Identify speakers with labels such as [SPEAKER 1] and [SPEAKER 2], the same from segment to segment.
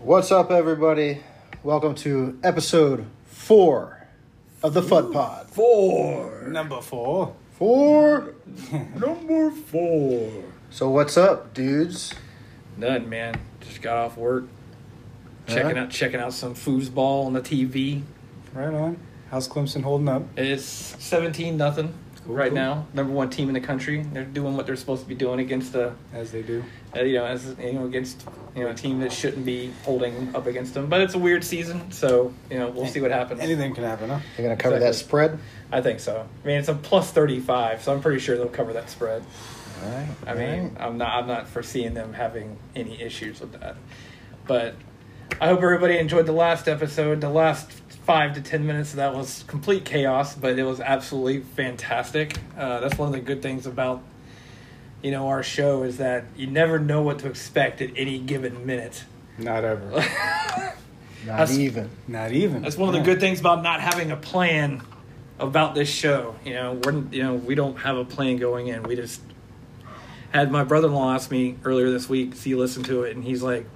[SPEAKER 1] What's up, everybody? Welcome to episode four of the FUD Pod.
[SPEAKER 2] Four.
[SPEAKER 3] Number four.
[SPEAKER 1] Four.
[SPEAKER 2] Number four.
[SPEAKER 1] So what's up, dudes?
[SPEAKER 2] None, man. Just got off work. Checking
[SPEAKER 1] Yeah.
[SPEAKER 2] out checking out some foosball on the TV.
[SPEAKER 3] Right on. How's Clemson holding up?
[SPEAKER 2] It's seventeen nothing right now. Number one team in the country. They're doing what they're supposed to be doing against a
[SPEAKER 3] As they do.
[SPEAKER 2] uh, you know as you know against you know a team that shouldn't be holding up against them. But it's a weird season, so you know we'll see what happens.
[SPEAKER 3] Anything can happen, huh?
[SPEAKER 1] You're gonna cover that spread.
[SPEAKER 2] I think so. I mean, it's a plus thirty five, so I'm pretty sure they'll cover that spread.
[SPEAKER 1] All right.
[SPEAKER 2] I mean, I'm not I'm not foreseeing them having any issues with that. But I hope everybody enjoyed the last episode. The last five to ten minutes of that was complete chaos, but it was absolutely fantastic. Uh, that's one of the good things about you know our show is that you never know what to expect at any given minute.
[SPEAKER 3] Not ever.
[SPEAKER 1] not
[SPEAKER 2] that's-
[SPEAKER 1] even.
[SPEAKER 3] Not even.
[SPEAKER 2] That's one of the
[SPEAKER 3] Yeah.
[SPEAKER 2] good things about not having a plan about this show. You know, we're you know we don't have a plan going in. We just had my brother-in-law ask me earlier this week. So he listened to it and he's like,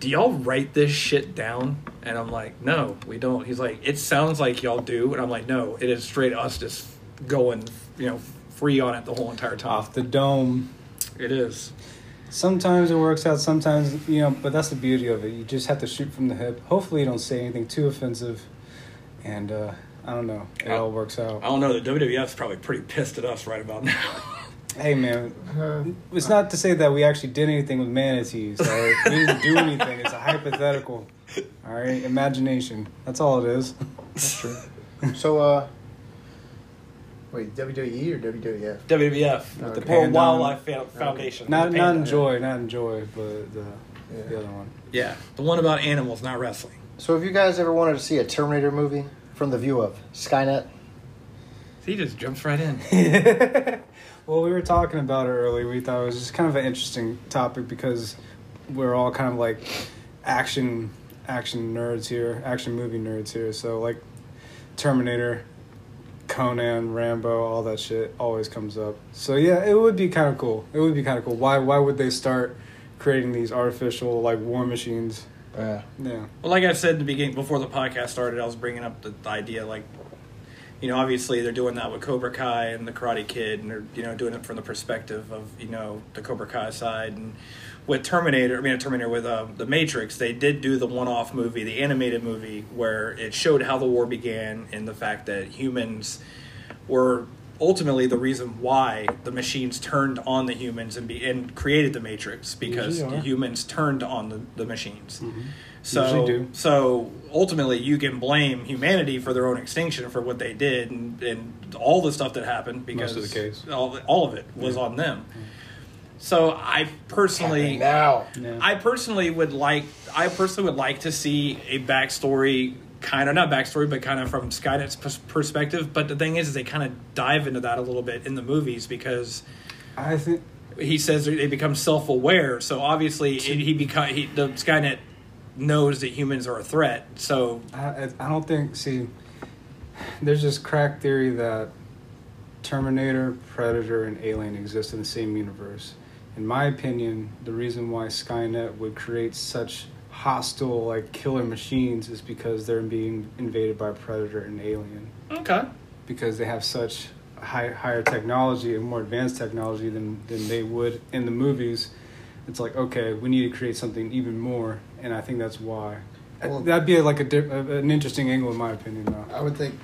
[SPEAKER 2] "Do y'all write this shit down?" And I'm like, "No, we don't." He's like, "It sounds like y'all do," and I'm like, "No, it is straight us just going, you know, free on it the whole entire time.
[SPEAKER 3] Off the dome.
[SPEAKER 2] It is."
[SPEAKER 3] Sometimes it works out, sometimes, you know, but that's the beauty of it. You just have to shoot from the hip. Hopefully, you don't say anything too offensive. And, uh, I don't know. It all works
[SPEAKER 2] I
[SPEAKER 3] out.
[SPEAKER 2] don't know. The WWF's probably pretty pissed at us right about now.
[SPEAKER 3] Hey, man. It's not to say that we actually did anything with manatees. All right? we didn't do anything. It's a hypothetical. All right? Imagination. That's all it is.
[SPEAKER 1] That's true. so uh, wait, WWE or WWF?
[SPEAKER 2] WWF,
[SPEAKER 1] With
[SPEAKER 2] with
[SPEAKER 1] the
[SPEAKER 2] the World
[SPEAKER 3] Panda.
[SPEAKER 2] Wildlife Fan- Foundation.
[SPEAKER 3] Not,
[SPEAKER 2] With the
[SPEAKER 3] not
[SPEAKER 2] panda.
[SPEAKER 3] enjoy, not enjoy, but the, the other one.
[SPEAKER 2] Yeah, the one about animals, not wrestling.
[SPEAKER 1] So, have you guys ever wanted to see a Terminator movie from the view of Skynet?
[SPEAKER 2] He just jumps right in.
[SPEAKER 3] well, we were talking about it earlier. We thought it was just kind of an interesting topic because we're all kind of like action action nerds here, action movie nerds here. So like Terminator, Conan, Rambo, all that shit always comes up. So yeah, it would be kind of cool. It would be kind of cool. Why why would they start creating these artificial like war machines?
[SPEAKER 1] Yeah.
[SPEAKER 3] Yeah.
[SPEAKER 2] Well, like I said in the beginning, before the podcast started, I was bringing up the, the idea, like, you know, obviously they're doing that with Cobra Kai and the Karate Kid, and they're you know doing it from the perspective of you know the Cobra Kai side, and with Terminator, I mean Terminator with um, the Matrix, they did do the one-off movie, the animated movie, where it showed how the war began and the fact that humans were ultimately the reason why the machines turned on the humans and be and created the Matrix because
[SPEAKER 3] Usually are.
[SPEAKER 2] humans turned on the, the machines. So,
[SPEAKER 3] Usually do.
[SPEAKER 2] so ultimately, you can blame humanity for their own extinction for what they did and, and all the stuff that happened because
[SPEAKER 3] Most of the case.
[SPEAKER 2] all, all of it was on them. So I personally,
[SPEAKER 1] Now.
[SPEAKER 3] Yeah.
[SPEAKER 2] I personally would like, I personally would like to see a backstory, kind of not backstory, but kind of from Skynet's pers- perspective. But the thing is, is they kind of dive into that a little bit in the movies because
[SPEAKER 3] I think
[SPEAKER 2] he says they become self-aware. So obviously, it, he become he, the Skynet knows that humans are a threat. So
[SPEAKER 3] I, I- I don't think. See, there's this crack theory that Terminator, Predator, and Alien exist in the same universe. In my opinion, the reason why Skynet would create such hostile, like killer machines, is because they're being invaded by Predator and Alien.
[SPEAKER 2] okay,
[SPEAKER 3] Because they have such high, higher technology and more advanced technology than, than they would in the movies. It's like okay, we need to create something even more, and I think that's why.
[SPEAKER 4] Well- Uh,
[SPEAKER 3] That'd be like a di- a- an interesting angle, in my opinion, though.
[SPEAKER 4] I would think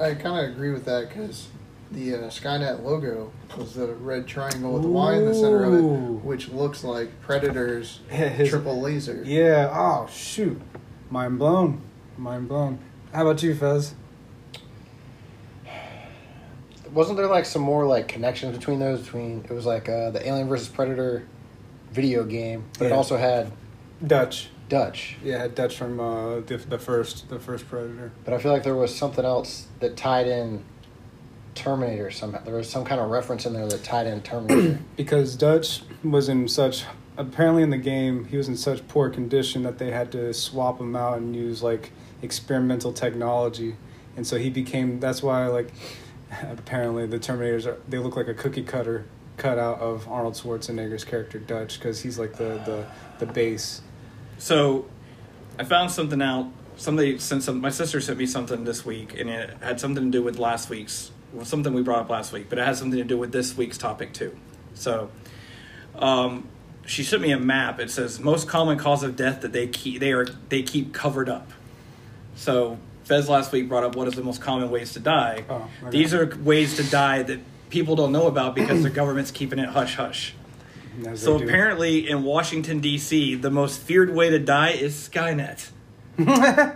[SPEAKER 4] I kind of agree with that because the uh, Skynet logo was the red triangle with the Y in the center of it,
[SPEAKER 3] Ooh.
[SPEAKER 4] which looks like Predator's
[SPEAKER 3] His-
[SPEAKER 4] triple laser.
[SPEAKER 3] Yeah. Oh shoot, mind blown, mind blown. How about you, Fez?
[SPEAKER 1] Wasn't there like some more like connections between those? Between it was like uh, the Alien versus Predator video game, but it
[SPEAKER 3] Yeah.
[SPEAKER 1] also had
[SPEAKER 3] Dutch.
[SPEAKER 1] Dutch.
[SPEAKER 3] Yeah, Dutch from uh, the, the first, the first Predator.
[SPEAKER 1] But I feel like there was something else that tied in Terminator somehow. There was some kind of reference in there that tied in Terminator.
[SPEAKER 3] because Dutch was in such apparently in the game he was in such poor condition that they had to swap him out and use like experimental technology, and so he became that's why like apparently the Terminators are, they look like a cookie cutter cutout of Arnold Schwarzenegger's character Dutch because he's like the the the base.
[SPEAKER 2] So I found something out. Somebody sent some. My sister sent me something this week, and it had something to do with last week's. Well, something we brought up last week, but it has something to do with this week's topic too. So, um, she sent me a map. It says most common cause of death that they keep they are they keep covered up. So Fez last week brought up what is the most common ways to die.
[SPEAKER 3] Oh, okay.
[SPEAKER 2] These are ways to die that people don't know about because the government's keeping it hush hush.
[SPEAKER 3] As
[SPEAKER 2] So
[SPEAKER 3] they do.
[SPEAKER 2] apparently, in Washington D.C., the most feared way to die is Skynet.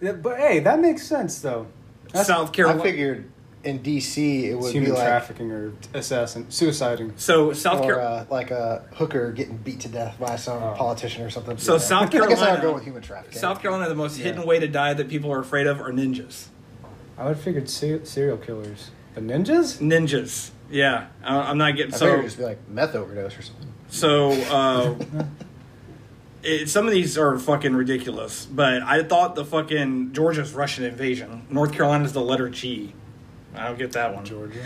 [SPEAKER 3] Yeah, but hey, that makes sense though. That's
[SPEAKER 2] South
[SPEAKER 1] I
[SPEAKER 2] Carolina.
[SPEAKER 1] figured in DC it would
[SPEAKER 3] human
[SPEAKER 1] be like
[SPEAKER 3] trafficking or assassin, suiciding.
[SPEAKER 2] so South
[SPEAKER 1] or
[SPEAKER 2] Carolina.
[SPEAKER 1] uh, like a hooker getting beat to death by some
[SPEAKER 3] Oh.
[SPEAKER 1] politician or something.
[SPEAKER 2] So South
[SPEAKER 1] I guess I would
[SPEAKER 2] Carolina-
[SPEAKER 1] go with human trafficking.
[SPEAKER 2] South Carolina, the most
[SPEAKER 3] Yeah.
[SPEAKER 2] hidden way to die that people are afraid of are ninjas.
[SPEAKER 3] I would have figured se- serial killers, but ninjas.
[SPEAKER 2] Ninjas. Yeah, I- I'm not getting
[SPEAKER 1] I
[SPEAKER 2] so.
[SPEAKER 1] figured it would just be like meth overdose or something.
[SPEAKER 2] So uh, it, some of these are fucking ridiculous, but I thought the fucking Georgia's Russian invasion. North Carolina's the letter G. I don't get that one.
[SPEAKER 3] Georgia.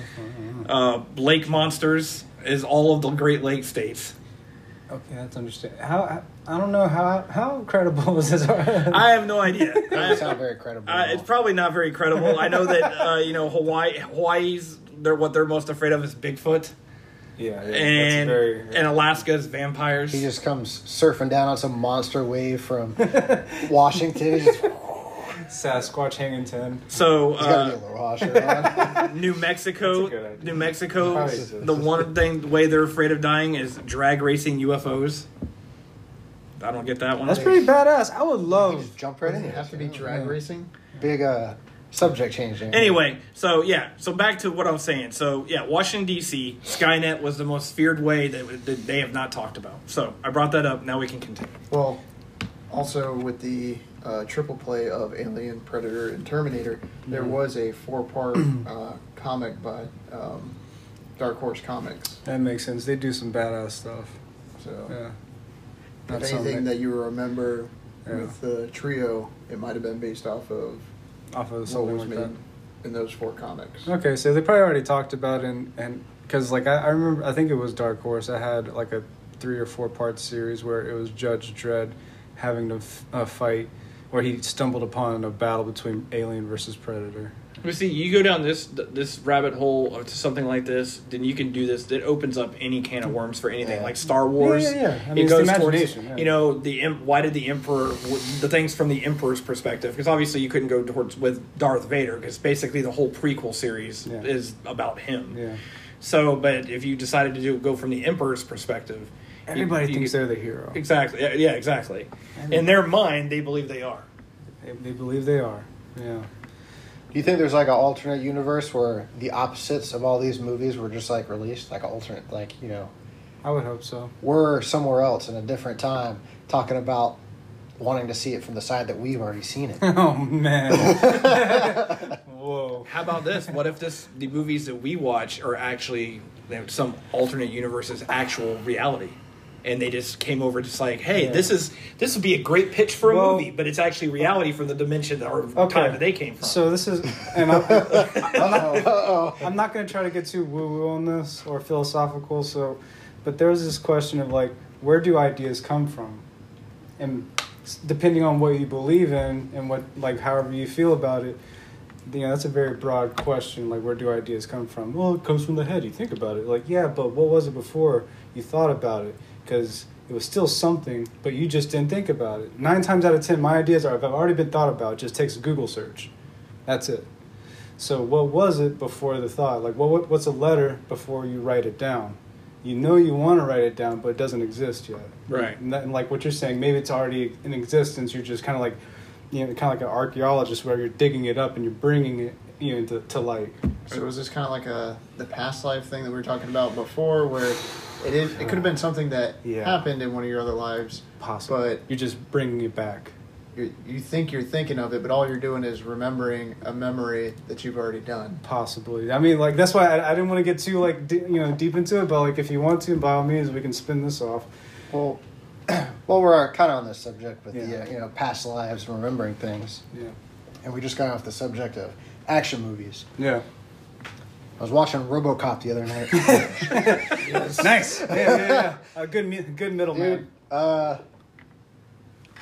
[SPEAKER 3] Oh,
[SPEAKER 2] Uh, lake monsters is all of the Great Lake states.
[SPEAKER 3] oh. Okay, that's understand. How I, I don't know how how credible is this?
[SPEAKER 2] I have no idea.
[SPEAKER 1] Doesn't sound very credible.
[SPEAKER 2] Uh, it's probably not very credible. I know that uh, you know Hawaii. Hawaii's they're what they're most afraid of is Bigfoot,
[SPEAKER 3] yeah, yeah,
[SPEAKER 2] and
[SPEAKER 3] that's very.
[SPEAKER 2] and Alaska's vampires.
[SPEAKER 1] he just comes surfing down on some monster wave from Washington. He's, just, he's
[SPEAKER 3] Sasquatch hanging ten.
[SPEAKER 2] so
[SPEAKER 1] got to
[SPEAKER 2] uh,
[SPEAKER 1] be a Aloha shirt on.
[SPEAKER 2] New Mexico,
[SPEAKER 3] That's a good idea.
[SPEAKER 2] New Mexico.
[SPEAKER 3] Probably does.
[SPEAKER 2] The one thing way they're afraid of dying is drag racing UFOs. I don't get that one.
[SPEAKER 3] That's pretty badass. I would
[SPEAKER 1] He
[SPEAKER 3] love.
[SPEAKER 1] just jump right
[SPEAKER 4] Does
[SPEAKER 1] in.
[SPEAKER 4] it have to be drag
[SPEAKER 3] Yeah.
[SPEAKER 4] racing?
[SPEAKER 1] Big uh, subject change. there.
[SPEAKER 2] Anyway, so yeah, so back to what I was saying. So yeah, Washington D.C. Skynet was the most feared way that, that they have not talked about. So I brought that up. Now we can continue.
[SPEAKER 4] Well, also with the uh, triple play of Alien, Predator, and Terminator,
[SPEAKER 3] Mm-hmm.
[SPEAKER 4] there was a four-part uh, comic by um, Dark Horse Comics.
[SPEAKER 3] That makes sense. They do some badass stuff.
[SPEAKER 4] So,
[SPEAKER 3] Yeah.
[SPEAKER 4] if
[SPEAKER 3] That's
[SPEAKER 4] Oh. anything
[SPEAKER 3] something
[SPEAKER 4] that you remember
[SPEAKER 3] Yeah.
[SPEAKER 4] with the trio, it might have been based off of
[SPEAKER 3] off of
[SPEAKER 4] what
[SPEAKER 3] something
[SPEAKER 4] was
[SPEAKER 3] like
[SPEAKER 4] made
[SPEAKER 3] that.
[SPEAKER 4] in those four comics.
[SPEAKER 3] Okay, so they probably already talked about and and because like I, I remember I think it was Dark Horse. I had like a three or four part series where it was Judge Dredd having to f- a fight where he stumbled upon a battle between alien versus predator.
[SPEAKER 2] But see, you go down this this rabbit hole or to something like this, then you can do this. It opens up any can of worms for anything,
[SPEAKER 1] Yeah.
[SPEAKER 2] like Star Wars.
[SPEAKER 3] yeah, yeah. I mean, it's the imagination, yeah.
[SPEAKER 2] you know the em- why did the emperor the things from the emperor's perspective? Because obviously you couldn't go towards with Darth Vader because basically the whole prequel series
[SPEAKER 3] Yeah.
[SPEAKER 2] is about him.
[SPEAKER 3] Yeah,
[SPEAKER 2] So, but if you decided to do go from the emperor's perspective, you-
[SPEAKER 3] everybody
[SPEAKER 2] you
[SPEAKER 3] thinks
[SPEAKER 2] could-
[SPEAKER 3] they're the hero.
[SPEAKER 2] exactly yeah, yeah exactly.
[SPEAKER 3] Everybody-
[SPEAKER 2] In their mind, they believe they are.
[SPEAKER 3] They, they believe they are. Yeah.
[SPEAKER 1] Do you think there's like an alternate universe where the opposites of all these movies were just like released, like an alternate, like you know,
[SPEAKER 3] I would hope so.
[SPEAKER 1] we're somewhere else in a different time talking about wanting to see it from the side that we've already seen it.
[SPEAKER 3] oh man. Whoa.
[SPEAKER 2] How about this? What if this the movies that we watch are actually you know, some alternate universe's actual reality, and they just came over just like, hey,
[SPEAKER 3] Yeah.
[SPEAKER 2] this is this would be a great pitch for a
[SPEAKER 3] Well-
[SPEAKER 2] movie, but it's actually reality from the dimension that- or time that they came from.
[SPEAKER 3] So this is, and I'm,
[SPEAKER 1] Uh-oh.
[SPEAKER 3] I'm not going to try to get too woo woo on this or philosophical. So, but there was this question of like, where do ideas come from? And s- depending on what you believe in and what like however you feel about it, you know that's a very broad question. Like, where do ideas come from? Well, it comes from the head. You think about it. Like, yeah, but what was it before you thought about it? Because it was still something, but you just didn't think about it. Nine times out of ten, my ideas are if I've already been thought about. It just takes a Google search. That's it. So what was it before the thought? Like what, what what's a letter before you write it down? You know you want to write it down, but it doesn't exist yet.
[SPEAKER 2] Right.
[SPEAKER 3] And, that, and like what you're saying, maybe it's already in existence. You're just kind of like, you know, kind of like an archaeologist where you're digging it up and you're bringing it you know to, to light.
[SPEAKER 4] So was this kind of like a the past life thing that we were talking about before, where it is, it could have been something that
[SPEAKER 3] Yeah.
[SPEAKER 4] happened in one of your other lives,
[SPEAKER 3] Possible.
[SPEAKER 4] But-
[SPEAKER 3] you're just bringing it back.
[SPEAKER 4] you, you think you're thinking of it, but all you're doing is remembering a memory that you've already done.
[SPEAKER 3] Possibly. I mean, like that's why I, I didn't want to get too like d- you know deep into it. But like if you want to, by all means, we can spin this off.
[SPEAKER 1] well, well, we're kind of on this subject with
[SPEAKER 3] Yeah.
[SPEAKER 1] the uh, you know past lives and remembering things,
[SPEAKER 3] Yeah.
[SPEAKER 1] and we just got off the subject of action movies.
[SPEAKER 3] Yeah.
[SPEAKER 1] I was watching RoboCop the other night.
[SPEAKER 3] Nice. Yeah, yeah, yeah. A good, mi- good middleman.
[SPEAKER 1] Dude, uh,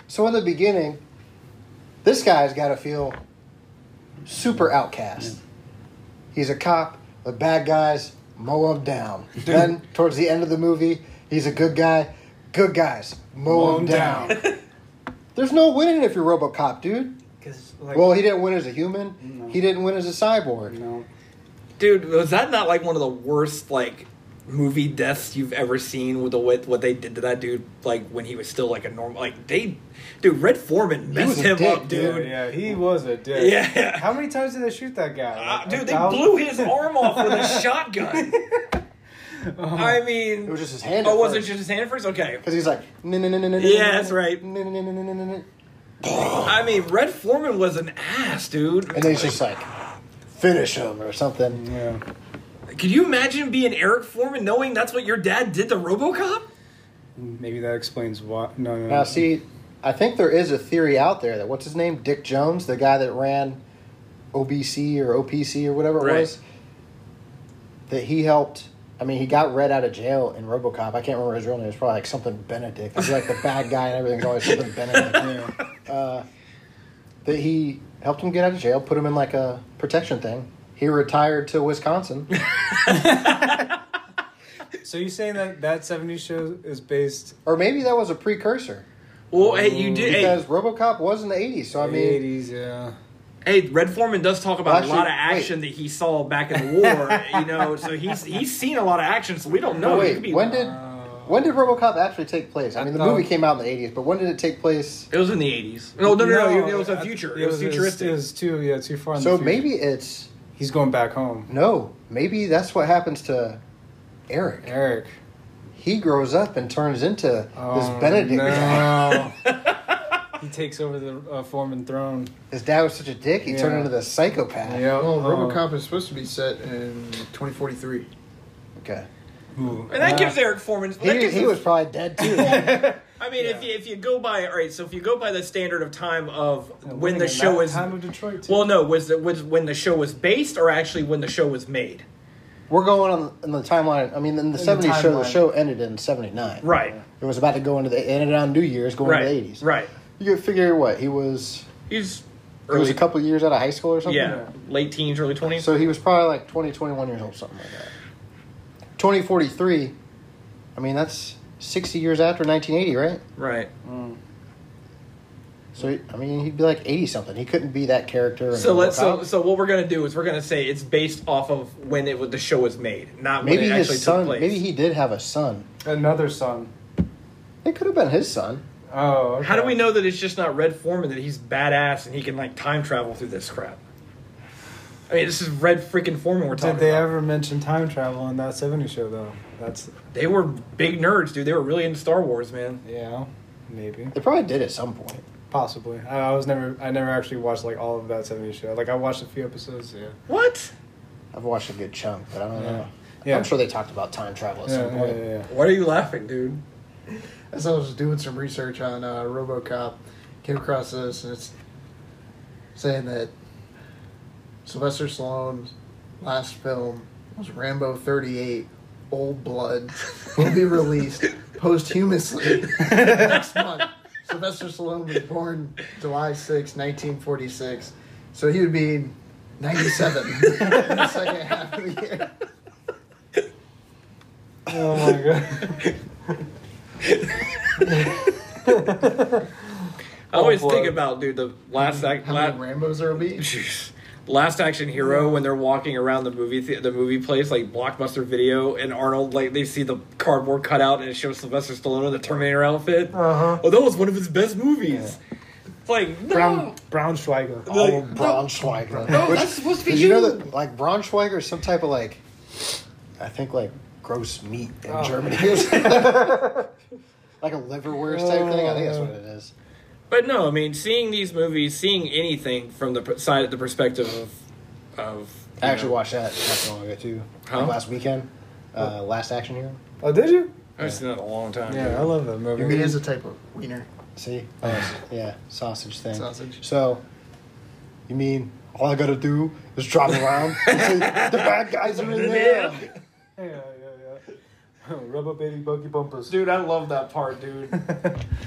[SPEAKER 1] So in the beginning, this guy's got to feel super outcast. He's a cop. The bad guys mow him down. then towards the end of the movie, he's a good guy. Good guys mow, him down. There's no winning if you're RoboCop, dude.
[SPEAKER 3] Because like,
[SPEAKER 1] well, he didn't win as a human.
[SPEAKER 3] No.
[SPEAKER 1] He didn't win as a cyborg.
[SPEAKER 3] you know,
[SPEAKER 2] Dude, was that not like one of the worst like movie deaths you've ever seen with the with what they did to that dude like when he was still like a normal like they dude Red Foreman messed
[SPEAKER 1] was a
[SPEAKER 2] him
[SPEAKER 1] dick,
[SPEAKER 2] up,
[SPEAKER 3] yeah,
[SPEAKER 2] dude.
[SPEAKER 3] yeah, he was a dick.
[SPEAKER 2] Yeah.
[SPEAKER 3] How many times did they shoot that guy?
[SPEAKER 2] Uh,
[SPEAKER 3] Like, a
[SPEAKER 2] dude, they
[SPEAKER 3] thousand?
[SPEAKER 2] blew his arm off with a shotgun. I
[SPEAKER 1] Uh-huh. It
[SPEAKER 2] mean,
[SPEAKER 1] was just his hand.
[SPEAKER 2] oh, was it just his hand first? Okay.
[SPEAKER 1] Because he's like, "No, no, no, no, no, no,
[SPEAKER 2] Yeah,
[SPEAKER 1] no,
[SPEAKER 2] that's
[SPEAKER 1] no,
[SPEAKER 2] right.
[SPEAKER 1] no, no, no, no, no, no, no."
[SPEAKER 2] I mean, Red Foreman was an ass, dude.
[SPEAKER 1] And then he's just like, finish him or something.
[SPEAKER 3] Yeah.
[SPEAKER 2] Could you imagine being Eric Foreman knowing that's what your dad did to RoboCop?
[SPEAKER 3] Maybe that explains why. No, no.
[SPEAKER 1] Now,
[SPEAKER 3] no.
[SPEAKER 1] see, I think there is a theory out there that what's his name, Dick Jones, the guy that ran OBC or OPC or whatever it
[SPEAKER 2] Right.
[SPEAKER 1] was, that he helped. I mean, he got read out of jail in RoboCop. I can't remember his real name. It's probably like something Benedict. He's like the bad guy and everything's always something Benedict. Uh, that he helped him get out of jail, put him in like a protection thing. He retired to Wisconsin.
[SPEAKER 3] So you saying that that '70s show is based
[SPEAKER 1] or maybe that was a precursor.
[SPEAKER 2] Well, hey, you did.
[SPEAKER 1] Because
[SPEAKER 2] Hey,
[SPEAKER 1] RoboCop was in the 80s, so I
[SPEAKER 3] in
[SPEAKER 1] mean,
[SPEAKER 3] the '80s? Yeah.
[SPEAKER 2] hey, Red Foreman does talk about
[SPEAKER 1] Well,
[SPEAKER 2] a lot of
[SPEAKER 1] actually,
[SPEAKER 2] action that he saw back in the war. you know, so he's he's seen a lot of action. So we don't know.
[SPEAKER 1] But
[SPEAKER 2] He could
[SPEAKER 1] wait,
[SPEAKER 2] be-
[SPEAKER 1] when did when did RoboCop actually take place? I
[SPEAKER 3] I
[SPEAKER 1] mean, the
[SPEAKER 3] thought-
[SPEAKER 1] movie came out in the '80s, but when did it take place?
[SPEAKER 2] It was in the eighties. No, no, no, no, It was a
[SPEAKER 3] I-
[SPEAKER 2] future. It was futuristic.
[SPEAKER 3] It was too yeah too far. In the
[SPEAKER 1] So
[SPEAKER 3] future.
[SPEAKER 1] maybe it's
[SPEAKER 3] he's going back home.
[SPEAKER 1] no, maybe that's what happens to Eric.
[SPEAKER 3] Eric.
[SPEAKER 1] He grows up and turns into
[SPEAKER 3] Oh,
[SPEAKER 1] this Benedict guy.
[SPEAKER 3] No. he takes over the uh, Foreman throne.
[SPEAKER 1] His dad was such a dick; he turned
[SPEAKER 3] Yeah.
[SPEAKER 1] into this psychopath.
[SPEAKER 3] Yeah.
[SPEAKER 4] Well,
[SPEAKER 3] oh.
[SPEAKER 4] RoboCop is supposed to be set in 2043.
[SPEAKER 1] Okay,
[SPEAKER 3] Ooh.
[SPEAKER 2] and that
[SPEAKER 3] Ah.
[SPEAKER 2] gives Eric Foreman. That
[SPEAKER 1] he,
[SPEAKER 2] gives
[SPEAKER 1] he
[SPEAKER 2] him-
[SPEAKER 1] was probably dead too.
[SPEAKER 2] I mean, if you, if you go by all right, so if you go by the standard of time of
[SPEAKER 3] Yeah,
[SPEAKER 2] when
[SPEAKER 3] living
[SPEAKER 2] the
[SPEAKER 3] in
[SPEAKER 2] show
[SPEAKER 3] that
[SPEAKER 2] is
[SPEAKER 3] time of Detroit. Too.
[SPEAKER 2] well, no, was it was when the show was based or actually when the show was made?
[SPEAKER 1] We're going on in the timeline. I mean, in the
[SPEAKER 3] the
[SPEAKER 1] '70s show, the
[SPEAKER 3] timeline.
[SPEAKER 1] show ended in '79.
[SPEAKER 2] Right,
[SPEAKER 1] It was about to go into the ended on New Year's, going
[SPEAKER 2] right,
[SPEAKER 1] to the '80s.
[SPEAKER 2] right.
[SPEAKER 1] You could figure what he was.
[SPEAKER 2] He's
[SPEAKER 1] It was
[SPEAKER 2] early,
[SPEAKER 1] a couple years out of high school or something.
[SPEAKER 2] yeah, late teens, early twenties.
[SPEAKER 1] So he was probably like 20, 21 years old, something like that. 2043, I mean, that's 60 years after 1980, right?
[SPEAKER 2] Right.
[SPEAKER 1] So, I mean, he'd be like 80 something. He couldn't be that character. in
[SPEAKER 2] So let's so,
[SPEAKER 1] RoboCop.
[SPEAKER 2] so what we're gonna do is we're gonna say it's based off of when it was the show was made, not when
[SPEAKER 1] maybe
[SPEAKER 2] it actually
[SPEAKER 1] his son,
[SPEAKER 2] took place.
[SPEAKER 1] maybe he did have a son.
[SPEAKER 3] Another son.
[SPEAKER 1] It could have been his son.
[SPEAKER 3] Oh. Okay.
[SPEAKER 2] How do we know that it's just not Red Foreman that he's badass and he can like time travel through this crap? I mean, this is Red freaking Foreman we're talking
[SPEAKER 3] Did they
[SPEAKER 2] about.
[SPEAKER 3] ever mention time travel in that '70s show though? That's
[SPEAKER 2] They were big nerds, dude. They were really into Star Wars, man.
[SPEAKER 3] yeah. Maybe.
[SPEAKER 1] They probably did at some point.
[SPEAKER 3] Possibly. I, I was never. I never actually watched like all of that '70s show. Like I watched a few episodes. Yeah.
[SPEAKER 2] What?
[SPEAKER 1] I've watched a good chunk, but I don't know.
[SPEAKER 3] Yeah.
[SPEAKER 1] I'm sure they talked about time travel at
[SPEAKER 3] Yeah,
[SPEAKER 1] some
[SPEAKER 3] yeah,
[SPEAKER 1] point.
[SPEAKER 3] yeah, yeah.
[SPEAKER 2] What are you laughing, dude?
[SPEAKER 4] As I was doing some research on uh, RoboCop, came across this, and it's saying that Sylvester Stallone's last film was Rambo 38, Old Blood, will be released posthumously next month. Sylvester Stallone was born July 6, 1946, so he would be 97 in the second half of the year.
[SPEAKER 3] Oh my god.
[SPEAKER 4] Oh
[SPEAKER 2] I always
[SPEAKER 3] boy.
[SPEAKER 2] think about, dude, the last act.
[SPEAKER 4] How many
[SPEAKER 2] La-
[SPEAKER 4] Rambos there will be?
[SPEAKER 2] Jeez. Last Action Hero when they're walking around the movie the, the movie place like Blockbuster Video and Arnold like they see the cardboard cutout and it shows Sylvester Stallone in the Terminator outfit.
[SPEAKER 3] Uh-huh.
[SPEAKER 2] Oh, that was one of his best movies. It's like no,
[SPEAKER 3] Brown Braunschweiger.
[SPEAKER 2] Like,
[SPEAKER 1] Oh, Braunschweiger.
[SPEAKER 2] no, that's supposed to be
[SPEAKER 1] Did you know
[SPEAKER 2] you.
[SPEAKER 1] that like Braunschweiger is some type of like I think like gross meat in Germany or something. like a liverwurst type thing. I think that's what it is.
[SPEAKER 2] But no, I mean, seeing these movies, seeing anything from the per- side, the perspective of, of
[SPEAKER 1] I actually watched that not too long ago too.
[SPEAKER 2] Huh?
[SPEAKER 1] Like, last weekend. Uh, last action hero.
[SPEAKER 3] Oh, did you?
[SPEAKER 2] I've seen that in a long time.
[SPEAKER 3] Yeah, I love that movie.
[SPEAKER 4] It is a type of wiener.
[SPEAKER 1] See? Oh, it's- yeah, sausage thing.
[SPEAKER 4] Sausage.
[SPEAKER 1] So you mean all I gotta do is drive around and say the bad guys are in there.
[SPEAKER 3] Yeah, yeah, yeah. Rub up baby buggy bumpers.
[SPEAKER 5] Dude, I love that part, dude.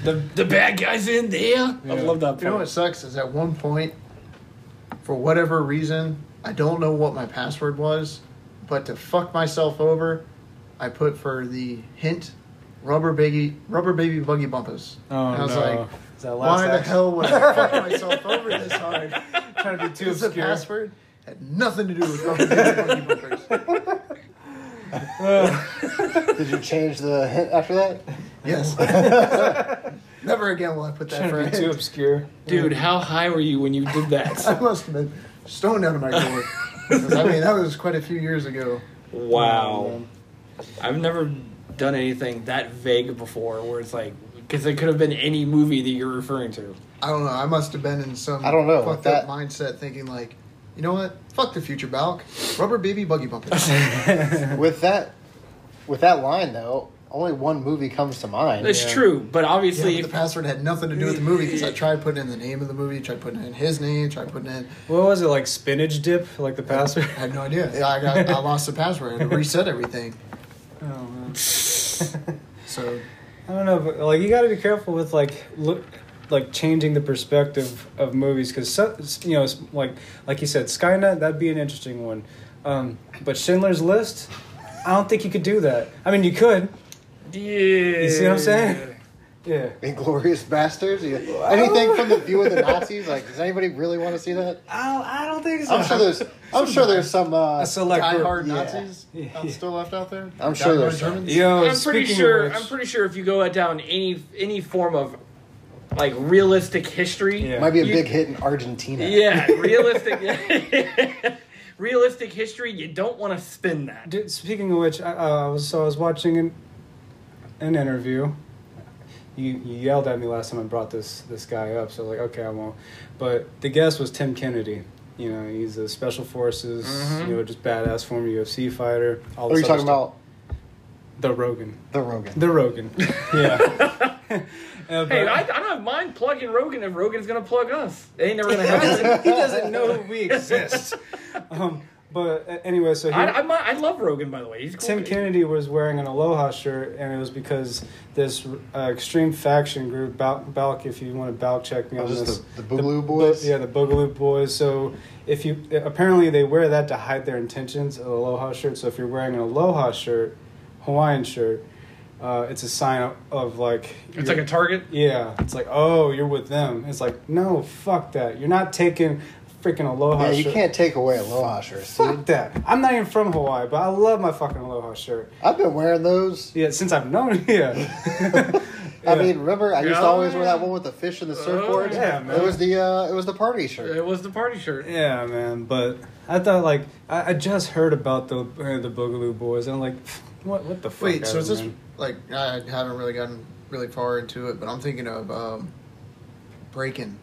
[SPEAKER 2] The the bad guys in there. I
[SPEAKER 3] Yeah.
[SPEAKER 2] love that part.
[SPEAKER 4] You know what sucks is at one point, for whatever reason, I don't know what my password was, but to fuck myself over, I put for the hint rubber baby rubber baby buggy bumpers.
[SPEAKER 3] Oh
[SPEAKER 4] and I was
[SPEAKER 3] no!
[SPEAKER 4] like,
[SPEAKER 3] Is that last
[SPEAKER 4] why the
[SPEAKER 3] action?
[SPEAKER 4] hell would I fuck myself over this hard?
[SPEAKER 3] Trying to be too
[SPEAKER 4] Because the
[SPEAKER 3] obscure.
[SPEAKER 4] password had nothing to do with rubber baby buggy bumpers.
[SPEAKER 1] Did you change the hint after that?
[SPEAKER 4] Yes. Never again will I put that
[SPEAKER 3] Trying
[SPEAKER 4] for
[SPEAKER 3] to
[SPEAKER 4] a
[SPEAKER 3] be too
[SPEAKER 4] hint.
[SPEAKER 3] obscure.
[SPEAKER 2] Dude, how high were you when you did
[SPEAKER 4] I
[SPEAKER 2] that?
[SPEAKER 4] must have been stoned out of my gourd. 'Cause, I mean, that was quite a few years ago.
[SPEAKER 2] wow. I've never done anything that vague before where it's like, because it could have been any movie that you're referring to.
[SPEAKER 4] I don't know. I must have been in some
[SPEAKER 1] I don't know,
[SPEAKER 4] fucked
[SPEAKER 1] that-
[SPEAKER 4] up mindset thinking like, you know what? Fuck the future Balk. Rubber baby buggy bumpers.
[SPEAKER 1] With that, with that line though, only one movie comes to mind.
[SPEAKER 2] That's true, but
[SPEAKER 4] yeah,
[SPEAKER 2] obviously,
[SPEAKER 4] but the password had nothing to do with the movie because I tried putting in the name of the movie, tried putting in his name, tried putting in.
[SPEAKER 3] What was it like? Spinach dip, like the password.
[SPEAKER 4] I had no idea. Yeah, I got I lost the password. I had to reset everything.
[SPEAKER 3] oh man.
[SPEAKER 4] So
[SPEAKER 3] I don't know, but like you got to be careful with like look, like changing the perspective of movies because so, you know, s- like like you said, Skynet that'd be an interesting one, um, but Schindler's List, I don't think you could do that. I mean, you could.
[SPEAKER 2] yeah.
[SPEAKER 3] You see what I'm saying? Yeah.
[SPEAKER 1] Inglorious Bastards. you- Anything from the view of the Nazis? Like, does anybody really want to see that?
[SPEAKER 3] I, I don't think so.
[SPEAKER 1] I'm sure there's. I'm sure there's some. Uh,
[SPEAKER 3] a select
[SPEAKER 4] die
[SPEAKER 3] group.
[SPEAKER 4] hard
[SPEAKER 1] yeah.
[SPEAKER 4] Nazis out- still left out there.
[SPEAKER 1] I'm sure
[SPEAKER 4] Die-hard
[SPEAKER 1] there's-
[SPEAKER 4] Germans.
[SPEAKER 3] Yo,
[SPEAKER 2] I'm pretty
[SPEAKER 3] speaking of
[SPEAKER 2] sure.
[SPEAKER 3] which-
[SPEAKER 2] I'm pretty sure if you go down any any form of like realistic history,
[SPEAKER 3] Yeah.
[SPEAKER 1] might be a
[SPEAKER 2] You-
[SPEAKER 1] big hit in Argentina.
[SPEAKER 2] yeah, realistic, realistic history. You don't want to spin that.
[SPEAKER 3] Dude, speaking of which, I, uh, I was so I was watching an an interview. You, you yelled at me last time I brought this this guy up, so like okay I won't. But the guest was Tim Kennedy. You know he's a special forces,
[SPEAKER 2] Mm-hmm.
[SPEAKER 3] you know just badass former UFC fighter. All
[SPEAKER 1] What are
[SPEAKER 3] this
[SPEAKER 1] you talking
[SPEAKER 3] other stuff.
[SPEAKER 1] about?
[SPEAKER 3] The Rogan.
[SPEAKER 1] The Rogan.
[SPEAKER 3] The Rogan. yeah. Uh, but-
[SPEAKER 2] Hey, I, I don't have mind plugging Rogan if Rogan's gonna plug us. It ain't never gonna happen.
[SPEAKER 3] he doesn't know we exist. um, but uh, anyway, so he,
[SPEAKER 2] I, I, mi- I love Rogan by the way. He's a cool.
[SPEAKER 3] Tim
[SPEAKER 2] dude.
[SPEAKER 3] Kennedy was wearing an Aloha shirt, and it was because this uh, extreme faction group, Bal- Balk, if you want to Balk check me
[SPEAKER 1] Oh,
[SPEAKER 3] on
[SPEAKER 1] just
[SPEAKER 3] this,
[SPEAKER 1] the- the Boogaloo
[SPEAKER 3] bu-
[SPEAKER 1] Boys?
[SPEAKER 3] yeah, the Boogaloo Boys. So if you apparently they wear that to hide their intentions, an Aloha shirt. So if you're wearing an Aloha shirt, Hawaiian shirt, uh, it's a sign of, of like
[SPEAKER 2] It's
[SPEAKER 3] you're-
[SPEAKER 2] like a target.
[SPEAKER 3] yeah, it's like oh you're with them. It's like no, fuck that. You're not taking freaking Aloha.
[SPEAKER 1] Yeah, you
[SPEAKER 3] shirt.
[SPEAKER 1] can't take away Aloha shirts, dude.
[SPEAKER 3] Fuck that. I'm not even from Hawaii, but I love my fucking Aloha shirt.
[SPEAKER 1] I've been wearing those.
[SPEAKER 3] Yeah, since I've known yeah. Oh,
[SPEAKER 1] I mean, remember I used to
[SPEAKER 2] Yeah.
[SPEAKER 1] always wear that one with the fish and the surfboard.
[SPEAKER 3] yeah, man.
[SPEAKER 1] It was the uh, it was the party shirt.
[SPEAKER 2] It was the party shirt.
[SPEAKER 3] yeah, man. But I thought like I, I just heard about the uh, the Boogaloo Boys, and I'm like, what what the fuck?
[SPEAKER 4] Wait, so is
[SPEAKER 3] Adam,
[SPEAKER 4] this
[SPEAKER 3] man?
[SPEAKER 4] like I haven't really gotten really far into it, but I'm thinking of um, breaking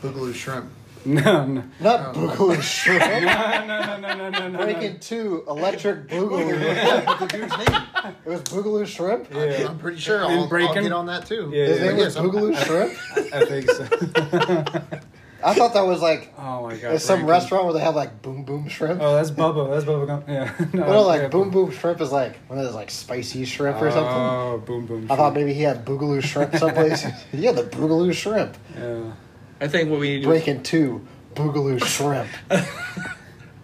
[SPEAKER 4] Boogaloo Shrimp.
[SPEAKER 3] No, no,
[SPEAKER 1] Not
[SPEAKER 4] Oh.
[SPEAKER 1] Boogaloo shrimp.
[SPEAKER 3] no, no, no, no, no, no.
[SPEAKER 1] Breaking two electric Boogaloo.
[SPEAKER 4] the dude's name.
[SPEAKER 1] It was Boogaloo shrimp.
[SPEAKER 3] Yeah.
[SPEAKER 4] I'm pretty sure
[SPEAKER 3] And
[SPEAKER 4] I'll, I'll
[SPEAKER 3] Breakin'?
[SPEAKER 4] get on that too.
[SPEAKER 3] Yeah,
[SPEAKER 1] His name was
[SPEAKER 4] Yes, I'm-
[SPEAKER 1] Boogaloo shrimp.
[SPEAKER 3] I think so.
[SPEAKER 1] I thought that was like
[SPEAKER 3] oh my god.
[SPEAKER 1] it's some
[SPEAKER 3] Frankie.
[SPEAKER 1] restaurant where they have like boom boom shrimp.
[SPEAKER 3] Oh, that's Bubba. That's Bubba Gum. Yeah. No,
[SPEAKER 1] no, like
[SPEAKER 3] yeah,
[SPEAKER 1] boom boom shrimp is like one of those like spicy shrimp or something.
[SPEAKER 3] Oh, boom boom.
[SPEAKER 1] I thought maybe he had Boogaloo shrimp someplace. yeah, the Boogaloo shrimp.
[SPEAKER 3] Yeah.
[SPEAKER 2] I think what we need to do is
[SPEAKER 1] Breaking two, Boogaloo shrimp.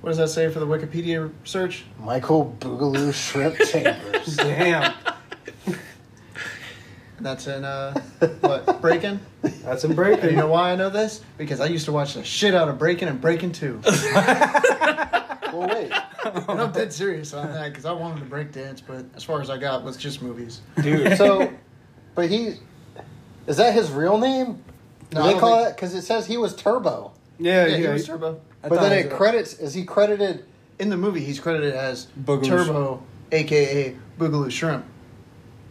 [SPEAKER 4] What does that say for the Wikipedia search?
[SPEAKER 1] Michael Boogaloo Shrimp Chambers.
[SPEAKER 3] Damn.
[SPEAKER 4] That's in uh, what Breaking.
[SPEAKER 3] That's in
[SPEAKER 4] And you
[SPEAKER 3] breaking.
[SPEAKER 4] know why I know this? Because I used to watch the shit out of Breaking and Breaking Two. and
[SPEAKER 1] well, wait.
[SPEAKER 4] I'm dead serious on that because I wanted to break dance, but as far as I got was just movies.
[SPEAKER 2] dude.
[SPEAKER 1] So, but he is that his real name? Do
[SPEAKER 4] No, I
[SPEAKER 1] they
[SPEAKER 4] don't
[SPEAKER 1] call
[SPEAKER 4] think-
[SPEAKER 1] it because it says he was Turbo,
[SPEAKER 3] Yeah, yeah.
[SPEAKER 4] yeah, he was Turbo.
[SPEAKER 3] I
[SPEAKER 1] but
[SPEAKER 3] thought
[SPEAKER 1] then
[SPEAKER 3] was-
[SPEAKER 1] it credits is he credited?
[SPEAKER 4] In the movie, he's credited as
[SPEAKER 3] Boogaloo
[SPEAKER 4] Turbo, aka Boogaloo Shrimp.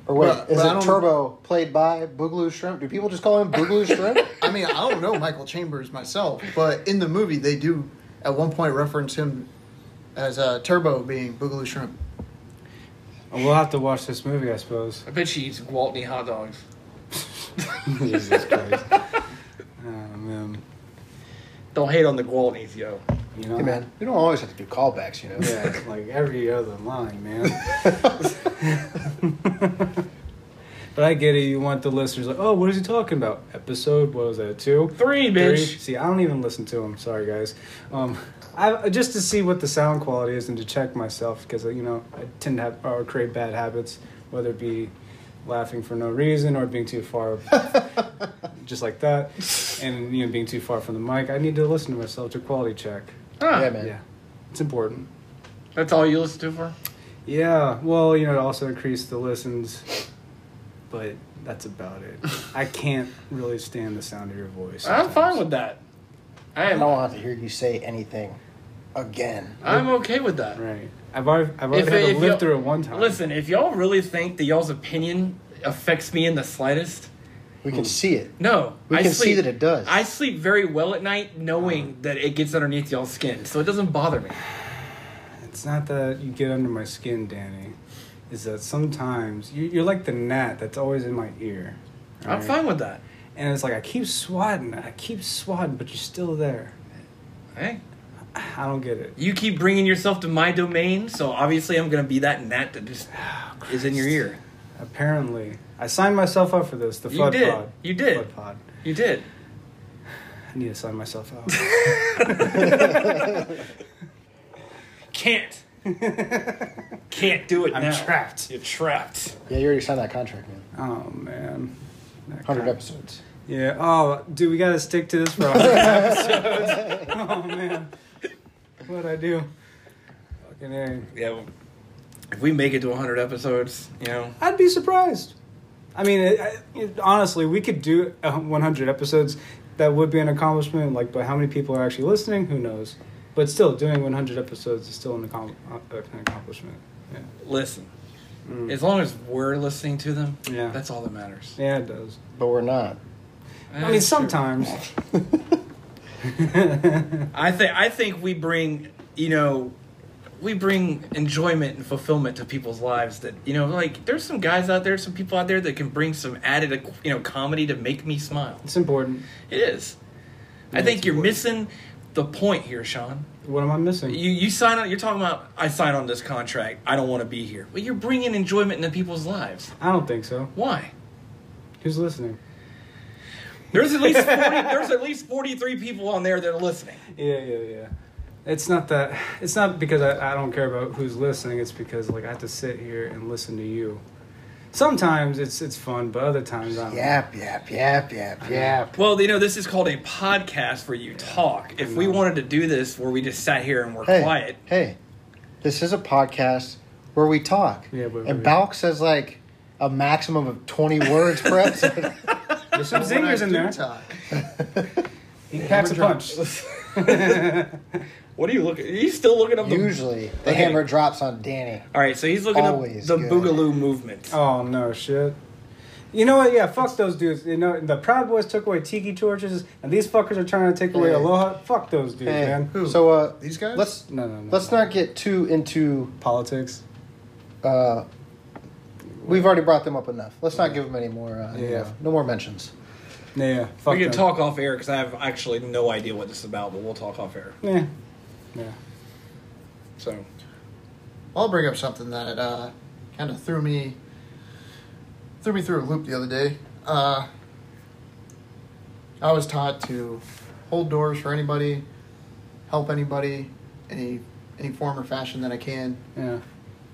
[SPEAKER 1] Or wait,
[SPEAKER 4] Well,
[SPEAKER 1] is
[SPEAKER 4] but I
[SPEAKER 1] it
[SPEAKER 4] don't-
[SPEAKER 1] Turbo played by Boogaloo Shrimp? Do people just call him Boogaloo Shrimp?
[SPEAKER 4] I mean, I don't know Michael Chambers myself, but in the movie, they do at one point reference him as uh, Turbo being Boogaloo Shrimp.
[SPEAKER 3] We'll have to watch this movie, I suppose.
[SPEAKER 2] I bet she eats Gwaltney hot dogs.
[SPEAKER 3] Jesus Christ. Oh, man.
[SPEAKER 2] Don't hate on the Gwaltneys, yo.
[SPEAKER 3] You know,
[SPEAKER 1] Hey man, we don't always have to do callbacks, you know.
[SPEAKER 3] Yeah, like every other line, man. but I get it. You want the listeners like, oh, what is he talking about? Episode what was that? Two,
[SPEAKER 2] Three, bitch.
[SPEAKER 3] See, I don't even listen to him. Sorry, guys. Um, I just to see what the sound quality is and to check myself because you know I tend to have or create bad habits, whether it be laughing for no reason or being too far, just like that, and you know being too far from the mic. I need to listen to myself to quality check.
[SPEAKER 2] Ah,
[SPEAKER 1] Yeah, man.
[SPEAKER 3] Yeah, it's important.
[SPEAKER 2] That's all you listen to for?
[SPEAKER 3] Yeah, well, you know, it also increased the listens, but that's about it. I can't really stand the sound of your voice.
[SPEAKER 2] I'm fine
[SPEAKER 3] sometimes.
[SPEAKER 2] with that. I
[SPEAKER 1] I
[SPEAKER 2] am.
[SPEAKER 1] don't want to hear you say anything again.
[SPEAKER 2] I'm okay with that.
[SPEAKER 3] Right. I've already, I've
[SPEAKER 2] If-
[SPEAKER 3] already had
[SPEAKER 2] if
[SPEAKER 3] to live
[SPEAKER 2] y'all-
[SPEAKER 3] through it one time.
[SPEAKER 2] Listen, if y'all really think that y'all's opinion affects me in the slightest,
[SPEAKER 1] We can see it.
[SPEAKER 2] no.
[SPEAKER 1] We
[SPEAKER 2] I
[SPEAKER 1] can see
[SPEAKER 2] sleep,
[SPEAKER 1] that it does.
[SPEAKER 2] I sleep very well at night knowing that it gets underneath y'all's skin, so it doesn't bother me.
[SPEAKER 3] It's not that you get under my skin, Danny. Is that sometimes you, you're like the gnat that's always in my ear.
[SPEAKER 2] I'm
[SPEAKER 3] right?
[SPEAKER 2] fine with that.
[SPEAKER 3] And it's like, I keep swatting, I keep swatting, but you're still there.
[SPEAKER 2] Hey,
[SPEAKER 3] I don't get it.
[SPEAKER 2] you keep bringing yourself to my domain, so obviously I'm gonna be that gnat that just
[SPEAKER 3] Oh,
[SPEAKER 2] is in your ear.
[SPEAKER 3] Apparently, I signed myself up for this. The
[SPEAKER 2] You
[SPEAKER 3] flood
[SPEAKER 2] did.
[SPEAKER 3] pod.
[SPEAKER 2] You did.
[SPEAKER 3] Flood pod.
[SPEAKER 2] You did.
[SPEAKER 3] I need to sign myself out.
[SPEAKER 2] Can't. Can't do it
[SPEAKER 3] I'm
[SPEAKER 2] now.
[SPEAKER 3] trapped.
[SPEAKER 2] You're trapped.
[SPEAKER 1] Yeah, you already signed that contract, man.
[SPEAKER 3] Oh man. That
[SPEAKER 1] Hundred
[SPEAKER 3] guy-
[SPEAKER 1] episodes.
[SPEAKER 3] Yeah. Oh, dude, we gotta stick to this for all episodes. oh man, what I do? Fucking a.
[SPEAKER 2] Yeah. well, If we make it to 100 episodes, you know,
[SPEAKER 3] I'd be surprised. I mean, it, I, it- honestly, we could do uh, 100 episodes. That would be an accomplishment. Like, but how many people are actually listening? Who knows? But still, doing 100 episodes is still an, accom- uh, an accomplishment. Yeah.
[SPEAKER 2] listen.
[SPEAKER 3] Mm.
[SPEAKER 2] As long as we're listening to them,
[SPEAKER 3] Yeah.
[SPEAKER 2] that's all that matters.
[SPEAKER 3] Yeah, it does.
[SPEAKER 1] But we're not.
[SPEAKER 2] Eh,
[SPEAKER 3] I mean,
[SPEAKER 2] sure.
[SPEAKER 3] sometimes.
[SPEAKER 2] I think I think we bring, you know, we bring enjoyment and fulfillment to people's lives. That you know, like there's some guys out there, some people out there that can bring some added, you know, comedy to make me smile.
[SPEAKER 3] It's important.
[SPEAKER 2] It is. I think you're missing the point here, Sean.
[SPEAKER 3] What am I missing?
[SPEAKER 2] You you sign on. You're talking about I sign on this contract. I don't want to be here. But you're bringing enjoyment into people's lives.
[SPEAKER 3] I don't think so.
[SPEAKER 2] Why?
[SPEAKER 3] Who's listening?
[SPEAKER 2] There's at least 40, there's at least 43 people on there that are listening.
[SPEAKER 3] Yeah, yeah, yeah. It's not that. It's not because I, I don't care about who's listening. It's because like I have to sit here and listen to you. Sometimes it's it's fun, but other times I don't.
[SPEAKER 1] Yap, yap, yap, yap, yap.
[SPEAKER 2] Well, you know, this is called a podcast where you talk. If we wanted to do this where we just sat here and were
[SPEAKER 1] Hey,
[SPEAKER 2] quiet,
[SPEAKER 1] hey, this is a podcast where we talk.
[SPEAKER 3] Yeah, but-
[SPEAKER 1] and Balk says like a maximum of twenty words per episode.
[SPEAKER 3] There's some
[SPEAKER 4] But when I
[SPEAKER 3] zingers in
[SPEAKER 4] do
[SPEAKER 3] there.
[SPEAKER 4] talk,
[SPEAKER 3] He packs a punch.
[SPEAKER 2] what are you looking? Are you still looking up the?
[SPEAKER 1] Usually, the
[SPEAKER 2] Okay.
[SPEAKER 1] hammer drops on Danny.
[SPEAKER 2] All right, so he's looking up
[SPEAKER 1] Always
[SPEAKER 2] the
[SPEAKER 1] good.
[SPEAKER 2] Boogaloo movement.
[SPEAKER 3] Oh no, shit. You know what? Yeah, fuck those dudes. You know the Proud Boys took away tiki torches, and these fuckers are trying to take away
[SPEAKER 1] Hey.
[SPEAKER 3] aloha. Fuck those dudes,
[SPEAKER 1] Hey,
[SPEAKER 3] man.
[SPEAKER 4] Who?
[SPEAKER 1] so uh,
[SPEAKER 4] These guys?
[SPEAKER 1] Let's
[SPEAKER 3] No, no, no.
[SPEAKER 1] let's not get too into.
[SPEAKER 3] politics.
[SPEAKER 1] Uh, we've already brought them up enough. Let's not give them any more. Uh, you
[SPEAKER 3] Yeah.
[SPEAKER 1] know, no more mentions.
[SPEAKER 3] Yeah, yeah, fuck
[SPEAKER 2] we can
[SPEAKER 3] them.
[SPEAKER 2] talk off air because I have actually no idea what this is about, but we'll talk off air.
[SPEAKER 3] Yeah, yeah.
[SPEAKER 2] So
[SPEAKER 4] I'll bring up something that uh, kind of threw me threw me through a loop the other day. Uh, I was taught to hold doors for anybody, help anybody, any any form or fashion that I can,
[SPEAKER 3] Yeah,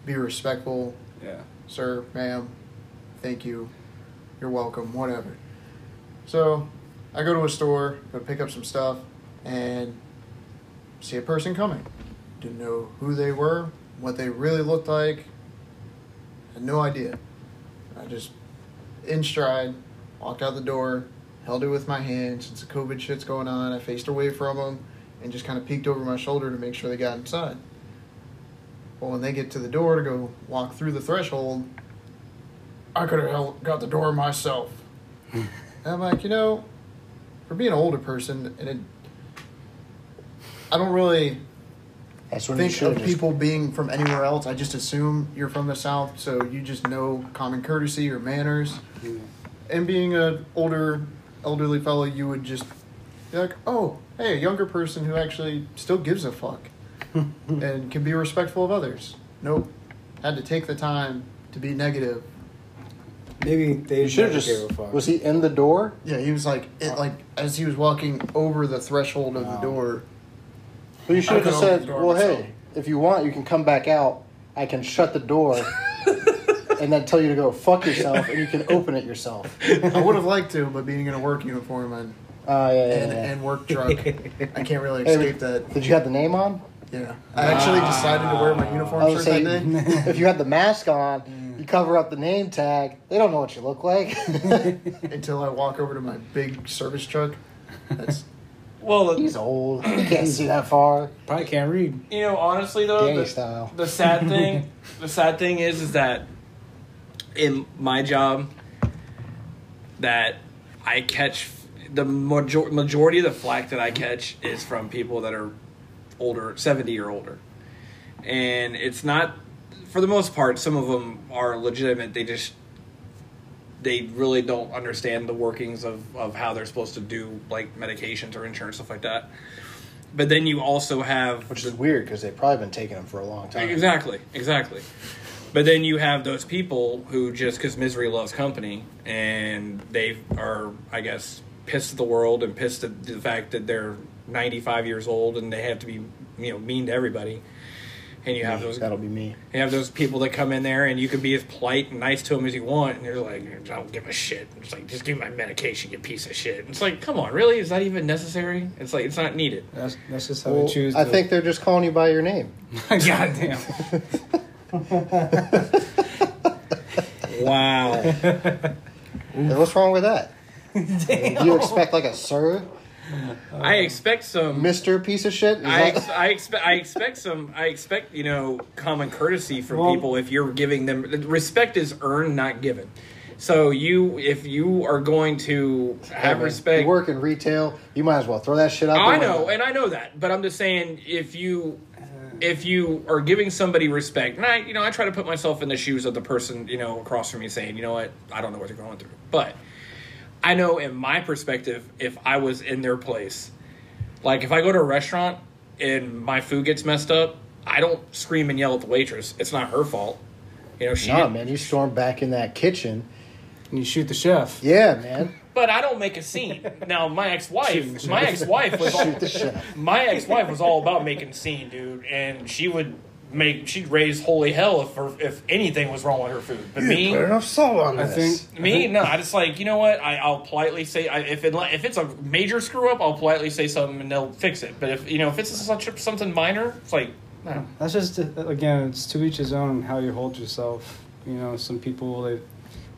[SPEAKER 4] be respectful,
[SPEAKER 3] yeah.
[SPEAKER 4] sir, ma'am, thank you, you're welcome, whatever. So I go to a store, go pick up some stuff, and see a person coming. Didn't know who they were, what they really looked like, had no idea. I just, in stride, walked out the door, held it with my hand since the COVID shit's going on. I faced away from them and just kind of peeked over my shoulder to make sure they got inside. Well, when they get to the door to go walk through the threshold, I could have got the door myself. And I'm like, you know, for being an older person, and it, I don't really
[SPEAKER 1] That's when you
[SPEAKER 4] think
[SPEAKER 1] should
[SPEAKER 4] of
[SPEAKER 1] have just
[SPEAKER 4] people being from anywhere else. I just assume you're from the South, so you just know common courtesy or manners.
[SPEAKER 3] yeah.
[SPEAKER 4] And being an older, elderly fellow, you would just You're like, oh, hey, a younger person who actually still gives a fuck and can be respectful of others. Nope. Had to take the time to be negative.
[SPEAKER 3] Maybe they
[SPEAKER 1] You should
[SPEAKER 3] should
[SPEAKER 1] have
[SPEAKER 3] just give a
[SPEAKER 1] just.
[SPEAKER 3] fuck.
[SPEAKER 1] Was he in the door?
[SPEAKER 4] Yeah, he was like, it, like as he was walking over the threshold of the
[SPEAKER 3] Wow.
[SPEAKER 4] door.
[SPEAKER 1] Well, you should have
[SPEAKER 5] could
[SPEAKER 1] just
[SPEAKER 5] open
[SPEAKER 1] said,
[SPEAKER 5] the door
[SPEAKER 1] "Well,
[SPEAKER 5] myself."
[SPEAKER 1] hey, if you want, you can come back out. I can shut the door, and then tell you to go fuck yourself, and you can open it yourself."
[SPEAKER 4] I would have liked to, but being in a work uniform and
[SPEAKER 1] Uh, yeah, yeah,
[SPEAKER 4] and,
[SPEAKER 1] yeah.
[SPEAKER 4] and work drunk, I can't really
[SPEAKER 1] Hey,
[SPEAKER 4] escape that.
[SPEAKER 1] Did you have the name on?
[SPEAKER 4] Yeah, I actually decided to wear my uniform
[SPEAKER 1] I
[SPEAKER 4] shirt
[SPEAKER 1] was saying,
[SPEAKER 4] that day. Mm.
[SPEAKER 1] if you had the mask on, you cover up the name tag. They don't know what you look like.
[SPEAKER 4] until I walk over to my big service truck. That's
[SPEAKER 2] Well,
[SPEAKER 1] He's old. He can't see that far.
[SPEAKER 3] Probably can't read.
[SPEAKER 2] you know, honestly though,
[SPEAKER 1] Gay
[SPEAKER 2] the,
[SPEAKER 1] style.
[SPEAKER 2] the sad thing, the sad thing is, is that in my job, that I catch the major- majority of the flack that I catch is from people that are older, seventy or older, and it's not for the most part. Some of them are legitimate. They just they really don't understand the workings of, of how they're supposed to do like medications or insurance stuff like that. But then you also have
[SPEAKER 1] Which is weird because they've probably been taking him for a long time.
[SPEAKER 2] Exactly, exactly. But then you have those people who just because misery loves company, and they are, I guess, pissed at the world and pissed at the fact that they're 95 years old and they have to be, you know, mean to everybody. And you have those,
[SPEAKER 1] That'll be me.
[SPEAKER 2] you have those people that come in there, and you can be as polite and nice to them as you want, and they're like, "I don't give a shit." It's like, just give me my medication, you piece of shit. It's like, come on, really? Is that even necessary? It's like, it's not needed.
[SPEAKER 3] That's, that's just how
[SPEAKER 1] Well,
[SPEAKER 3] they choose.
[SPEAKER 1] I
[SPEAKER 3] to-
[SPEAKER 1] think they're just calling you by your name.
[SPEAKER 3] Goddamn.
[SPEAKER 2] Wow.
[SPEAKER 1] And What's wrong with that? Do you expect like a sir,
[SPEAKER 2] I expect some
[SPEAKER 1] Mister piece of shit? Is
[SPEAKER 2] I,
[SPEAKER 1] that-
[SPEAKER 2] ex- I expect I expect some I expect you know common courtesy from
[SPEAKER 3] Well-
[SPEAKER 2] people if you're giving them respect is earned not given. So you if you are going to have
[SPEAKER 1] Hey, man,
[SPEAKER 2] respect,
[SPEAKER 1] You work in retail, you might as well throw that shit out.
[SPEAKER 2] I
[SPEAKER 1] the
[SPEAKER 2] know
[SPEAKER 1] window.
[SPEAKER 2] and I know that, but I'm just saying if you if you are giving somebody respect, and I you know I try to put myself in the shoes of the person you know across from me saying you know what I don't know what they're going through, but I know in my perspective if I was in their place like if I go to a restaurant and my food gets messed up, I don't scream and yell at the waitress. It's not her fault. You know, she
[SPEAKER 1] Nah,
[SPEAKER 2] didn't-
[SPEAKER 1] man, you storm back in that kitchen.
[SPEAKER 3] And you shoot the chef.
[SPEAKER 1] Yeah, man.
[SPEAKER 2] but I don't make a scene. Now my
[SPEAKER 3] Shoot.
[SPEAKER 2] ex-wife, my ex-wife was all,
[SPEAKER 1] Shoot the shit.
[SPEAKER 2] my ex-wife was all about making scene, dude, and she would make she'd raise holy hell if her, if anything was wrong with her food. But me,
[SPEAKER 1] enough salt on
[SPEAKER 3] I think.
[SPEAKER 2] Me? No, I just like you know what? I, I'll politely say I, if it, if it's a major screw up, I'll politely say something and they'll fix it. But if you know if it's such something minor, it's like no.
[SPEAKER 3] That's just again, it's to each his own how you hold yourself. You know, some people they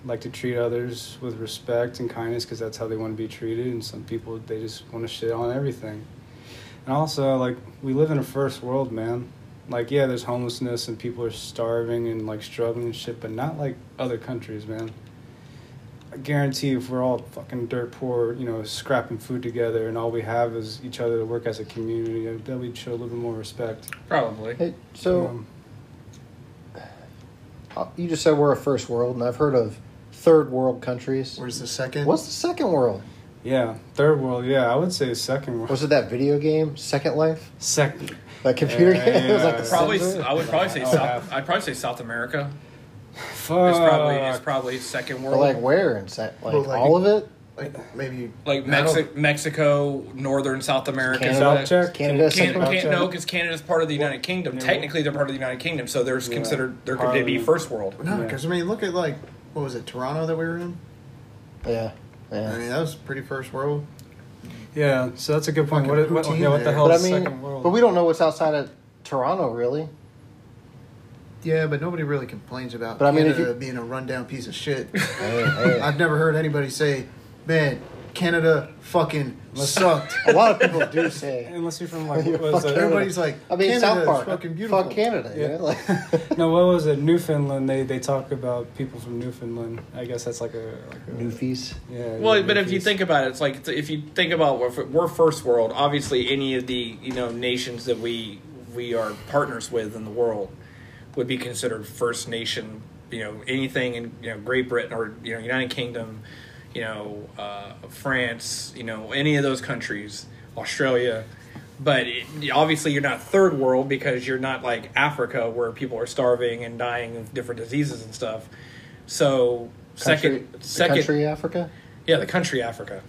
[SPEAKER 3] like to treat others with respect and kindness because that's how they want to be treated, and some people they just want to shit on everything. And also, like we live in a first world, man. Like yeah, there's homelessness and people are starving and like struggling and shit, but not like other countries, man. I guarantee if we're all fucking dirt poor, you know, scrapping food together, and all we have is each other to work as a community, I bet we'd show a little bit more respect.
[SPEAKER 2] Probably.
[SPEAKER 1] Hey, so
[SPEAKER 3] Um,
[SPEAKER 1] uh, you just said we're a first world, and I've heard of third world countries.
[SPEAKER 4] where's the second?
[SPEAKER 1] What's the second world?
[SPEAKER 3] Yeah, third world. Yeah, I would say second world.
[SPEAKER 1] Was it that video game, Second Life?
[SPEAKER 3] Second.
[SPEAKER 1] That computer
[SPEAKER 3] Yeah,
[SPEAKER 1] game? it was
[SPEAKER 3] yeah,
[SPEAKER 1] like the
[SPEAKER 3] yeah.
[SPEAKER 5] Probably,
[SPEAKER 1] Sims.
[SPEAKER 5] I would probably say
[SPEAKER 3] Oh,
[SPEAKER 5] South.
[SPEAKER 3] yeah.
[SPEAKER 5] I'd probably say South America.
[SPEAKER 3] Fuck.
[SPEAKER 5] It's probably
[SPEAKER 3] Uh,
[SPEAKER 5] it's probably second
[SPEAKER 1] But
[SPEAKER 5] world.
[SPEAKER 1] like where and like,
[SPEAKER 4] Well, like-
[SPEAKER 1] all of it?
[SPEAKER 4] like maybe
[SPEAKER 2] Like
[SPEAKER 4] I don't-
[SPEAKER 2] Mexi- Mexico, northern South America.
[SPEAKER 1] Canada,
[SPEAKER 3] South check?
[SPEAKER 1] Canada,
[SPEAKER 2] Can,
[SPEAKER 1] South
[SPEAKER 2] can,
[SPEAKER 1] check.
[SPEAKER 2] no, because Canada's part of the United Kingdom. Technically, they're part of the United Kingdom, so they're
[SPEAKER 3] Yeah.
[SPEAKER 2] considered they're considered to be
[SPEAKER 3] Parliament.
[SPEAKER 2] first world.
[SPEAKER 4] no,
[SPEAKER 3] Yeah.
[SPEAKER 4] because I mean, look at like what was it, Toronto that we were in?
[SPEAKER 1] Yeah,
[SPEAKER 4] I
[SPEAKER 1] yeah.
[SPEAKER 4] mean, that was pretty first world.
[SPEAKER 3] Yeah, so that's a good point. What,
[SPEAKER 4] Fucking
[SPEAKER 3] what,
[SPEAKER 4] poutine
[SPEAKER 3] yeah, what the
[SPEAKER 4] there.
[SPEAKER 3] hell
[SPEAKER 5] Oh,
[SPEAKER 1] But I
[SPEAKER 3] is
[SPEAKER 1] mean,
[SPEAKER 3] second world?
[SPEAKER 1] but we don't know what's outside of Toronto, really.
[SPEAKER 4] Yeah, but nobody really complains about
[SPEAKER 1] But I mean, if
[SPEAKER 4] Canada
[SPEAKER 1] you-
[SPEAKER 4] being a rundown piece of shit.
[SPEAKER 1] Hey, hey.
[SPEAKER 4] I've never heard anybody say, "Man, Canada fucking sucked."
[SPEAKER 1] a lot of people do say.
[SPEAKER 3] Unless you're from like
[SPEAKER 1] You're
[SPEAKER 3] what was
[SPEAKER 1] fucking-
[SPEAKER 3] it?
[SPEAKER 4] Everybody's like,
[SPEAKER 1] I mean,
[SPEAKER 4] Canada
[SPEAKER 1] South
[SPEAKER 4] is
[SPEAKER 1] Park,
[SPEAKER 4] fucking beautiful."
[SPEAKER 1] fuck Canada. Yeah.
[SPEAKER 3] Yeah.
[SPEAKER 1] Like,
[SPEAKER 3] No, what was it? Newfoundland. They they talk about people from Newfoundland. I guess that's like a like a
[SPEAKER 1] Newfies.
[SPEAKER 3] Yeah.
[SPEAKER 2] Well,
[SPEAKER 3] yeah,
[SPEAKER 2] but if you
[SPEAKER 3] Newfies.
[SPEAKER 2] think about it, it's like if you think about we're, we're first world. Obviously, any of the you know nations that we we are partners with in the world would be considered first nation. You know anything in you know Great Britain or you know United Kingdom,
[SPEAKER 5] you know, uh, France, you know, any of those countries, Australia. But it, obviously, you're not third world because you're not like Africa where people are starving and dying of different diseases and stuff. So
[SPEAKER 1] Country,
[SPEAKER 5] second,
[SPEAKER 1] the
[SPEAKER 5] second,
[SPEAKER 1] country Africa.
[SPEAKER 5] yeah, the country Africa.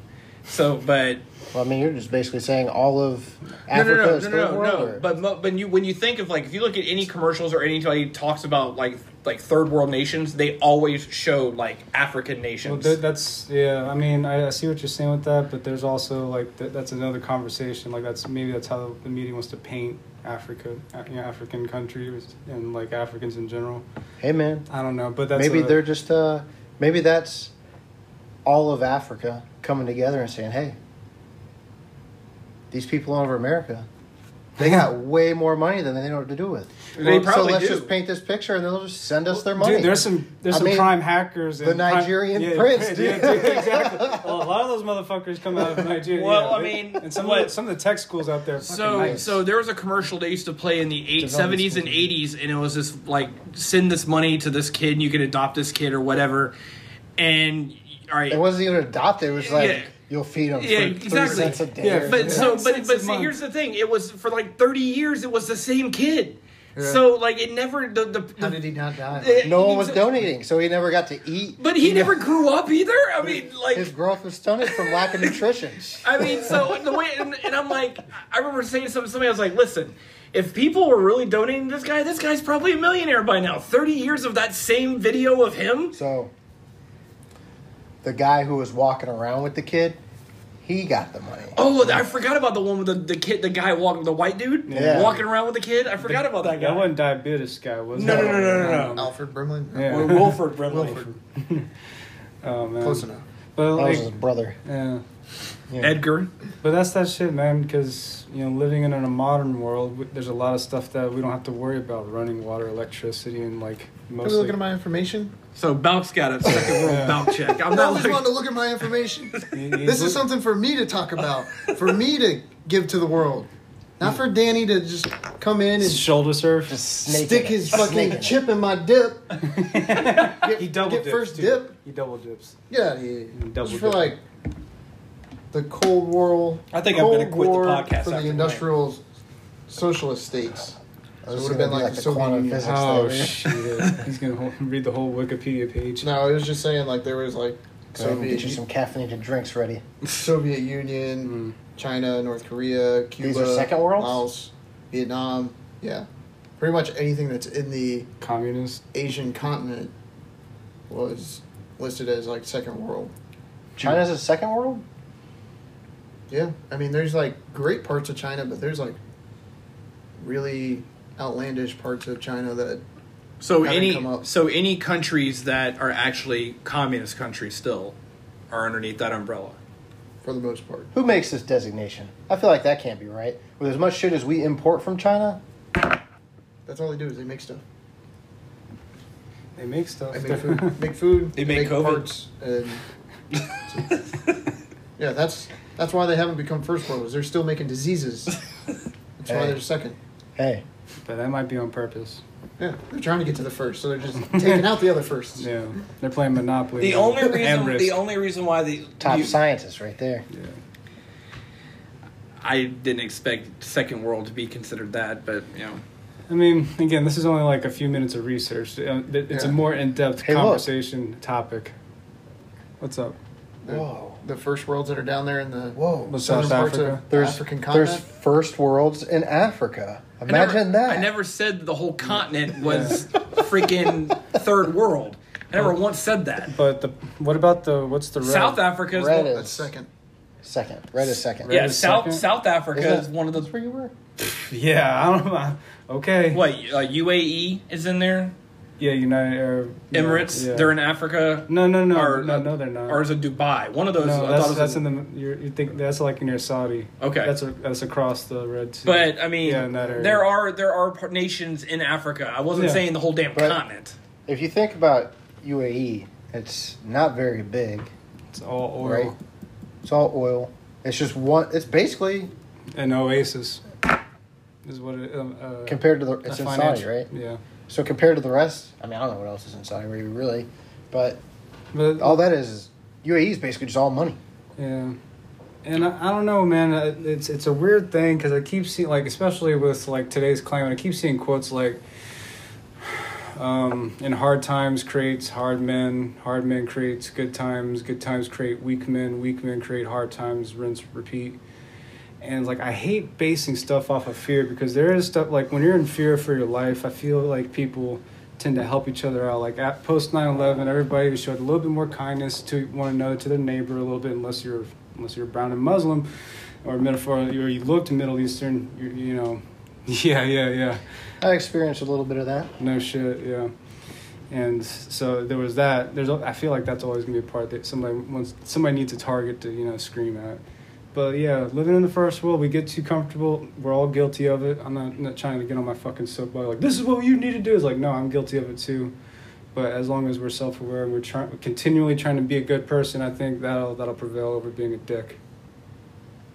[SPEAKER 5] So, but
[SPEAKER 1] Well, I mean, you're just basically saying all of
[SPEAKER 5] no, no,
[SPEAKER 1] Africa
[SPEAKER 5] no,
[SPEAKER 1] is
[SPEAKER 5] no,
[SPEAKER 1] third
[SPEAKER 5] no,
[SPEAKER 1] world.
[SPEAKER 5] no.
[SPEAKER 1] or-
[SPEAKER 5] But mo- when you when you think of like if you look at any commercials or anybody talks about like like third world nations, they always show like African
[SPEAKER 3] Well,
[SPEAKER 5] nations.
[SPEAKER 3] th- that's yeah. I mean, I, I see what you're saying with that, but there's also like th- that's another conversation. Like that's maybe that's how the media wants to paint Africa, Af- you know, African countries, and like Africans in general.
[SPEAKER 1] hey, man,
[SPEAKER 3] I don't know, but that's
[SPEAKER 1] maybe
[SPEAKER 3] a-
[SPEAKER 1] they're just uh, maybe that's all of Africa coming together and saying, "Hey, these people over America, they got way more money than they know what to do with."
[SPEAKER 5] They
[SPEAKER 1] so
[SPEAKER 5] probably
[SPEAKER 1] let's
[SPEAKER 5] do.
[SPEAKER 1] just paint this picture, and they'll just send us their money.
[SPEAKER 3] Dude, there's some there's
[SPEAKER 1] I
[SPEAKER 3] some
[SPEAKER 1] mean,
[SPEAKER 3] prime hackers.
[SPEAKER 1] the
[SPEAKER 3] prime-
[SPEAKER 1] Nigerian prince,
[SPEAKER 3] yeah,
[SPEAKER 1] dude.
[SPEAKER 3] dude, exactly. Well, a lot of those motherfuckers come out of Nigeria.
[SPEAKER 5] Well,
[SPEAKER 3] yeah,
[SPEAKER 5] I
[SPEAKER 3] they-
[SPEAKER 5] mean,
[SPEAKER 3] and some of
[SPEAKER 5] what-
[SPEAKER 3] the, some of the tech schools out there. are fucking
[SPEAKER 2] So,
[SPEAKER 3] nice.
[SPEAKER 2] so there was a commercial they used to play in the eight seventies and eighties, and it was this like send this money to this kid, and you can adopt this kid or whatever. And all right,
[SPEAKER 1] it wasn't even adopted. It was like
[SPEAKER 2] Yeah.
[SPEAKER 1] you'll feed them
[SPEAKER 2] Yeah,
[SPEAKER 1] for
[SPEAKER 2] exactly.
[SPEAKER 1] three cents a day.
[SPEAKER 3] Yeah,
[SPEAKER 1] or
[SPEAKER 2] but so,
[SPEAKER 3] Ten
[SPEAKER 2] but
[SPEAKER 3] cents
[SPEAKER 2] but
[SPEAKER 3] a
[SPEAKER 2] see,
[SPEAKER 3] month.
[SPEAKER 2] here's the thing: it was for like thirty years, it was the same kid. So like it never the the.
[SPEAKER 4] How
[SPEAKER 2] the
[SPEAKER 4] did he not die?
[SPEAKER 2] the-
[SPEAKER 1] no one was
[SPEAKER 2] exa-
[SPEAKER 1] donating, so he never got to eat.
[SPEAKER 2] But he never grew up either. I mean, like
[SPEAKER 1] His growth was stunted from lack of nutrition.
[SPEAKER 2] I mean, so the way, and, and I'm like, I remember saying something. to Somebody I was like, listen, if people were really donating to this guy, this guy's probably a millionaire by now. Thirty years of that same video of him.
[SPEAKER 1] So the guy who was walking around with the kid, he got the money.
[SPEAKER 2] Oh, I forgot about the one with the, the kid, the guy walking, the white dude
[SPEAKER 1] Yeah.
[SPEAKER 2] walking around with the kid. I forgot about that
[SPEAKER 3] that
[SPEAKER 2] guy.
[SPEAKER 3] wasn't diabetes guy, was
[SPEAKER 2] No,
[SPEAKER 3] it?
[SPEAKER 2] no, no, no, no, no.
[SPEAKER 4] Alfred Brimlin?
[SPEAKER 3] Yeah.
[SPEAKER 2] Or Wilford Brimley.
[SPEAKER 3] Oh man,
[SPEAKER 4] Close enough.
[SPEAKER 3] But
[SPEAKER 1] That was
[SPEAKER 3] like,
[SPEAKER 1] his brother.
[SPEAKER 3] yeah.
[SPEAKER 2] Edgar.
[SPEAKER 3] But that's that shit, man. Because you know, living in a modern world, w- there's a lot of stuff that we don't have to worry about: running water, electricity, and like
[SPEAKER 4] Are we
[SPEAKER 3] mostly.
[SPEAKER 4] looking at my information?
[SPEAKER 2] So Balk's got a second world Balk check. I'm
[SPEAKER 4] I
[SPEAKER 2] not
[SPEAKER 4] always wanted
[SPEAKER 2] like,
[SPEAKER 4] to look at my information.
[SPEAKER 3] You- you
[SPEAKER 4] This
[SPEAKER 3] look-
[SPEAKER 4] is something for me to talk about, for me to give to the world, not for Danny to just come in and
[SPEAKER 3] shoulder surf.
[SPEAKER 1] Snake
[SPEAKER 4] stick
[SPEAKER 1] in it.
[SPEAKER 4] his
[SPEAKER 1] Snake
[SPEAKER 4] fucking
[SPEAKER 1] in it.
[SPEAKER 4] chip in my dip. get
[SPEAKER 3] he double
[SPEAKER 4] get
[SPEAKER 3] dips.
[SPEAKER 4] first
[SPEAKER 3] dude.
[SPEAKER 4] dip.
[SPEAKER 3] He double dips.
[SPEAKER 4] Get out of here.
[SPEAKER 3] Double
[SPEAKER 4] just for
[SPEAKER 3] dip.
[SPEAKER 4] like the Cold War.
[SPEAKER 5] I think I'm
[SPEAKER 4] Cold
[SPEAKER 5] gonna quit the
[SPEAKER 4] War
[SPEAKER 5] podcast after
[SPEAKER 4] for the
[SPEAKER 5] tonight.
[SPEAKER 4] industrial socialist states. So
[SPEAKER 1] I
[SPEAKER 4] it
[SPEAKER 1] was gonna
[SPEAKER 4] would have been
[SPEAKER 1] be
[SPEAKER 4] like,
[SPEAKER 1] like
[SPEAKER 4] the
[SPEAKER 1] a
[SPEAKER 4] Soviet
[SPEAKER 1] quantum
[SPEAKER 4] Union.
[SPEAKER 1] physics
[SPEAKER 4] Oh,
[SPEAKER 3] Oh
[SPEAKER 1] Yeah.
[SPEAKER 3] shit! He's gonna whole, read the whole Wikipedia page.
[SPEAKER 4] No, I was just saying like there was like
[SPEAKER 1] Go ahead and
[SPEAKER 4] Soviet
[SPEAKER 1] get you some caffeinated drinks ready.
[SPEAKER 4] Soviet
[SPEAKER 3] Hmm. Mm.
[SPEAKER 4] Union, China, North Korea, Cuba,
[SPEAKER 1] are second worlds?
[SPEAKER 4] Laos, Vietnam. Yeah, pretty much anything that's in the
[SPEAKER 3] Communist.
[SPEAKER 4] Asian continent was listed as like second world.
[SPEAKER 1] China's a second world?
[SPEAKER 4] Yeah, I mean, there's like great parts of China, but there's like really outlandish parts of China that
[SPEAKER 5] so
[SPEAKER 4] Haven't come
[SPEAKER 5] any
[SPEAKER 4] up.
[SPEAKER 5] so any countries that are actually communist countries still are underneath that umbrella.
[SPEAKER 4] for the most part.
[SPEAKER 1] Who makes this designation? I feel like that can't be right. With as much shit as we import from China,
[SPEAKER 4] That's all they do is they make stuff.
[SPEAKER 3] They make stuff.
[SPEAKER 4] They make food. make food.
[SPEAKER 5] They make COVID.
[SPEAKER 4] parts. And yeah, that's that's why they haven't become first worlders. They're still making diseases. That's why
[SPEAKER 1] Hey.
[SPEAKER 4] they're second.
[SPEAKER 1] hey,
[SPEAKER 3] but that might be on purpose.
[SPEAKER 4] Yeah, they're trying to get to the first, so they're just taking out the other firsts.
[SPEAKER 3] Yeah, they're playing Monopoly.
[SPEAKER 5] The only
[SPEAKER 3] and
[SPEAKER 5] reason
[SPEAKER 3] Risk.
[SPEAKER 5] the only reason why the
[SPEAKER 1] top
[SPEAKER 5] you-
[SPEAKER 1] scientist right there.
[SPEAKER 3] yeah.
[SPEAKER 5] I didn't expect second world to be considered that, but you know.
[SPEAKER 3] I mean, again, this is only like a few minutes of research. Uh, th- It's a
[SPEAKER 4] Yeah.
[SPEAKER 3] more in-depth
[SPEAKER 1] Hey, look.
[SPEAKER 3] conversation topic. What's up?
[SPEAKER 1] Whoa.
[SPEAKER 4] The first worlds that are down there in the
[SPEAKER 1] Whoa.
[SPEAKER 3] What's
[SPEAKER 4] southern
[SPEAKER 3] South
[SPEAKER 4] parts
[SPEAKER 3] Africa?
[SPEAKER 4] of
[SPEAKER 1] There's,
[SPEAKER 4] African
[SPEAKER 1] there's
[SPEAKER 4] continent.
[SPEAKER 1] first worlds in Africa.
[SPEAKER 2] I never-
[SPEAKER 1] Imagine that.
[SPEAKER 2] I never said the whole continent was freaking third world. I never once said that.
[SPEAKER 3] But the what about the what's the red?
[SPEAKER 2] South Africa is
[SPEAKER 1] Red
[SPEAKER 2] one,
[SPEAKER 1] is
[SPEAKER 4] That's second.
[SPEAKER 1] second. Red is second.
[SPEAKER 2] yeah,
[SPEAKER 3] is
[SPEAKER 2] South
[SPEAKER 3] second.
[SPEAKER 2] South Africa
[SPEAKER 1] Isn't
[SPEAKER 2] is
[SPEAKER 1] that-
[SPEAKER 2] one of
[SPEAKER 1] That's
[SPEAKER 2] the
[SPEAKER 1] where you were?
[SPEAKER 3] Yeah, I don't know. Okay.
[SPEAKER 2] what uh, UAE is in there.
[SPEAKER 3] Yeah, United Arab
[SPEAKER 2] Emirates,
[SPEAKER 3] Yeah.
[SPEAKER 2] they're in Africa.
[SPEAKER 3] No, no, no,
[SPEAKER 2] or,
[SPEAKER 3] no,
[SPEAKER 2] uh,
[SPEAKER 3] no, they're not.
[SPEAKER 2] Or is it Dubai? One of those.
[SPEAKER 3] no,
[SPEAKER 2] I
[SPEAKER 3] that's,
[SPEAKER 2] thought it was
[SPEAKER 3] that's in the you're, you think that's like near Saudi.
[SPEAKER 2] Okay.
[SPEAKER 3] that's a, that's across the Red Sea.
[SPEAKER 2] But I mean,
[SPEAKER 3] Yeah, in that area.
[SPEAKER 2] there are there are par- nations in Africa. I wasn't
[SPEAKER 3] Yeah.
[SPEAKER 2] saying the whole damn
[SPEAKER 1] But-
[SPEAKER 2] continent.
[SPEAKER 1] If you think about UAE, it's not very big,
[SPEAKER 3] it's all oil
[SPEAKER 1] right? It's all oil. It's just one. It's basically
[SPEAKER 3] and oasis is what it. Um, uh,
[SPEAKER 1] compared to the. It's
[SPEAKER 3] a
[SPEAKER 1] in
[SPEAKER 3] financial-
[SPEAKER 1] Saudi, right?
[SPEAKER 3] Yeah,
[SPEAKER 1] So compared to the rest, I mean, I don't know what else is in Saudi Arabia really, but
[SPEAKER 3] but
[SPEAKER 1] all that is is UAE is basically just all money.
[SPEAKER 3] Yeah, and I, I don't know, man. uh, It's it's a weird thing because I keep seeing like, especially with like today's climate, I keep seeing quotes like, um, "In hard times creates hard men, hard men creates good times, good times create weak men, weak men create hard times, rinse repeat." And like I hate basing stuff off of fear because there is stuff like when you're in fear for your life, I feel like people tend to help each other out. Like at post 9-11, everybody showed a little bit more kindness to one another, to their neighbor a little bit, unless you're unless you're brown and Muslim, or metaphor, or you looked Middle Eastern. You, you know, yeah, yeah, yeah.
[SPEAKER 1] I experienced a little bit of that.
[SPEAKER 3] No shit, yeah. And so there was that. There's, al- I feel like that's always gonna be a part that somebody wants, somebody needs a target to you know scream at. But yeah, living in the first world, we get too comfortable. We're all guilty of it. I'm not, not trying to get on my fucking soapbox like this is what you need to do. It's like no, I'm guilty of it too. But as long as we're self aware and we're trying, continually trying to be a good person, I think that'll that'll prevail over being a dick.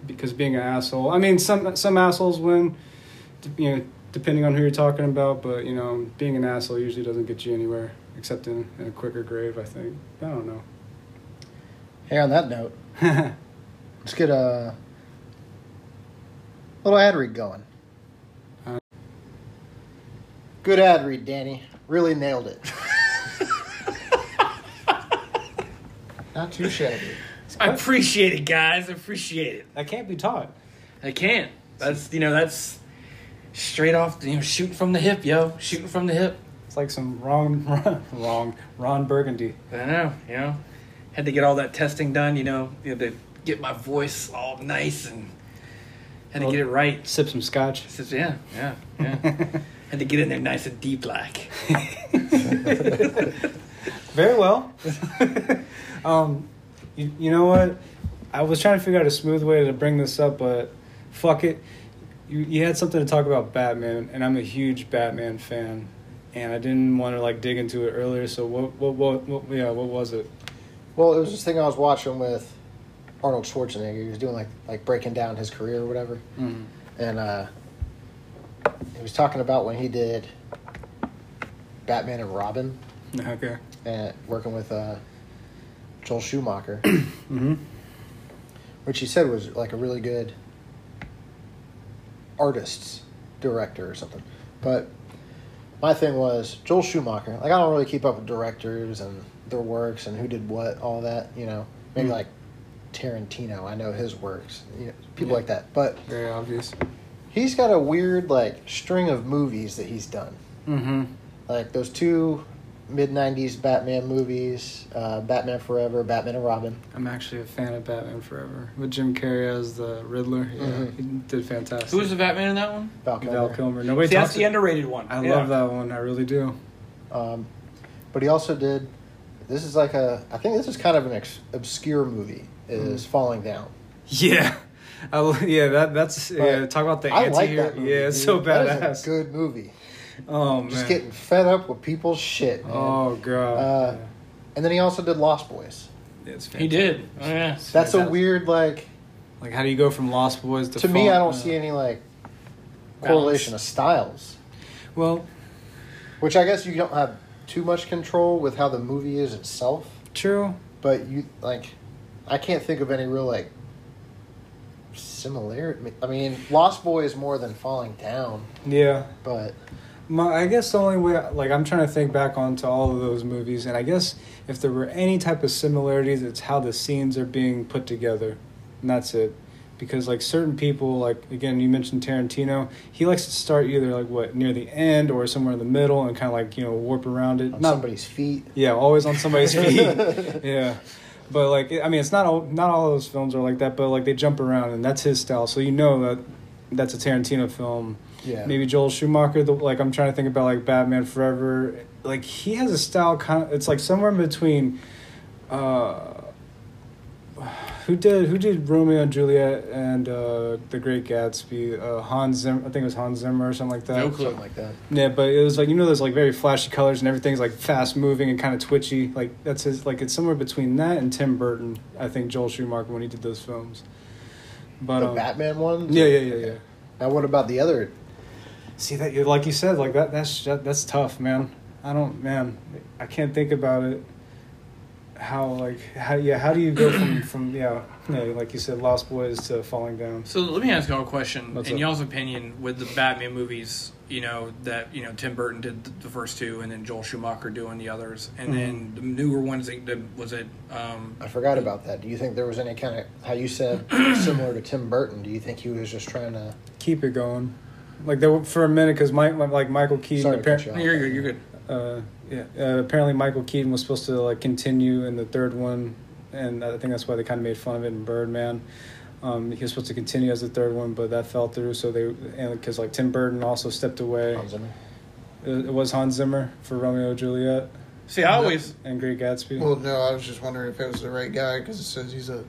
[SPEAKER 3] Because being an asshole, I mean, some some assholes win, d- you know, depending on who you're talking about. But you know, being an asshole usually doesn't get you anywhere, except in, in a quicker grave. I think. I don't know.
[SPEAKER 1] Hey, on that note, let's get a little ad read going.
[SPEAKER 3] Uh.
[SPEAKER 1] Good ad read, Danny. Really nailed it.
[SPEAKER 4] Not too shabby.
[SPEAKER 2] I appreciate it, guys. I appreciate it.
[SPEAKER 3] That can't be taught.
[SPEAKER 2] I can't. That's you know that's straight off. You know, shooting from the hip, yo. Shooting from the hip.
[SPEAKER 3] It's like some wrong, wrong, wrong Ron Burgundy.
[SPEAKER 2] I don't know. You know, had to get all that testing done. You know, you had to get my voice all nice and had to
[SPEAKER 3] Well-
[SPEAKER 2] get it right.
[SPEAKER 3] Sip some scotch.
[SPEAKER 2] It's just- yeah, yeah, yeah. had to get in there nice and deep, like.
[SPEAKER 3] Very well. um, you, you know what? I was trying to figure out a smooth way to bring this up, but fuck it. You, you had something to talk about Batman, and I'm a huge Batman fan, and I didn't want to like dig into it earlier. So what? What? What? what yeah. What was it?
[SPEAKER 1] Well, it was this thing I was watching with Arnold Schwarzenegger. He was doing like like breaking down his career or whatever,
[SPEAKER 3] Mm-hmm.
[SPEAKER 1] and uh, he was talking about when he did Batman and Robin,
[SPEAKER 3] Okay.
[SPEAKER 1] and working with uh, Joel Schumacher,
[SPEAKER 3] hmm
[SPEAKER 1] which he said was like a really good artist's director or something. But my thing was Joel Schumacher. Like I don't really keep up with directors and their works and who did what, all that. You know, maybe
[SPEAKER 3] Mm.
[SPEAKER 1] like Tarantino. I know his works. You know, people
[SPEAKER 3] Yeah.
[SPEAKER 1] like that. But
[SPEAKER 3] Very obvious.
[SPEAKER 1] he's got a weird like string of movies that he's done.
[SPEAKER 3] Mm-hmm.
[SPEAKER 1] Like those two mid '90s Batman movies, uh, Batman Forever, Batman and Robin.
[SPEAKER 3] I'm actually a fan of Batman Forever with Jim Carrey as the Riddler. Yeah,
[SPEAKER 1] Mhm.
[SPEAKER 3] he did fantastic.
[SPEAKER 2] Who was the Batman in that one?
[SPEAKER 1] Val Kilmer.
[SPEAKER 3] Val Kilmer? Nobody
[SPEAKER 2] See,
[SPEAKER 3] talks.
[SPEAKER 2] that's the underrated one.
[SPEAKER 3] I
[SPEAKER 2] Yeah.
[SPEAKER 3] love that one. I really do.
[SPEAKER 1] Um, but he also did. This is like a. I think this is kind of an ex- obscure movie. Is
[SPEAKER 3] Hmm.
[SPEAKER 1] Falling Down.
[SPEAKER 3] Yeah. I, lo- yeah, that that's yeah.
[SPEAKER 1] But
[SPEAKER 3] Talk about the
[SPEAKER 1] I
[SPEAKER 3] anti
[SPEAKER 1] like
[SPEAKER 3] hero.
[SPEAKER 1] that movie.
[SPEAKER 3] yeah, it's so
[SPEAKER 1] dude. That is
[SPEAKER 3] badass.
[SPEAKER 1] a good movie.
[SPEAKER 3] oh
[SPEAKER 1] I'm
[SPEAKER 3] man.
[SPEAKER 1] just getting fed up with people's shit, man.
[SPEAKER 3] oh god.
[SPEAKER 1] Uh, And then he also did Lost Boys.
[SPEAKER 3] yeah. It's
[SPEAKER 2] He did. Oh, yeah.
[SPEAKER 3] fantastic.
[SPEAKER 1] That's a weird like.
[SPEAKER 3] Like, how do you go from Lost Boys to?
[SPEAKER 1] To me,
[SPEAKER 3] Fall-
[SPEAKER 1] I don't
[SPEAKER 3] uh,
[SPEAKER 1] see any like
[SPEAKER 2] Balance.
[SPEAKER 1] correlation of styles,
[SPEAKER 3] Well,
[SPEAKER 1] which I guess you don't have too much control with how the movie is itself.
[SPEAKER 3] true.
[SPEAKER 1] But you like, I can't think of any real like similarity. I mean, Lost Boys more than Falling Down,
[SPEAKER 3] Yeah.
[SPEAKER 1] but
[SPEAKER 3] My, I guess the only way, like, I'm trying to think back onto all of those movies, and I guess if there were any type of similarities, it's how the scenes are being put together, and that's it. Because like certain people, like again, you mentioned Tarantino, he likes to start either like what near the end or somewhere in the middle, and kind of like you know warp around it.
[SPEAKER 1] on
[SPEAKER 3] Not-
[SPEAKER 1] somebody's feet.
[SPEAKER 3] yeah, always on somebody's feet. yeah, but like I mean, it's not all not all those films are like that, but like they jump around, and that's his style. So you know that that's a Tarantino film.
[SPEAKER 1] Yeah.
[SPEAKER 3] Maybe Joel Schumacher. The, like I'm trying to think about like Batman Forever. Like he has a style kind of. It's like somewhere in between. Uh, who did who did Romeo and Juliet and uh, The Great Gatsby? Uh, Hans Zimmer. I think it was Hans Zimmer or something like that.
[SPEAKER 2] No clue.
[SPEAKER 1] something like that.
[SPEAKER 3] Yeah, but it was like you know those like very flashy colors and everything's like fast moving and kind of twitchy. Like that's his like it's somewhere between that and Tim Burton. I think Joel Schumacher when he did those films. But
[SPEAKER 1] the
[SPEAKER 3] um,
[SPEAKER 1] Batman one.
[SPEAKER 3] yeah, yeah, yeah, yeah.
[SPEAKER 1] Now, what about the other?
[SPEAKER 3] See that you like you said like that that's that, that's tough, man. I don't man, I can't think about it. how like how yeah how do you go from from yeah, yeah like you said Lost Boys to Falling Down?
[SPEAKER 2] So let me ask y'all a question.
[SPEAKER 3] What's
[SPEAKER 2] in
[SPEAKER 3] up?
[SPEAKER 2] y'all's opinion, with the Batman movies, you know that you know Tim Burton did th- the first two, and then Joel Schumacher doing the others, and
[SPEAKER 3] Mm-hmm.
[SPEAKER 2] then the newer ones. They, the, was it? Um,
[SPEAKER 3] Oh,
[SPEAKER 1] I forgot about that. Do you think there was any kind of how you said similar to Tim Burton? Do you think he was just trying to?
[SPEAKER 3] Keep it going, like there were- for a minute because Mike like Michael Keaton.
[SPEAKER 1] Sorry, to
[SPEAKER 3] appar-
[SPEAKER 1] cut you off.
[SPEAKER 2] you're good. You're good.
[SPEAKER 3] uh, yeah, uh, apparently Michael Keaton was supposed to like continue in the third one, and I think that's why they kind of made fun of it in Birdman. Um, he was supposed to continue as the third one, but that fell through. So they and because like Tim Burton also stepped away.
[SPEAKER 1] Hans Zimmer.
[SPEAKER 3] It, it was Hans Zimmer for Romeo and Juliet
[SPEAKER 2] See, I always
[SPEAKER 3] and Great Gatsby.
[SPEAKER 4] Well, no, I was just wondering if it was the right guy because it says he's a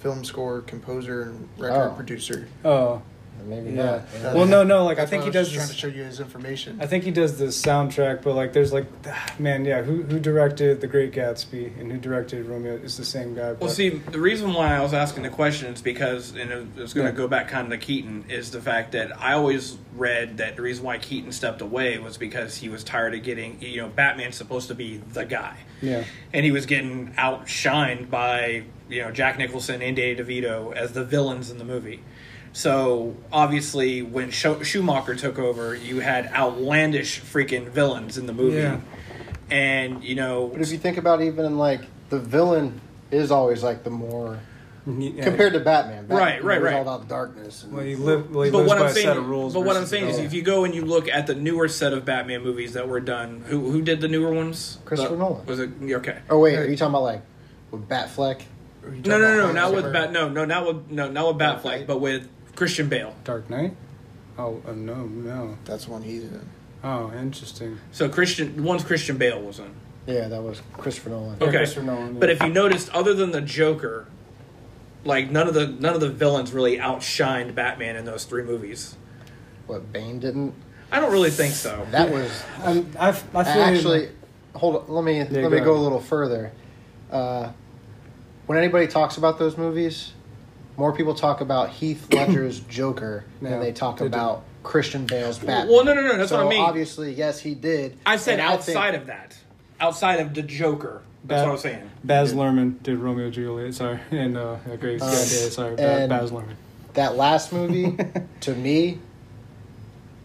[SPEAKER 4] film score, composer, and record
[SPEAKER 1] Oh.
[SPEAKER 4] producer.
[SPEAKER 3] oh,
[SPEAKER 1] Maybe
[SPEAKER 3] Yeah.
[SPEAKER 1] not.
[SPEAKER 4] Yeah.
[SPEAKER 3] well, no, no. Like I
[SPEAKER 4] That's
[SPEAKER 3] think
[SPEAKER 4] why
[SPEAKER 3] he
[SPEAKER 4] was
[SPEAKER 3] does.
[SPEAKER 4] just
[SPEAKER 3] This,
[SPEAKER 4] trying to show you his information.
[SPEAKER 3] I think he does the soundtrack, but like there's like, ah, man, yeah. Who who directed The Great Gatsby and who directed Romeo? It's the same guy.
[SPEAKER 2] Well,
[SPEAKER 3] but-
[SPEAKER 2] see, the reason why I was asking the question is because, and it- it's going to
[SPEAKER 3] Yeah.
[SPEAKER 2] go back kind of to Keaton, is the fact that I always read that the reason why Keaton stepped away was because he was tired of getting, you know, Batman's supposed to be the guy.
[SPEAKER 3] Yeah.
[SPEAKER 2] And he was getting outshined by, you know, Jack Nicholson and Danny DeVito as the villains in the movie. So obviously, when Scho- Schumacher took over, you had outlandish freaking villains in the movie.
[SPEAKER 3] Yeah.
[SPEAKER 2] And, you know,
[SPEAKER 1] But if you think about even like the villain is always like the more
[SPEAKER 3] Yeah.
[SPEAKER 1] compared to Batman. Batman
[SPEAKER 2] Right, right,
[SPEAKER 1] was
[SPEAKER 2] right.
[SPEAKER 1] all about darkness. and-
[SPEAKER 3] Well, he live, well, he
[SPEAKER 2] but
[SPEAKER 3] lives
[SPEAKER 2] what
[SPEAKER 3] by
[SPEAKER 2] I'm
[SPEAKER 3] a
[SPEAKER 2] saying,
[SPEAKER 3] set of rules.
[SPEAKER 2] but what I'm
[SPEAKER 3] versus
[SPEAKER 2] saying is,
[SPEAKER 3] the-
[SPEAKER 2] if you go and you look at the newer set of Batman movies that were done, who who did the newer ones?
[SPEAKER 1] Christopher
[SPEAKER 2] The-
[SPEAKER 1] Nolan.
[SPEAKER 2] Was it okay?
[SPEAKER 1] oh wait, are you talking about like with Batfleck?
[SPEAKER 4] Are you talking
[SPEAKER 2] No, no, no, no,
[SPEAKER 4] about
[SPEAKER 2] not
[SPEAKER 4] Hans
[SPEAKER 2] with
[SPEAKER 4] Zimmer?
[SPEAKER 2] Bat. No, no, not with no, not with
[SPEAKER 1] Dark
[SPEAKER 2] Batfleck,
[SPEAKER 1] Knight.
[SPEAKER 2] but with Christian Bale.
[SPEAKER 3] Dark Knight. Oh uh, no, no.
[SPEAKER 4] That's the one he's in.
[SPEAKER 3] Oh, interesting.
[SPEAKER 2] So Christian, the ones Christian Bale was in.
[SPEAKER 1] Yeah, that was Christopher Nolan.
[SPEAKER 2] Okay.
[SPEAKER 3] Christopher Nolan,
[SPEAKER 2] But
[SPEAKER 3] yeah.
[SPEAKER 2] if you noticed, other than the Joker, like none of the none of the villains really outshined Batman in those three movies.
[SPEAKER 1] What Bane didn't?
[SPEAKER 2] I don't really think so.
[SPEAKER 1] That was
[SPEAKER 3] I'm, Um, I, f- I feel
[SPEAKER 1] actually. Hold on. Let me let me
[SPEAKER 3] go
[SPEAKER 1] go a
[SPEAKER 3] ahead.
[SPEAKER 1] little further. Uh, when anybody talks about those movies, more people talk about Heath Ledger's Joker
[SPEAKER 3] Yeah,
[SPEAKER 1] than they talk
[SPEAKER 3] they do.
[SPEAKER 1] about Christian Bale's Batman.
[SPEAKER 2] Well, no, no, no, that's
[SPEAKER 1] so
[SPEAKER 2] what I mean.
[SPEAKER 1] Obviously, yes, he did.
[SPEAKER 2] I said
[SPEAKER 1] And think-
[SPEAKER 2] outside of that, outside of the Joker. That's
[SPEAKER 3] Bat-
[SPEAKER 2] what I'm saying.
[SPEAKER 3] Baz Luhrmann did Romeo and Juliet. Sorry, and uh, yeah, great. yeah, yeah, sorry, Ba-
[SPEAKER 1] and-
[SPEAKER 3] Baz Luhrmann.
[SPEAKER 1] that last movie to me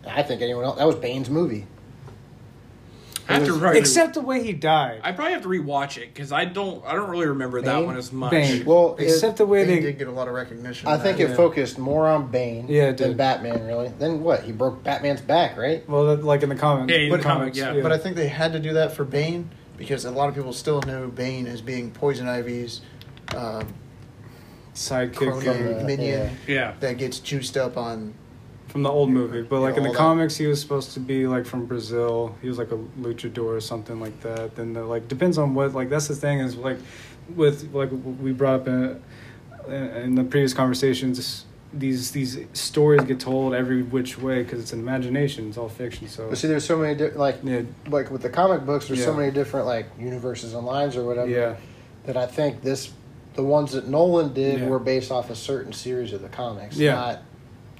[SPEAKER 1] i think anyone else that was bane's movie
[SPEAKER 2] I have to
[SPEAKER 1] was-
[SPEAKER 2] probably-
[SPEAKER 3] Except the way he died.
[SPEAKER 2] I probably have to rewatch it because I don't I don't really remember that
[SPEAKER 1] Bane?
[SPEAKER 2] one as much.
[SPEAKER 3] Bane.
[SPEAKER 1] well it-
[SPEAKER 3] Except the way
[SPEAKER 4] He
[SPEAKER 3] they.
[SPEAKER 4] did get a lot of recognition.
[SPEAKER 1] i think it
[SPEAKER 3] Yeah.
[SPEAKER 1] focused more on bane
[SPEAKER 3] Yeah, it
[SPEAKER 1] than
[SPEAKER 3] did.
[SPEAKER 1] batman really then what he broke batman's back right
[SPEAKER 3] well, that, like in the comic.
[SPEAKER 2] Yeah, in the
[SPEAKER 3] comics,
[SPEAKER 2] comic, yeah.
[SPEAKER 4] But I think they had to do that for Bane because a lot of people still know Bane as being Poison Ivy's um,
[SPEAKER 3] sidekick
[SPEAKER 4] crony
[SPEAKER 3] from the,
[SPEAKER 1] the-
[SPEAKER 4] minion
[SPEAKER 2] Yeah.
[SPEAKER 4] that gets juiced up on.
[SPEAKER 3] from the old movie. But like
[SPEAKER 4] Yeah,
[SPEAKER 3] in the
[SPEAKER 4] all that-
[SPEAKER 3] comics, he was supposed to be like from Brazil. He was like a luchador or something like that. Then the, like depends on what like that's the thing is like with like we brought up in, in the previous conversations. These these stories get told every which way because it's an imagination. It's all fiction. So
[SPEAKER 1] but see there's so many di- like
[SPEAKER 3] yeah,
[SPEAKER 1] like with the comic books there's so
[SPEAKER 3] Yeah.
[SPEAKER 1] many different like universes and lines or whatever
[SPEAKER 3] yeah,
[SPEAKER 1] that i think this the ones that nolan did
[SPEAKER 3] Yeah.
[SPEAKER 1] were based off a certain series of the comics
[SPEAKER 3] Yeah.
[SPEAKER 1] not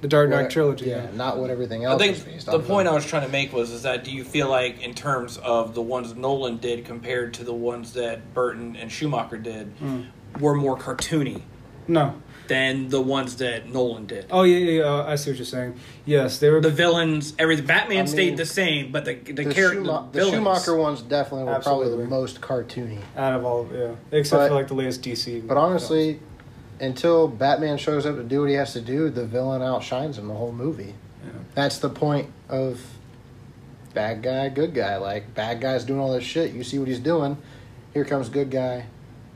[SPEAKER 3] the Dark Knight
[SPEAKER 1] what-
[SPEAKER 3] trilogy.
[SPEAKER 1] yeah,
[SPEAKER 3] yeah.
[SPEAKER 1] not what everything
[SPEAKER 2] I
[SPEAKER 1] else was
[SPEAKER 2] think
[SPEAKER 1] based
[SPEAKER 2] the
[SPEAKER 1] off
[SPEAKER 2] point I
[SPEAKER 1] of.
[SPEAKER 2] was trying to make was is that do you feel like in terms of the ones Nolan did compared to the ones that Burton and Schumacher did
[SPEAKER 1] Hmm.
[SPEAKER 2] were more cartoony
[SPEAKER 3] No.
[SPEAKER 2] than the ones that Nolan did.
[SPEAKER 3] Oh yeah, yeah, yeah. I see what you're saying. Yes, they were
[SPEAKER 2] The villains, everything. Batman
[SPEAKER 1] I mean,
[SPEAKER 2] stayed the same, but the the,
[SPEAKER 1] the,
[SPEAKER 2] character,
[SPEAKER 1] Schuma- the
[SPEAKER 2] villains.
[SPEAKER 1] schumacher ones definitely were probably
[SPEAKER 3] Absolutely.
[SPEAKER 1] the most cartoony
[SPEAKER 3] out of all. Yeah, except
[SPEAKER 1] But-
[SPEAKER 3] for like the latest DC.
[SPEAKER 1] But honestly, until Batman shows up to do what he has to do, the villain outshines him the whole movie.
[SPEAKER 3] Yeah.
[SPEAKER 1] That's the point of bad guy, good guy. Like bad guy's doing all this shit. You see what he's doing. Here comes good guy,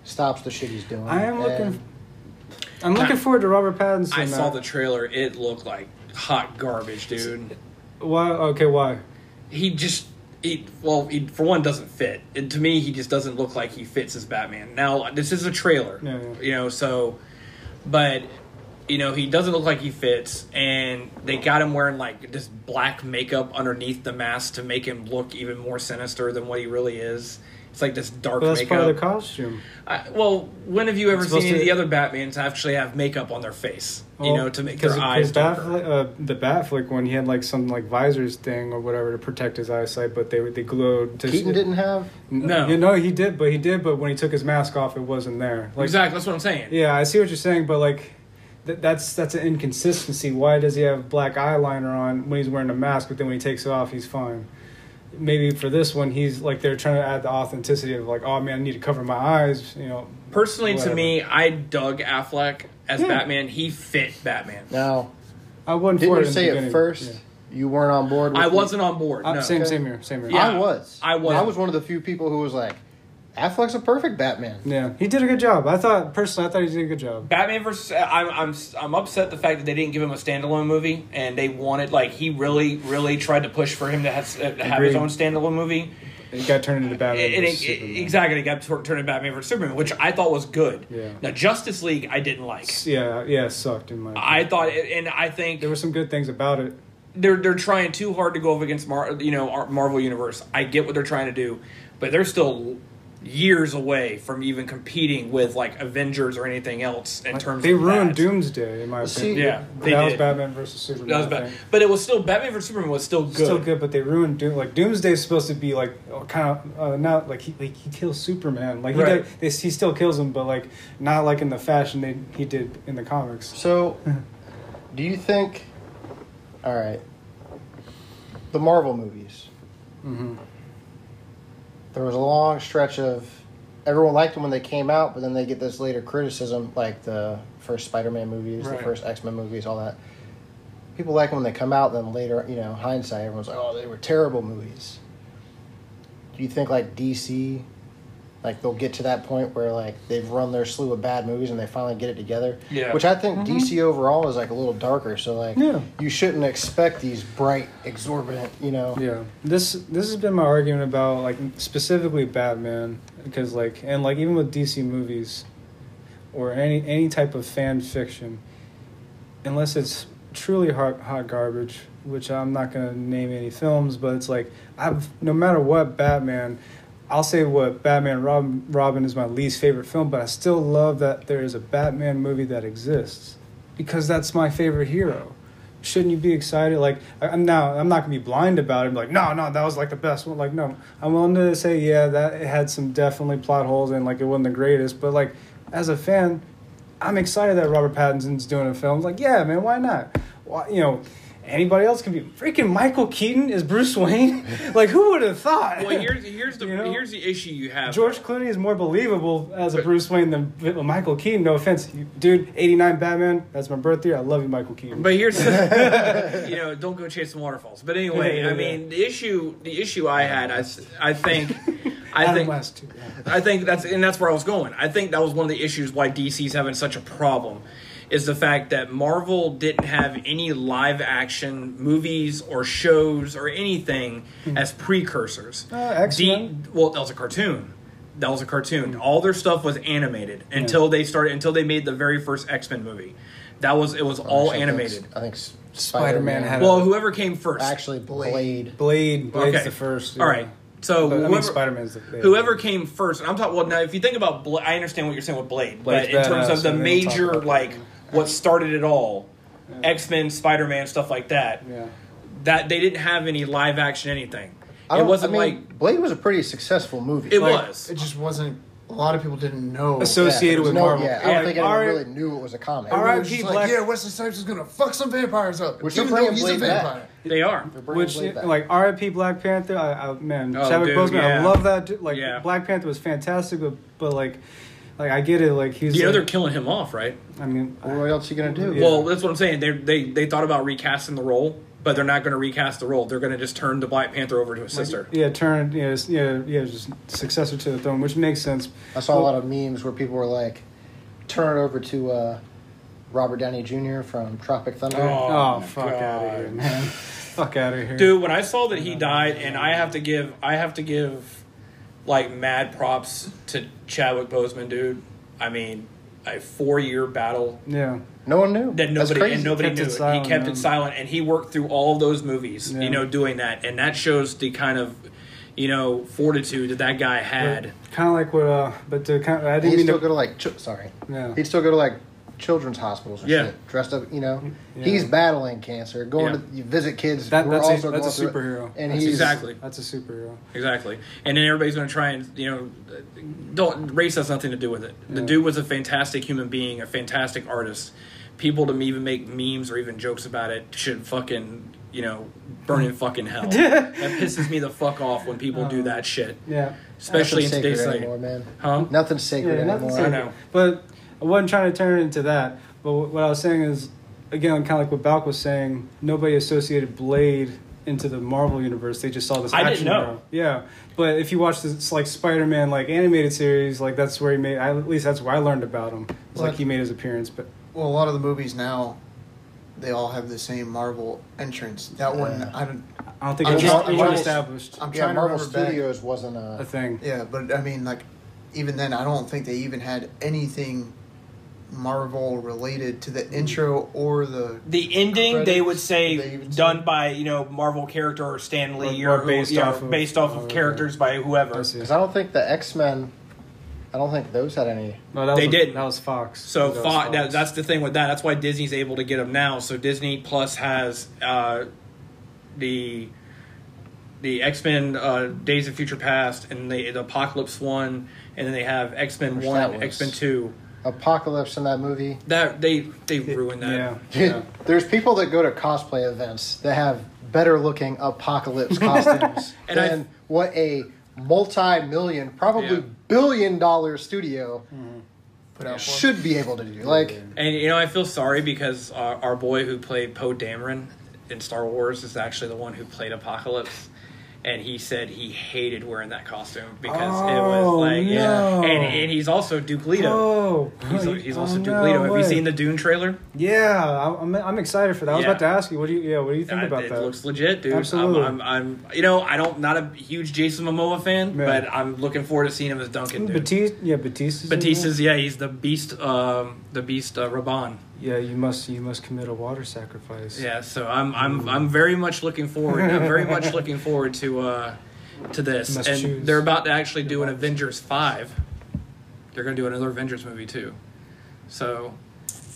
[SPEAKER 1] stops the shit he's doing.
[SPEAKER 3] I am
[SPEAKER 1] and
[SPEAKER 3] looking. I'm looking forward to Robert Pattinson.
[SPEAKER 2] I
[SPEAKER 3] now.
[SPEAKER 2] saw the trailer. It looked like hot garbage, dude.
[SPEAKER 3] Why? Okay, why?
[SPEAKER 2] He just. He, well, he, for one, doesn't fit. And to me, he just doesn't look like he fits as Batman. Now, this is a trailer,
[SPEAKER 3] Yeah, yeah.
[SPEAKER 2] you know. So, but you know, he doesn't look like he fits, and they got him wearing like this black makeup underneath the mask to make him look even more sinister than what he really is.
[SPEAKER 5] It's like this dark
[SPEAKER 3] But that's
[SPEAKER 5] makeup.
[SPEAKER 3] part of the costume.
[SPEAKER 5] I, well, when have you ever
[SPEAKER 3] It's
[SPEAKER 5] seen
[SPEAKER 3] supposed
[SPEAKER 5] any of
[SPEAKER 3] to-
[SPEAKER 5] the other Batmans actually have makeup on their face?
[SPEAKER 3] Well,
[SPEAKER 5] you know, to make their
[SPEAKER 3] 'cause- 'cause
[SPEAKER 5] eyes darker.
[SPEAKER 3] Batfli- uh, the Batflick one, he had like some like visors thing or whatever to protect his eyesight, but they were- they glowed. To
[SPEAKER 1] Keaton didn't have.
[SPEAKER 5] No.
[SPEAKER 3] you know he did, but he did, but when he took his mask off, it wasn't there. Like,
[SPEAKER 5] exactly. That's what I'm saying.
[SPEAKER 3] Yeah, I see what you're saying, but like, th- that's that's an inconsistency. Why does he have black eyeliner on when he's wearing a mask, but then when he takes it off, he's fine? Maybe for this one, he's like they're trying to add the authenticity of like, oh man, I need to cover my eyes, you know.
[SPEAKER 5] Personally, to
[SPEAKER 3] whatever. Hmm.
[SPEAKER 5] me, I dug Affleck as
[SPEAKER 3] Yeah.
[SPEAKER 5] Batman. He fit Batman.
[SPEAKER 1] Now,
[SPEAKER 3] I wasn't
[SPEAKER 1] didn't
[SPEAKER 3] for it
[SPEAKER 1] you
[SPEAKER 3] in
[SPEAKER 1] say
[SPEAKER 3] the
[SPEAKER 1] at
[SPEAKER 3] beginning.
[SPEAKER 1] first
[SPEAKER 3] Yeah.
[SPEAKER 1] you weren't on board? With
[SPEAKER 5] I
[SPEAKER 1] the-
[SPEAKER 5] wasn't on board.
[SPEAKER 3] Uh,
[SPEAKER 5] no.
[SPEAKER 3] Same, same here, same here.
[SPEAKER 5] Yeah.
[SPEAKER 1] I was.
[SPEAKER 5] I was.
[SPEAKER 1] I was one of the few people who was like, Affleck's a perfect Batman.
[SPEAKER 3] Yeah, he did a good job. I thought personally, I thought he did a good job.
[SPEAKER 5] Batman versus uh, I'm I'm I'm upset the fact that they didn't give him a standalone movie and they wanted like he really really tried to push for him to have, to have his
[SPEAKER 3] Agreed.
[SPEAKER 5] own standalone movie.
[SPEAKER 3] It got turned into Batman.
[SPEAKER 5] And
[SPEAKER 3] versus
[SPEAKER 5] it,
[SPEAKER 3] Superman.
[SPEAKER 5] it, exactly, it got tur- turned into Batman versus Superman, which I thought was good.
[SPEAKER 3] Yeah.
[SPEAKER 5] Now Justice League, I didn't like.
[SPEAKER 3] Yeah, yeah, it sucked in my.
[SPEAKER 5] I thought, it, and I think
[SPEAKER 3] there were some good things about it.
[SPEAKER 5] they're they're trying too hard to go up against Mar- you know our Marvel Universe. I get what they're trying to do, but they're still years away from even competing with like Avengers or anything else in terms.
[SPEAKER 3] they
[SPEAKER 5] of
[SPEAKER 3] ruined
[SPEAKER 5] that.
[SPEAKER 3] Doomsday in my
[SPEAKER 1] See,
[SPEAKER 3] opinion.
[SPEAKER 5] Yeah, they
[SPEAKER 3] that
[SPEAKER 5] did.
[SPEAKER 3] was Batman versus Superman.
[SPEAKER 5] That was
[SPEAKER 3] I
[SPEAKER 5] bad,
[SPEAKER 3] think.
[SPEAKER 5] but it was still Batman vs Superman was still good.
[SPEAKER 3] Still good, but they ruined Doom. Like Doomsday's supposed to be like kind of uh, not like he like he kills Superman. Like he
[SPEAKER 5] Right.
[SPEAKER 3] did, they, he still kills him, but like not like in the fashion they he did in the comics.
[SPEAKER 1] So, do you think? All right, the Marvel movies.
[SPEAKER 3] Mm-hmm.
[SPEAKER 1] There was a long stretch of everyone liked them when they came out, but then they get this later criticism, like the first Spider-Man movies,
[SPEAKER 5] Right.
[SPEAKER 1] the first X-Men movies, all that. People like them when they come out. Then later, you know, hindsight, everyone's like, "Oh, they were terrible movies." Do you think like DC, like they'll get to that point where like they've run their slew of bad movies and they finally get it together?
[SPEAKER 5] Yeah.
[SPEAKER 1] Which I think DC overall is like a little darker. So like,
[SPEAKER 3] Yeah.
[SPEAKER 1] you shouldn't expect these bright, exorbitant, you know.
[SPEAKER 3] Yeah, this this has been my argument about like specifically Batman because like and like even with DC movies or any any type of fan fiction, unless it's truly hot hot garbage, which I'm not gonna name any films, but it's like I've no matter what Batman. I'll say what Batman Robin, Robin is my least favorite film, but I still love that there is a Batman movie that exists because that's my favorite hero. Shouldn't you be excited? Like I- I'm now, I'm not gonna be blind about it. and be like, no, no, that was like the best one. Like no, I'm willing to say, yeah, that it had some definitely plot holes and like it wasn't the greatest. But like as a fan, I'm excited that Robert Pattinson's doing a film. Like yeah, man, why not? Why you know. Anybody else can be freaking Michael Keaton is Bruce Wayne. like who would have thought?
[SPEAKER 2] Well, here's here's the
[SPEAKER 3] You know?
[SPEAKER 2] here's the issue you have.
[SPEAKER 3] George Clooney is more believable as a Bruce Wayne than B- Michael Keaton. No offense, You- dude. '89 Batman. That's my birth year. I love you, Michael Keaton.
[SPEAKER 2] But here's the, you know, don't go chasing waterfalls. But anyway,
[SPEAKER 3] Yeah, yeah,
[SPEAKER 2] I
[SPEAKER 3] yeah.
[SPEAKER 2] mean, the issue the issue I had, I, s- I think, I
[SPEAKER 3] Adam
[SPEAKER 2] think
[SPEAKER 3] West. Too. Yeah.
[SPEAKER 2] I think that's and that's where I was going. I think that was one of the issues why DC's having such a problem is the fact that Marvel didn't have any live action movies or shows or anything as precursors.
[SPEAKER 3] Hmm. Uh, X-Men. Hmm.
[SPEAKER 2] well, that was a cartoon. That was a cartoon. All their stuff was animated until they started until they made the very first X-Men movie. That was it was
[SPEAKER 3] Oh,
[SPEAKER 1] Actually, I
[SPEAKER 2] all
[SPEAKER 1] think-
[SPEAKER 2] animated.
[SPEAKER 1] I think
[SPEAKER 3] Spider-Man
[SPEAKER 1] Spider-Man
[SPEAKER 3] had
[SPEAKER 1] had
[SPEAKER 3] a-
[SPEAKER 2] Well, whoever came first.
[SPEAKER 1] actually Blade.
[SPEAKER 3] Blade. Blade's
[SPEAKER 2] Okay.
[SPEAKER 3] the first.
[SPEAKER 2] All right. So
[SPEAKER 3] But, I mean,
[SPEAKER 2] whoever-
[SPEAKER 3] Spider-Man's the yeah.
[SPEAKER 2] whoever came first. And I'm talking. Well, now if you think about, Bla- I understand what you're saying with Blade,
[SPEAKER 3] Blade's
[SPEAKER 2] but in terms
[SPEAKER 3] badass,
[SPEAKER 2] of the
[SPEAKER 3] and we don't talk
[SPEAKER 2] major,
[SPEAKER 3] about
[SPEAKER 2] like what started it all, X Men, Spider Man, stuff like that.
[SPEAKER 3] Yeah.
[SPEAKER 2] That they didn't have any live action anything.
[SPEAKER 1] I
[SPEAKER 2] It
[SPEAKER 1] don't-
[SPEAKER 2] wasn't
[SPEAKER 1] I mean,
[SPEAKER 2] like
[SPEAKER 1] Blade was a pretty successful movie.
[SPEAKER 2] it
[SPEAKER 3] like-
[SPEAKER 2] was.
[SPEAKER 4] It just wasn't. A lot of people didn't know.
[SPEAKER 3] So- associated
[SPEAKER 1] there was
[SPEAKER 3] with Marvel.
[SPEAKER 1] Yeah, I
[SPEAKER 3] Yeah,
[SPEAKER 1] don't think anyone
[SPEAKER 3] R-
[SPEAKER 1] really knew it was a comic.
[SPEAKER 3] R-
[SPEAKER 4] Everyone was
[SPEAKER 3] R.I.P.
[SPEAKER 4] just like,
[SPEAKER 3] Black-
[SPEAKER 4] yeah, Wesley Snipes is gonna fuck some vampires up.
[SPEAKER 1] Which
[SPEAKER 4] even
[SPEAKER 1] they're
[SPEAKER 4] though
[SPEAKER 1] playing
[SPEAKER 4] he's a
[SPEAKER 1] Blade back.
[SPEAKER 4] vampire.
[SPEAKER 2] They are.
[SPEAKER 1] They're bringing
[SPEAKER 3] Which
[SPEAKER 1] Blade back.
[SPEAKER 3] like R.I.P. Black Panther. I, I man,
[SPEAKER 2] Oh,
[SPEAKER 3] Chadwick
[SPEAKER 2] dude,
[SPEAKER 3] Boseman. I
[SPEAKER 2] yeah.
[SPEAKER 3] love that. dude. Like
[SPEAKER 2] Yeah.
[SPEAKER 3] Black Panther was fantastic, but but like like I get it. Like he's.
[SPEAKER 2] You know
[SPEAKER 3] like,
[SPEAKER 2] they're killing him off, right?
[SPEAKER 3] I mean, I-
[SPEAKER 1] what else are you gonna do?
[SPEAKER 3] Yeah.
[SPEAKER 2] Well, that's what I'm saying. They they they thought about recasting the role, but they're not going to recast the role. They're going to just turn the Black Panther over to his sister.
[SPEAKER 3] yeah, turned. Yeah, it's- yeah, yeah. Just successor to the throne, which makes sense.
[SPEAKER 1] I saw a lot of memes where people were like, "Turn it over to uh, Robert Downey Jr. from Tropic Thunder."
[SPEAKER 3] Oh,
[SPEAKER 2] Oh, my
[SPEAKER 3] fuck out of here,
[SPEAKER 2] God.
[SPEAKER 3] man! fuck out of here,
[SPEAKER 2] Dude, when I saw that he died, and I have to give, I have to give, like mad props to Chadwick Boseman, dude. I mean, a four-year battle
[SPEAKER 3] Yeah,
[SPEAKER 1] No one knew.
[SPEAKER 2] that
[SPEAKER 1] That's
[SPEAKER 2] nobody
[SPEAKER 1] crazy.
[SPEAKER 2] and nobody
[SPEAKER 3] Kept it
[SPEAKER 2] knew. It
[SPEAKER 3] silent,
[SPEAKER 2] he kept
[SPEAKER 3] man.
[SPEAKER 2] it silent, and he worked through all of those movies,
[SPEAKER 3] Yeah.
[SPEAKER 2] you know, doing that, and that shows the kind of, you know, fortitude that that guy had.
[SPEAKER 3] Kind of like what, uh, but to kind of, I didn't
[SPEAKER 1] He'd
[SPEAKER 3] mean
[SPEAKER 1] still
[SPEAKER 3] to.
[SPEAKER 1] go to like ch- sorry.
[SPEAKER 3] Yeah.
[SPEAKER 1] He'd still go to like children's hospitals. And
[SPEAKER 2] Yeah.
[SPEAKER 1] shit, dressed up. You know,
[SPEAKER 3] Yeah.
[SPEAKER 1] he's battling cancer, going
[SPEAKER 2] Yeah.
[SPEAKER 1] to you visit kids.
[SPEAKER 3] That-
[SPEAKER 1] who are
[SPEAKER 3] that's a-
[SPEAKER 1] also
[SPEAKER 3] that's
[SPEAKER 1] going
[SPEAKER 3] a
[SPEAKER 1] through it,
[SPEAKER 3] superhero.
[SPEAKER 1] And
[SPEAKER 3] That's
[SPEAKER 1] he's
[SPEAKER 2] exactly.
[SPEAKER 3] That's a superhero.
[SPEAKER 2] Exactly. And then everybody's going to try and, you know, don't race has nothing to do with it. The
[SPEAKER 3] Yeah.
[SPEAKER 2] dude was a fantastic human being, a fantastic artist. People to even make memes or even jokes about it should fucking, you know, burn in fucking hell. that pisses me the fuck off when people
[SPEAKER 3] Uh,
[SPEAKER 2] do that shit,
[SPEAKER 3] Yeah.
[SPEAKER 2] especially in
[SPEAKER 1] nothing
[SPEAKER 2] today's
[SPEAKER 1] sacred
[SPEAKER 2] like,
[SPEAKER 1] anymore, man.
[SPEAKER 2] huh?
[SPEAKER 1] Nothing's sacred
[SPEAKER 3] Yeah,
[SPEAKER 1] anymore.
[SPEAKER 3] nothing's
[SPEAKER 2] I
[SPEAKER 3] sacred.
[SPEAKER 2] know.
[SPEAKER 3] But I wasn't trying to turn it into that. But wh- what I was saying is, again, kind of like what Balk was saying, nobody associated Blade into the Marvel universe. They just saw this
[SPEAKER 2] I didn't
[SPEAKER 3] action
[SPEAKER 2] know.
[SPEAKER 3] hero. Yeah. But if you watch this, like Spider-Man, like animated series, like that's where he made. I, at least that's where I learned about him. It's
[SPEAKER 4] Well,
[SPEAKER 3] like he made his appearance. But
[SPEAKER 4] Well, a lot of the movies now, they all have the same Marvel entrance. That one,
[SPEAKER 1] Yeah.
[SPEAKER 4] I don't.
[SPEAKER 3] I don't think
[SPEAKER 4] I'm
[SPEAKER 3] it was,
[SPEAKER 4] just-
[SPEAKER 3] it was
[SPEAKER 4] I'm just-
[SPEAKER 3] established
[SPEAKER 4] I'm
[SPEAKER 1] yeah,
[SPEAKER 4] trying
[SPEAKER 1] Marvel
[SPEAKER 4] to remember back-
[SPEAKER 1] Studios wasn't
[SPEAKER 3] a
[SPEAKER 1] a.
[SPEAKER 3] thing.
[SPEAKER 4] Yeah, but I mean, like, even then, I don't think they even had anything Marvel related to the intro or the.
[SPEAKER 6] The ending they
[SPEAKER 4] Credits,
[SPEAKER 6] would say
[SPEAKER 4] they even
[SPEAKER 6] done
[SPEAKER 4] say-
[SPEAKER 6] by you know Marvel character or Stan Lee
[SPEAKER 3] Or-
[SPEAKER 6] or,
[SPEAKER 3] or based
[SPEAKER 6] who, yeah,
[SPEAKER 3] off of-
[SPEAKER 6] based off
[SPEAKER 3] oh,
[SPEAKER 6] of
[SPEAKER 3] okay.
[SPEAKER 6] characters by whoever.
[SPEAKER 3] I see.
[SPEAKER 1] Because I don't think the X Men. I don't think those had any.
[SPEAKER 3] No, that
[SPEAKER 2] They
[SPEAKER 3] was,
[SPEAKER 2] didn't.
[SPEAKER 3] That was Fox.
[SPEAKER 2] So
[SPEAKER 3] That was
[SPEAKER 2] Fox, that, that's the thing with that. That's why Disney's able to get them now. So Disney Plus has uh, the the X Men uh, Days of Future Past and the, the Apocalypse one, and then they have X Men
[SPEAKER 1] Which that
[SPEAKER 2] One,
[SPEAKER 1] was-
[SPEAKER 2] X Men Two.
[SPEAKER 1] Apocalypse in that movie.
[SPEAKER 2] That they they ruined that.
[SPEAKER 3] Yeah.
[SPEAKER 1] Dude,
[SPEAKER 3] yeah.
[SPEAKER 1] there's people that go to cosplay events that have better looking apocalypse costumes
[SPEAKER 2] And I-
[SPEAKER 1] than what a multi-million, probably
[SPEAKER 2] Yeah.
[SPEAKER 1] billion-dollar studio
[SPEAKER 4] Put out for
[SPEAKER 1] should be able to do. Like,
[SPEAKER 2] And you know, I feel sorry because our, our boy who played Poe Dameron in Star Wars is actually the one who played Apocalypse. And he said he hated wearing that costume because it was
[SPEAKER 3] Oh,
[SPEAKER 2] like,
[SPEAKER 3] no.
[SPEAKER 2] and, and he's also Duke Leto.
[SPEAKER 3] Oh,
[SPEAKER 2] He's,
[SPEAKER 3] wait,
[SPEAKER 2] he's also
[SPEAKER 3] oh,
[SPEAKER 2] Duke
[SPEAKER 3] no
[SPEAKER 2] Leto. Have
[SPEAKER 3] way.
[SPEAKER 2] you seen the Dune trailer?
[SPEAKER 3] Yeah, I- I'm, I'm excited for that. I was
[SPEAKER 2] Yeah.
[SPEAKER 3] about to ask you, what do you, yeah, what do you think
[SPEAKER 2] Uh,
[SPEAKER 3] about
[SPEAKER 2] it
[SPEAKER 3] that?
[SPEAKER 2] looks legit, dude.
[SPEAKER 3] Absolutely.
[SPEAKER 2] I'm, I'm, I'm, you know, I don't not a huge Jason Momoa fan,
[SPEAKER 3] Yeah.
[SPEAKER 2] but I'm looking forward to seeing him as Duncan. Dude.
[SPEAKER 3] Hmm, Batiste, yeah, Batista's in there?
[SPEAKER 2] Batista's, yeah, he's the beast, um, the beast uh, Raban.
[SPEAKER 3] Yeah, you must, you must commit a water sacrifice.
[SPEAKER 2] Yeah, so I'm, I'm, I'm very much looking forward. I'm very much looking forward to, uh, to this.
[SPEAKER 3] Must
[SPEAKER 2] and
[SPEAKER 3] choose.
[SPEAKER 2] they're about to actually do an Avengers five. They're going to do another Avengers movie too. So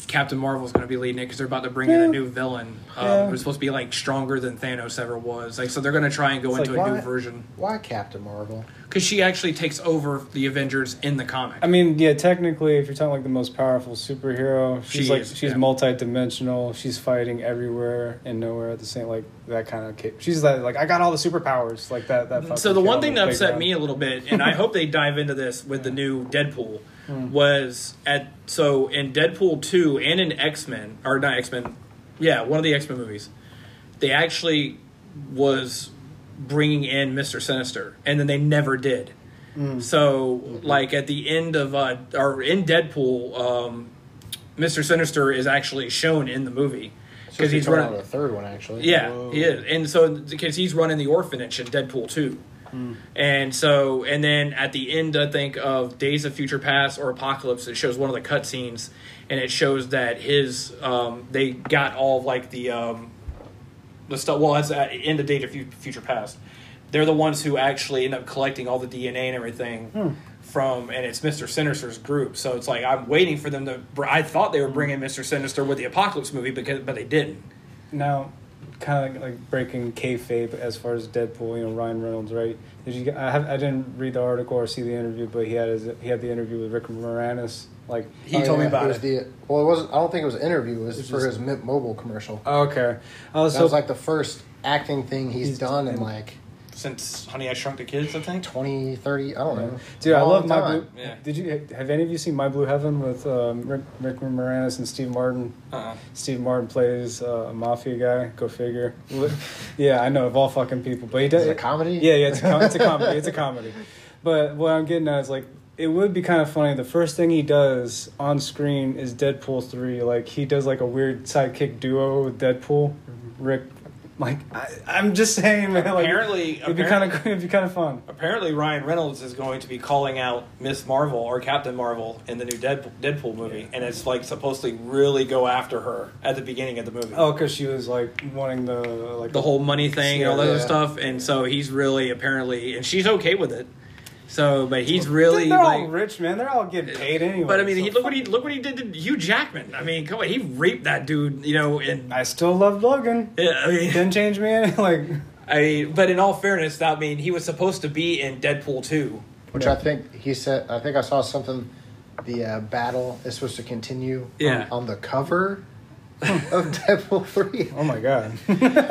[SPEAKER 2] Captain Marvel's going to be leading it because they're about to bring in a
[SPEAKER 3] Yeah.
[SPEAKER 2] new villain um,
[SPEAKER 3] Yeah.
[SPEAKER 2] who's supposed to be like stronger than Thanos ever was. Like, so they're going to try and go
[SPEAKER 3] It's
[SPEAKER 2] into
[SPEAKER 3] like,
[SPEAKER 2] a new
[SPEAKER 1] why-
[SPEAKER 2] version
[SPEAKER 1] why Captain Marvel?
[SPEAKER 2] because she actually takes over the Avengers in the comic.
[SPEAKER 3] I mean, yeah, technically, if you're talking like the most powerful superhero, she's
[SPEAKER 2] She
[SPEAKER 3] like
[SPEAKER 2] is,
[SPEAKER 3] she's
[SPEAKER 2] yeah.
[SPEAKER 3] multi-dimensional. She's fighting everywhere and nowhere at the same like that kind of. Ca- she's that like I got all the superpowers like that. That
[SPEAKER 2] So
[SPEAKER 3] fucking
[SPEAKER 2] the
[SPEAKER 3] kid
[SPEAKER 2] one
[SPEAKER 3] on
[SPEAKER 2] thing that upset
[SPEAKER 3] playground.
[SPEAKER 2] me a little bit, and I hope they dive into this with the new Deadpool, was at so in Deadpool two and in X Men or not X Men, yeah, one of the X Men movies, they actually was bringing in Mister Sinister, and then they never did. So like at the end of uh, or in Deadpool, um, Mister Sinister is actually shown in the movie because he's running.
[SPEAKER 1] the third one actually.
[SPEAKER 2] Yeah, he is. And so, because he's running the orphanage in Deadpool 2. And so, and then at the end, I think, of Days of Future Past or Apocalypse, it shows one of the cutscenes and it shows that his, um, they got all of like the, um, the stuff. Well, that's at end of Days of Fu- Future Past. They're the ones who actually end up collecting all the DNA and everything from, and it's Mister Sinister's group. So it's like I'm waiting for them to. br- I thought they were bringing Mister Sinister with the Apocalypse movie, because but they didn't.
[SPEAKER 3] now, kind of like, like breaking kayfabe as far as Deadpool. You know, Ryan Reynolds, right? Did you? I, have, I didn't read the article or see the interview, but he had his, he had the interview with Rick Moranis. Like
[SPEAKER 2] He told me about
[SPEAKER 1] was
[SPEAKER 2] it.
[SPEAKER 1] The, well, Oh, it wasn't. I don't think it was an interview. It was, for
[SPEAKER 3] just-
[SPEAKER 1] his Mint Mobile commercial.
[SPEAKER 3] okay, I was
[SPEAKER 1] that
[SPEAKER 3] so
[SPEAKER 1] was like the first acting thing he's,
[SPEAKER 3] He's
[SPEAKER 1] done in
[SPEAKER 3] done.
[SPEAKER 1] like
[SPEAKER 2] since Honey I Shrunk the Kids, I think.
[SPEAKER 1] 20, 30, I don't know.
[SPEAKER 3] Dude, I
[SPEAKER 1] Long
[SPEAKER 3] love my
[SPEAKER 1] time.
[SPEAKER 3] blue.
[SPEAKER 2] Yeah.
[SPEAKER 3] Did you have any of you seen My Blue Heaven with um, Rick, Rick Moranis and Steve Martin?
[SPEAKER 2] Uh-uh.
[SPEAKER 3] Steve Martin plays uh, a mafia guy. Go figure. What- yeah, I know of all fucking people, but he does
[SPEAKER 1] Is it a comedy?
[SPEAKER 3] Yeah, yeah, it's a, com- it's a comedy. It's a comedy. But what I'm getting at is like it would be kind of funny. The first thing he does on screen
[SPEAKER 1] Mm-hmm.
[SPEAKER 3] is Deadpool three. Like he does like a weird sidekick duo with Deadpool, Rick Like I, I'm just saying, man. Like,
[SPEAKER 2] Apparently-
[SPEAKER 3] it'd be kind of it'd be kind of fun.
[SPEAKER 2] Apparently, Ryan Reynolds is going to be calling out Miss Marvel or Captain Marvel in the new Deadpool, Deadpool movie, and it's like supposedly really go after her at the beginning of the movie.
[SPEAKER 3] Oh, because she was like wanting the like
[SPEAKER 2] the whole money thing and all that
[SPEAKER 4] Yeah.
[SPEAKER 2] other stuff, and so he's really apparently, and she's okay with it. So, but he's really
[SPEAKER 3] They're all
[SPEAKER 2] like.
[SPEAKER 3] rich, man. They're all getting paid anyway.
[SPEAKER 2] But I mean,
[SPEAKER 3] so
[SPEAKER 2] he, look what he look what he did to Hugh Jackman. I mean, come on, he raped that dude, you know. And
[SPEAKER 3] I still love Logan.
[SPEAKER 2] yeah, I mean,
[SPEAKER 3] Didn't change me any. Like,
[SPEAKER 2] I mean, but in all fairness, that I mean, he was supposed to be in Deadpool two.
[SPEAKER 1] Which
[SPEAKER 3] Yeah.
[SPEAKER 1] I think he said. I think I saw something. The uh, battle is supposed to continue. on-
[SPEAKER 2] Yeah.
[SPEAKER 1] On, the cover of Deadpool three.
[SPEAKER 3] oh my god,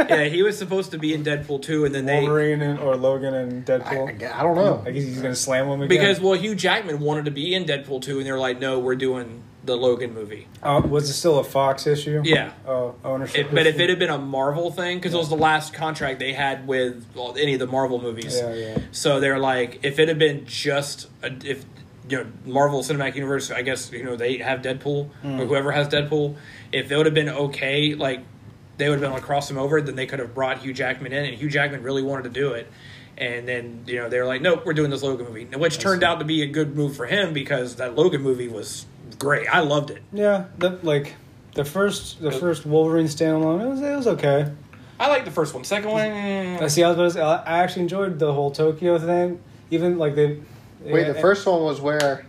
[SPEAKER 2] yeah, he was supposed to be in Deadpool two, and then they
[SPEAKER 3] Wolverine and, or Logan and
[SPEAKER 1] I,
[SPEAKER 3] Deadpool.
[SPEAKER 1] I don't know.
[SPEAKER 3] I guess he's gonna slam him again.
[SPEAKER 2] Because well, Hugh Jackman wanted to be in Deadpool two, and they're like, no, we're doing the Logan movie.
[SPEAKER 3] oh, was it still a Fox issue?
[SPEAKER 2] Yeah.
[SPEAKER 3] Oh, ownership.
[SPEAKER 2] It, but if
[SPEAKER 3] issue?
[SPEAKER 2] it had been a Marvel thing, because it was the last contract they had with well, any of the Marvel movies,
[SPEAKER 3] Yeah, yeah.
[SPEAKER 2] so they're like, if it had been just a, if you know Marvel Cinematic Universe, I guess you know they have Deadpool
[SPEAKER 3] Hmm.
[SPEAKER 2] or whoever has Deadpool, if it would have been okay, like they would have been able to cross him over, then they could have brought Hugh Jackman in, and Hugh Jackman really wanted to do it. And then you know they were like, nope, we're doing this Logan movie, which turned out to be a good move for him because that Logan movie was great. I loved it.
[SPEAKER 3] yeah, the, like the first the first Wolverine standalone, it was it was okay.
[SPEAKER 2] I liked the first one. Second one, eh.
[SPEAKER 3] I see. I was about to say, I I actually enjoyed the whole Tokyo thing. Even like they.
[SPEAKER 1] Wait,
[SPEAKER 3] yeah,
[SPEAKER 1] the first one was where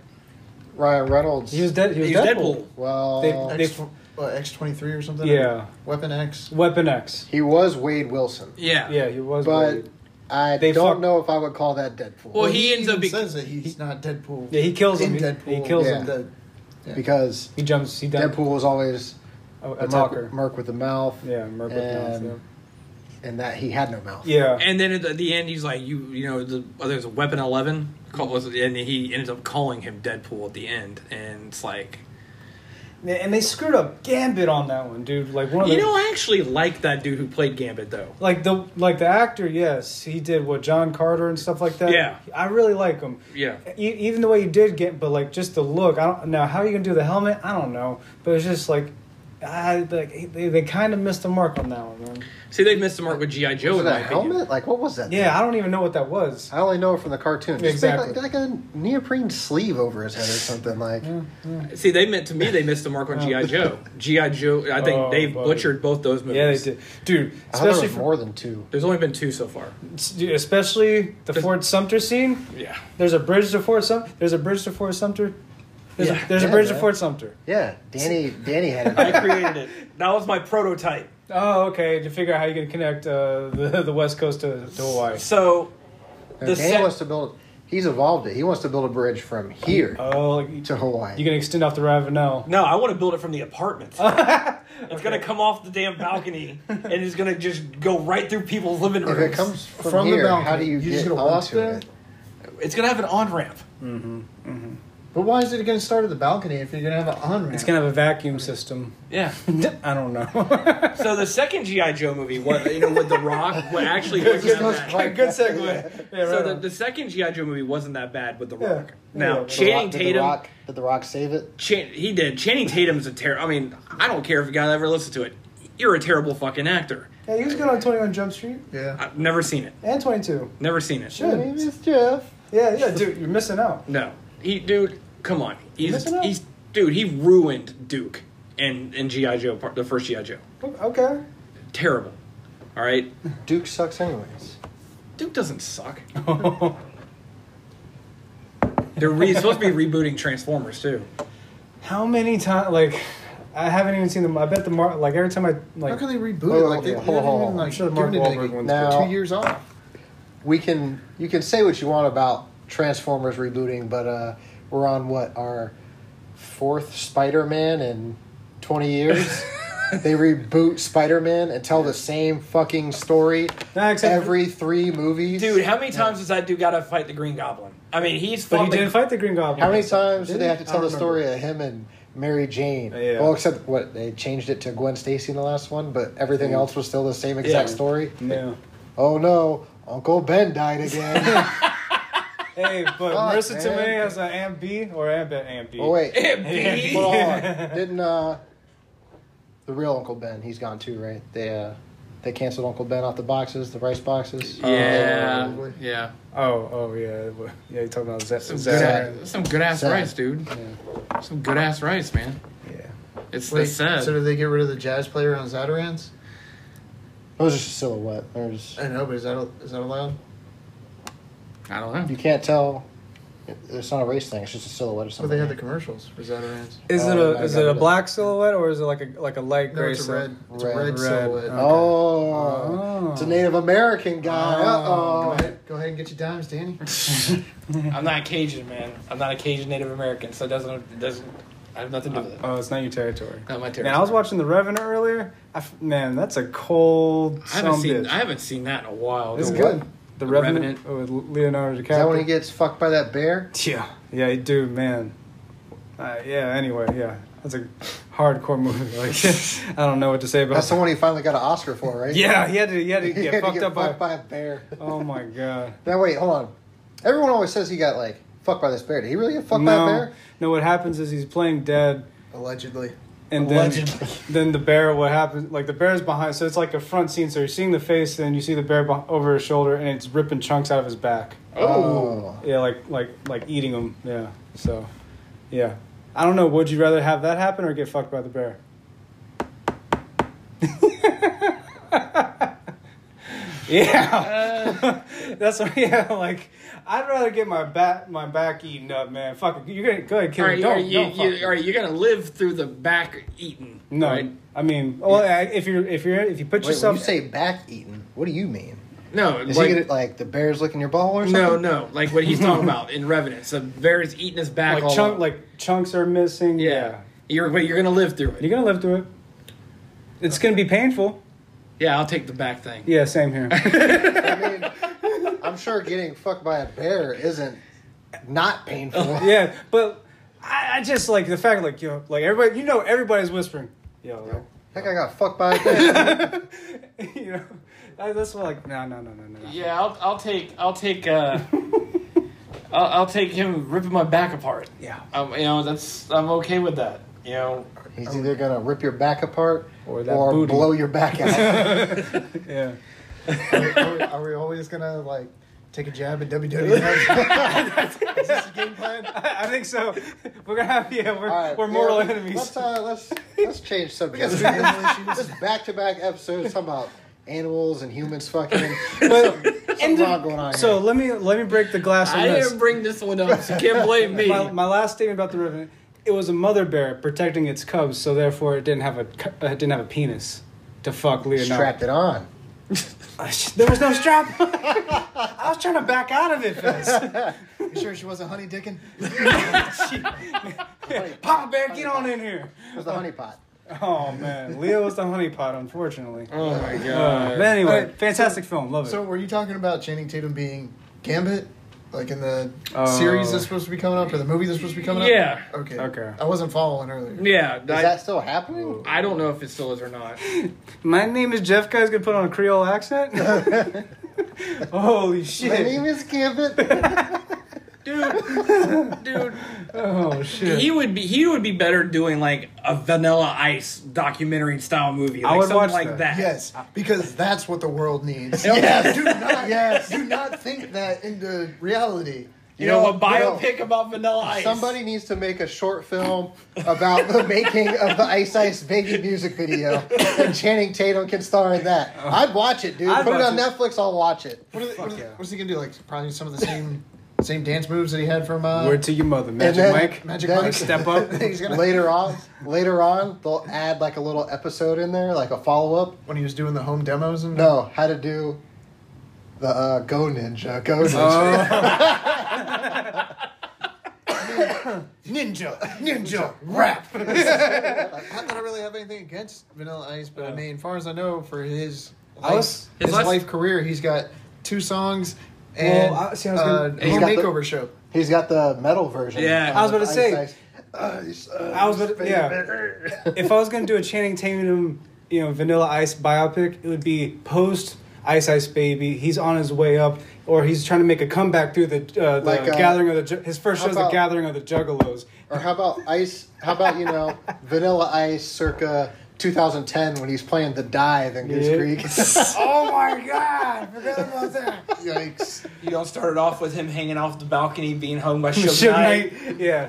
[SPEAKER 1] Ryan Reynolds.
[SPEAKER 3] He was dead. He was
[SPEAKER 2] He's
[SPEAKER 3] Deadpool.
[SPEAKER 2] Deadpool.
[SPEAKER 1] well.
[SPEAKER 3] They-
[SPEAKER 4] X, what, X23 or something?
[SPEAKER 3] Yeah.
[SPEAKER 4] Weapon X.
[SPEAKER 3] Weapon X.
[SPEAKER 1] he was Wade Wilson.
[SPEAKER 2] Yeah.
[SPEAKER 3] Yeah, he was.
[SPEAKER 1] But-
[SPEAKER 3] Wolverine.
[SPEAKER 1] I
[SPEAKER 3] They
[SPEAKER 1] don't
[SPEAKER 3] fuck-
[SPEAKER 1] know if I would call that Deadpool
[SPEAKER 2] Well, he ends
[SPEAKER 4] even
[SPEAKER 2] up bec-
[SPEAKER 4] says that he's not Deadpool.
[SPEAKER 3] yeah, he kills him. He,
[SPEAKER 4] in Deadpool.
[SPEAKER 3] he kills
[SPEAKER 1] Yeah.
[SPEAKER 3] him.
[SPEAKER 4] The- yeah.
[SPEAKER 1] because
[SPEAKER 3] He jumps. He does
[SPEAKER 1] Deadpool was always
[SPEAKER 3] a,
[SPEAKER 1] a
[SPEAKER 3] a talker.
[SPEAKER 1] Merc with the mouth,
[SPEAKER 3] yeah, Merc with
[SPEAKER 1] And-
[SPEAKER 3] mouth,
[SPEAKER 1] and that he had no mouth.
[SPEAKER 3] Yeah. Yeah.
[SPEAKER 2] And then at the, the end, he's like, you, you know, the oh, there's a Weapon Eleven, call, was it- and he ends up calling him Deadpool at the end, and it's like,
[SPEAKER 3] And, they screwed up Gambit on that one, dude. Like one of
[SPEAKER 2] you
[SPEAKER 3] the
[SPEAKER 2] know, I actually like that dude who played Gambit though.
[SPEAKER 3] like the like the actor, yes, he did what John Carter and stuff like that.
[SPEAKER 2] Yeah.
[SPEAKER 3] I really like him.
[SPEAKER 2] Yeah.
[SPEAKER 3] E- even the way he did get, but like just the look. I don't now how you gonna do the helmet. I don't know, but it's just like, I like they, they kind of missed the mark on that one, man.
[SPEAKER 2] See, they missed the mark with GI Joe.
[SPEAKER 1] Was
[SPEAKER 2] in
[SPEAKER 1] it
[SPEAKER 2] my
[SPEAKER 1] a
[SPEAKER 2] opinion.
[SPEAKER 1] helmet? Like what was that? thing?
[SPEAKER 3] Yeah, I don't even know what that was.
[SPEAKER 1] I only know it from the cartoon. Just
[SPEAKER 3] Exactly.
[SPEAKER 1] Like, like a neoprene sleeve over his head or something. Like
[SPEAKER 2] See, they meant to me they missed the mark on
[SPEAKER 1] Oh.
[SPEAKER 2] GI Joe. GI Joe. I think
[SPEAKER 3] Oh,
[SPEAKER 2] they've
[SPEAKER 3] buddy.
[SPEAKER 2] butchered both those movies.
[SPEAKER 3] Yeah, they did, dude.
[SPEAKER 1] I thought there
[SPEAKER 3] Especially
[SPEAKER 1] was
[SPEAKER 3] for,
[SPEAKER 1] more than two.
[SPEAKER 2] There's only been two so far.
[SPEAKER 3] dude, especially the
[SPEAKER 2] Just-
[SPEAKER 3] Fort Sumter scene.
[SPEAKER 2] Yeah.
[SPEAKER 3] There's a bridge to Fort Sumter. There's a bridge to Fort Sumter. There's,
[SPEAKER 2] Yeah.
[SPEAKER 3] a, there's a
[SPEAKER 1] Yeah,
[SPEAKER 3] bridge to
[SPEAKER 1] man.
[SPEAKER 3] Fort Sumter.
[SPEAKER 1] Yeah, Danny. Danny had it.
[SPEAKER 2] I created it. That was my prototype.
[SPEAKER 3] Oh, okay. To figure out how you're gonna connect uh, the the West Coast to, to Hawaii.
[SPEAKER 2] So,
[SPEAKER 1] No,
[SPEAKER 2] The
[SPEAKER 1] Danny
[SPEAKER 2] sec-
[SPEAKER 1] wants to build. He's evolved it. He wants to build a bridge from here
[SPEAKER 3] Oh, like, you
[SPEAKER 1] to Hawaii.
[SPEAKER 3] can extend off the Ravenel.
[SPEAKER 2] no, I want to build it from the apartment. It's gonna come off the damn balcony and it's gonna just go right through people's living
[SPEAKER 1] if
[SPEAKER 2] rooms.
[SPEAKER 1] it comes from,
[SPEAKER 4] From the
[SPEAKER 1] here, how
[SPEAKER 4] balcony,
[SPEAKER 1] do you
[SPEAKER 4] you just
[SPEAKER 1] get
[SPEAKER 4] gonna walk
[SPEAKER 1] onto
[SPEAKER 4] there?
[SPEAKER 1] it?
[SPEAKER 2] It's gonna have an on ramp.
[SPEAKER 4] But why is it going to start at the balcony if you're going to have an on ramp?
[SPEAKER 3] It's gonna have a vacuum system.
[SPEAKER 2] Yeah.
[SPEAKER 3] I don't know.
[SPEAKER 2] So the second GI Joe movie, what you know, with The Rock, what actually wasn't that bad.
[SPEAKER 3] Good segue. Yeah,
[SPEAKER 2] So
[SPEAKER 3] right
[SPEAKER 2] the,
[SPEAKER 3] on.
[SPEAKER 2] the second GI Joe movie wasn't that bad with The
[SPEAKER 3] Yeah.
[SPEAKER 2] Rock.
[SPEAKER 3] Yeah.
[SPEAKER 2] Now
[SPEAKER 3] The
[SPEAKER 1] Did The Rock-
[SPEAKER 2] Channing
[SPEAKER 1] did The
[SPEAKER 2] Tatum,
[SPEAKER 1] Rock, did the Rock save it?
[SPEAKER 2] Chan, he did. Channing Tatum's a terrible. I mean, I don't care if a guy ever listens to it. You're a terrible fucking actor.
[SPEAKER 3] yeah, he was good on 21 Jump Street
[SPEAKER 4] yeah.
[SPEAKER 2] I've never seen it.
[SPEAKER 3] and 22.
[SPEAKER 2] Never seen it.
[SPEAKER 3] Sure.
[SPEAKER 1] My name is Jeff.
[SPEAKER 3] Yeah, yeah, dude, you're missing out.
[SPEAKER 2] No, he, dude, come on. He's,
[SPEAKER 3] missing out.
[SPEAKER 2] he's, dude, he ruined Duke and and GI Joe, part, the first GI Joe.
[SPEAKER 3] Okay.
[SPEAKER 2] terrible. All right,
[SPEAKER 1] Duke sucks, anyways.
[SPEAKER 2] Duke doesn't suck. They're re- supposed to be rebooting Transformers too.
[SPEAKER 3] How many times? Like, I haven't even seen them. I bet the mar. Like every time I
[SPEAKER 4] How
[SPEAKER 3] like.
[SPEAKER 4] can they reboot
[SPEAKER 1] Oh,
[SPEAKER 4] it? Like, they,
[SPEAKER 1] yeah.
[SPEAKER 4] they're not even,
[SPEAKER 1] I'm
[SPEAKER 4] like,
[SPEAKER 3] sure the
[SPEAKER 4] giving
[SPEAKER 3] Mark
[SPEAKER 4] it like
[SPEAKER 3] Wahlberg one's
[SPEAKER 1] good.
[SPEAKER 4] two years off.
[SPEAKER 1] we can you can say what you want about Transformers rebooting, but uh, we're on what our fourth Spider-Man in twenty years. they reboot Spider-Man and tell the same fucking story
[SPEAKER 3] Nah, except-
[SPEAKER 1] every three movies.
[SPEAKER 2] Dude, how many times does that dude got to fight the Green Goblin? I mean, he's
[SPEAKER 3] But
[SPEAKER 2] fought
[SPEAKER 3] he
[SPEAKER 2] the-
[SPEAKER 3] didn't fight the Green Goblin.
[SPEAKER 1] how many times
[SPEAKER 3] Did
[SPEAKER 1] do they
[SPEAKER 3] he?
[SPEAKER 1] have to
[SPEAKER 3] I
[SPEAKER 1] tell
[SPEAKER 3] don't
[SPEAKER 1] the story of him and Mary Jane?
[SPEAKER 3] Yeah.
[SPEAKER 1] Well, except what they changed it to Gwen Stacy in the last one, but everything else was still the same exact
[SPEAKER 2] Yeah.
[SPEAKER 1] story.
[SPEAKER 3] No.
[SPEAKER 1] Oh no, Uncle Ben died again.
[SPEAKER 3] Hey, but
[SPEAKER 1] Fuck,
[SPEAKER 3] Marissa
[SPEAKER 1] man.
[SPEAKER 3] Tomei has an Amp B or Amp Amp B.
[SPEAKER 1] oh wait,
[SPEAKER 2] B.
[SPEAKER 1] Hold on. Didn't uh the real Uncle Ben, he's gone too, right? They uh They canceled Uncle Ben off the boxes, the rice boxes. Uh,
[SPEAKER 2] Yeah,
[SPEAKER 4] probably.
[SPEAKER 2] yeah.
[SPEAKER 3] Oh, oh yeah, well, yeah. You talking about Zach?
[SPEAKER 2] Some good,
[SPEAKER 3] Zach.
[SPEAKER 2] ass, some good ass
[SPEAKER 1] Sad.
[SPEAKER 2] rice, dude.
[SPEAKER 3] Yeah,
[SPEAKER 2] Some good ass rice, man.
[SPEAKER 3] yeah.
[SPEAKER 2] It's
[SPEAKER 4] Wait,
[SPEAKER 2] they said.
[SPEAKER 4] So did they get rid of the jazz player on Zatarans?
[SPEAKER 1] It was just a silhouette. There's
[SPEAKER 4] I know, but is that is that allowed?
[SPEAKER 2] I don't know.
[SPEAKER 1] you can't tell. It- It's not a race thing. It's just a silhouette or
[SPEAKER 4] Well,
[SPEAKER 1] something.
[SPEAKER 4] they had the commercials for Zatarans.
[SPEAKER 3] Is
[SPEAKER 1] Oh,
[SPEAKER 3] it
[SPEAKER 1] I
[SPEAKER 3] a is
[SPEAKER 1] got
[SPEAKER 3] it a
[SPEAKER 1] it.
[SPEAKER 3] black silhouette or is it like a like a light
[SPEAKER 4] No,
[SPEAKER 3] gray?
[SPEAKER 4] it's a
[SPEAKER 3] silhouette?
[SPEAKER 4] red. It's
[SPEAKER 1] Red.
[SPEAKER 4] a red,
[SPEAKER 3] Red.
[SPEAKER 4] silhouette.
[SPEAKER 3] Okay.
[SPEAKER 1] Oh,
[SPEAKER 3] Oh.
[SPEAKER 1] it's a Native American guy.
[SPEAKER 4] Um, Go
[SPEAKER 1] Uh oh.
[SPEAKER 4] ahead, go ahead and get your dimes, Danny.
[SPEAKER 5] I'm not Cajun, man. I'm not a Cajun Native American, so it doesn't it doesn't. I have nothing to do with it.
[SPEAKER 3] Oh, it's not your territory.
[SPEAKER 2] Not my
[SPEAKER 3] Man, I was
[SPEAKER 2] territory.
[SPEAKER 3] watching The Revenant earlier. I f- man, that's a cold.
[SPEAKER 2] I haven't
[SPEAKER 3] son
[SPEAKER 2] seen.
[SPEAKER 3] bitch.
[SPEAKER 2] I haven't seen that in a while.
[SPEAKER 3] It's
[SPEAKER 2] dude.
[SPEAKER 3] good. The,
[SPEAKER 2] The
[SPEAKER 3] Revenant, with Leonardo DiCaprio.
[SPEAKER 1] Is that when he gets fucked by that bear?
[SPEAKER 3] yeah, yeah, you do, man. Uh, yeah. Anyway, yeah, that's a hardcore movie. Like, I don't know what to say about.
[SPEAKER 1] That's the one he finally got an Oscar for, right?
[SPEAKER 3] Yeah, he had to. He had to
[SPEAKER 1] He
[SPEAKER 3] get
[SPEAKER 1] had to
[SPEAKER 3] fucked
[SPEAKER 1] get
[SPEAKER 3] up by.
[SPEAKER 1] fucked by a bear.
[SPEAKER 3] Oh my god.
[SPEAKER 1] Now wait, hold on. Everyone always says he got like fucked by this bear. Did he really get fucked
[SPEAKER 3] no,
[SPEAKER 1] by a bear?
[SPEAKER 3] no. What happens is he's playing dead,
[SPEAKER 4] Allegedly.
[SPEAKER 3] and
[SPEAKER 1] Allegedly.
[SPEAKER 3] then then the bear. What happens? Like the bear's behind, so it's like a front scene. So you're seeing the face, then you see the bear beh over his shoulder, and it's ripping chunks out of his back.
[SPEAKER 1] Oh.
[SPEAKER 3] Yeah, like like like eating them. Yeah. So, yeah. I don't know. Would you rather have that happen or get fucked by the bear? yeah, that's what, yeah. Like, I'd rather get my back my back eaten up, man. Fuck it. You're gonna go ahead,
[SPEAKER 2] All
[SPEAKER 3] kill
[SPEAKER 2] right,
[SPEAKER 3] me.
[SPEAKER 2] all
[SPEAKER 3] Don't,
[SPEAKER 2] right, you,
[SPEAKER 3] don't fuck
[SPEAKER 2] you,
[SPEAKER 3] me.
[SPEAKER 2] all right, you're gonna live through the back eating.
[SPEAKER 3] No,
[SPEAKER 2] right?
[SPEAKER 3] I mean, well, I- if you're if you're if you put
[SPEAKER 1] Wait,
[SPEAKER 3] yourself,
[SPEAKER 1] when you say back eaten, what do you mean?
[SPEAKER 2] no.
[SPEAKER 1] Is
[SPEAKER 2] like-
[SPEAKER 1] he gonna, like the bear's licking your ball or something?
[SPEAKER 2] no, no. Like what he's talking about in Revenant. So bear's eating his back.
[SPEAKER 3] like
[SPEAKER 2] all
[SPEAKER 3] chunk
[SPEAKER 2] up.
[SPEAKER 3] like chunks are missing,
[SPEAKER 2] yeah.
[SPEAKER 3] yeah,
[SPEAKER 2] You're but you're gonna live through it.
[SPEAKER 3] you're gonna live through it. It's gonna be painful.
[SPEAKER 2] Yeah, I'll take the back thing.
[SPEAKER 3] Yeah, same here.
[SPEAKER 1] I mean, I'm sure getting fucked by a bear isn't not painful.
[SPEAKER 3] yeah, but I, I just like the fact, like yo, like everybody, you know, everybody's whispering, yo,
[SPEAKER 1] I think I got fucked by a bear.
[SPEAKER 3] like, you know, I, that's what, like no, no, no, no, no, no.
[SPEAKER 2] Yeah, I'll I'll take I'll take uh, I'll, I'll take him ripping my back apart.
[SPEAKER 3] yeah,
[SPEAKER 2] Um, you know that's I'm okay with that. You know,
[SPEAKER 1] He's either gonna rip your back apart
[SPEAKER 3] Or
[SPEAKER 1] or,
[SPEAKER 3] that booty.
[SPEAKER 1] blow your back out.
[SPEAKER 3] yeah.
[SPEAKER 4] Are, we- are we- are we always gonna like take a jab at E? WWE? is this a game plan?
[SPEAKER 3] I, I think so. We're gonna have yeah, we're,
[SPEAKER 1] All right,
[SPEAKER 3] we're mortal
[SPEAKER 1] yeah,
[SPEAKER 3] enemies.
[SPEAKER 1] Let's uh, let's let's change subject.
[SPEAKER 4] We got some animal
[SPEAKER 1] this back to back episodes talking about animals and humans fucking.
[SPEAKER 3] But-
[SPEAKER 1] Something's wrong going on
[SPEAKER 3] so
[SPEAKER 1] here.
[SPEAKER 3] let me let me break the glass. on
[SPEAKER 2] I
[SPEAKER 3] this.
[SPEAKER 2] didn't bring this one up, so you can't blame me.
[SPEAKER 3] my, my last statement about the revenant it was a mother bear protecting its cubs so therefore it didn't have a cu- uh, it didn't have a penis to fuck
[SPEAKER 1] strapped
[SPEAKER 3] leonardo
[SPEAKER 1] it on.
[SPEAKER 3] there was no strap i was trying to back out of it Fez.
[SPEAKER 4] You sure she wasn't honey dickin'?
[SPEAKER 3] papa bear get on in here
[SPEAKER 1] It was the honeypot.
[SPEAKER 3] oh man leo was the honeypot unfortunately
[SPEAKER 2] oh my god.
[SPEAKER 3] Uh, but anyway
[SPEAKER 4] Alright,
[SPEAKER 3] fantastic film love it
[SPEAKER 4] So were you talking about Channing Tatum being Gambit? Like in the
[SPEAKER 3] Oh.
[SPEAKER 4] series that's supposed to be coming up or the movie that's supposed to be coming up?
[SPEAKER 2] Yeah.
[SPEAKER 4] Okay.
[SPEAKER 3] Okay.
[SPEAKER 4] I wasn't following earlier.
[SPEAKER 1] Is
[SPEAKER 2] yeah, I,
[SPEAKER 1] that still happening?
[SPEAKER 2] I don't know if it still is or not.
[SPEAKER 3] my name is jeff guys gonna put on a creole accent holy shit
[SPEAKER 1] My name is Gambit.
[SPEAKER 2] Dude, dude,
[SPEAKER 3] oh shit
[SPEAKER 2] he would be he would be better doing like a Vanilla Ice documentary style movie, like
[SPEAKER 3] I would
[SPEAKER 2] something
[SPEAKER 3] watch
[SPEAKER 2] like
[SPEAKER 3] that.
[SPEAKER 2] that.
[SPEAKER 4] Yes, because that's what the world needs.
[SPEAKER 1] Yes.
[SPEAKER 4] Do not,
[SPEAKER 1] Yes.
[SPEAKER 4] do not think that into reality.
[SPEAKER 2] You know, a
[SPEAKER 1] You know-
[SPEAKER 2] biopic about Vanilla Ice.
[SPEAKER 1] Somebody needs to make a short film about the making of the Ice Ice Baby music video, and Channing Tatum can star in that. I'd watch it, dude.
[SPEAKER 3] I'd
[SPEAKER 1] Put it
[SPEAKER 3] watch
[SPEAKER 1] on
[SPEAKER 3] it.
[SPEAKER 1] Netflix. I'll watch it.
[SPEAKER 4] What are they, what are they-
[SPEAKER 3] yeah.
[SPEAKER 4] What's he gonna do? Like probably some of the same same dance moves that he had from uh,
[SPEAKER 3] word to your mother
[SPEAKER 1] And
[SPEAKER 3] magic
[SPEAKER 1] then-
[SPEAKER 3] mike
[SPEAKER 4] Magic
[SPEAKER 1] then-
[SPEAKER 4] Mike.
[SPEAKER 3] step up
[SPEAKER 4] He's gonna-
[SPEAKER 1] Later on, later on, they'll add like a little episode in there, like a follow up.
[SPEAKER 4] when he was doing the home demos and
[SPEAKER 1] No, how to do the uh, Go Ninja. Go Ninja.
[SPEAKER 3] Oh. Um,
[SPEAKER 4] ninja ninja rap. Not that I really have anything against Vanilla Ice, but I mean, far as I know, for his
[SPEAKER 3] I was-
[SPEAKER 4] life, his
[SPEAKER 2] His last-
[SPEAKER 4] life career, he's got two songs and
[SPEAKER 3] Well, I- see, I was
[SPEAKER 4] uh,
[SPEAKER 3] gonna-
[SPEAKER 4] home
[SPEAKER 1] He's got the-
[SPEAKER 4] makeover show.
[SPEAKER 1] He's got the metal version.
[SPEAKER 2] Yeah.
[SPEAKER 1] uh,
[SPEAKER 3] I was about to
[SPEAKER 1] Ice
[SPEAKER 3] say-
[SPEAKER 1] Ice. Ice uh,
[SPEAKER 3] I was gonna-
[SPEAKER 1] Ice
[SPEAKER 3] yeah.
[SPEAKER 1] Baby.
[SPEAKER 3] if I was gonna do a Channing Tatum, you know, Vanilla Ice biopic, it would be post Ice Ice Baby. He's on his way up, or he's trying to make a comeback through the, uh, the
[SPEAKER 1] Like, uh,
[SPEAKER 3] Gathering of the. Ju- His first
[SPEAKER 1] how
[SPEAKER 3] show's
[SPEAKER 1] about-
[SPEAKER 3] the Gathering of the Juggalos.
[SPEAKER 1] Or how about ice? How about you know Vanilla Ice circa 2010 when he's playing the dive in Goose
[SPEAKER 3] Yeah.
[SPEAKER 1] Creek.
[SPEAKER 5] oh my god!
[SPEAKER 4] Forgot about that.
[SPEAKER 1] Yikes!
[SPEAKER 5] You don't start it off with him hanging off the balcony, being hung by Suge,
[SPEAKER 3] Suge
[SPEAKER 5] Knight.
[SPEAKER 3] Knight, Yeah.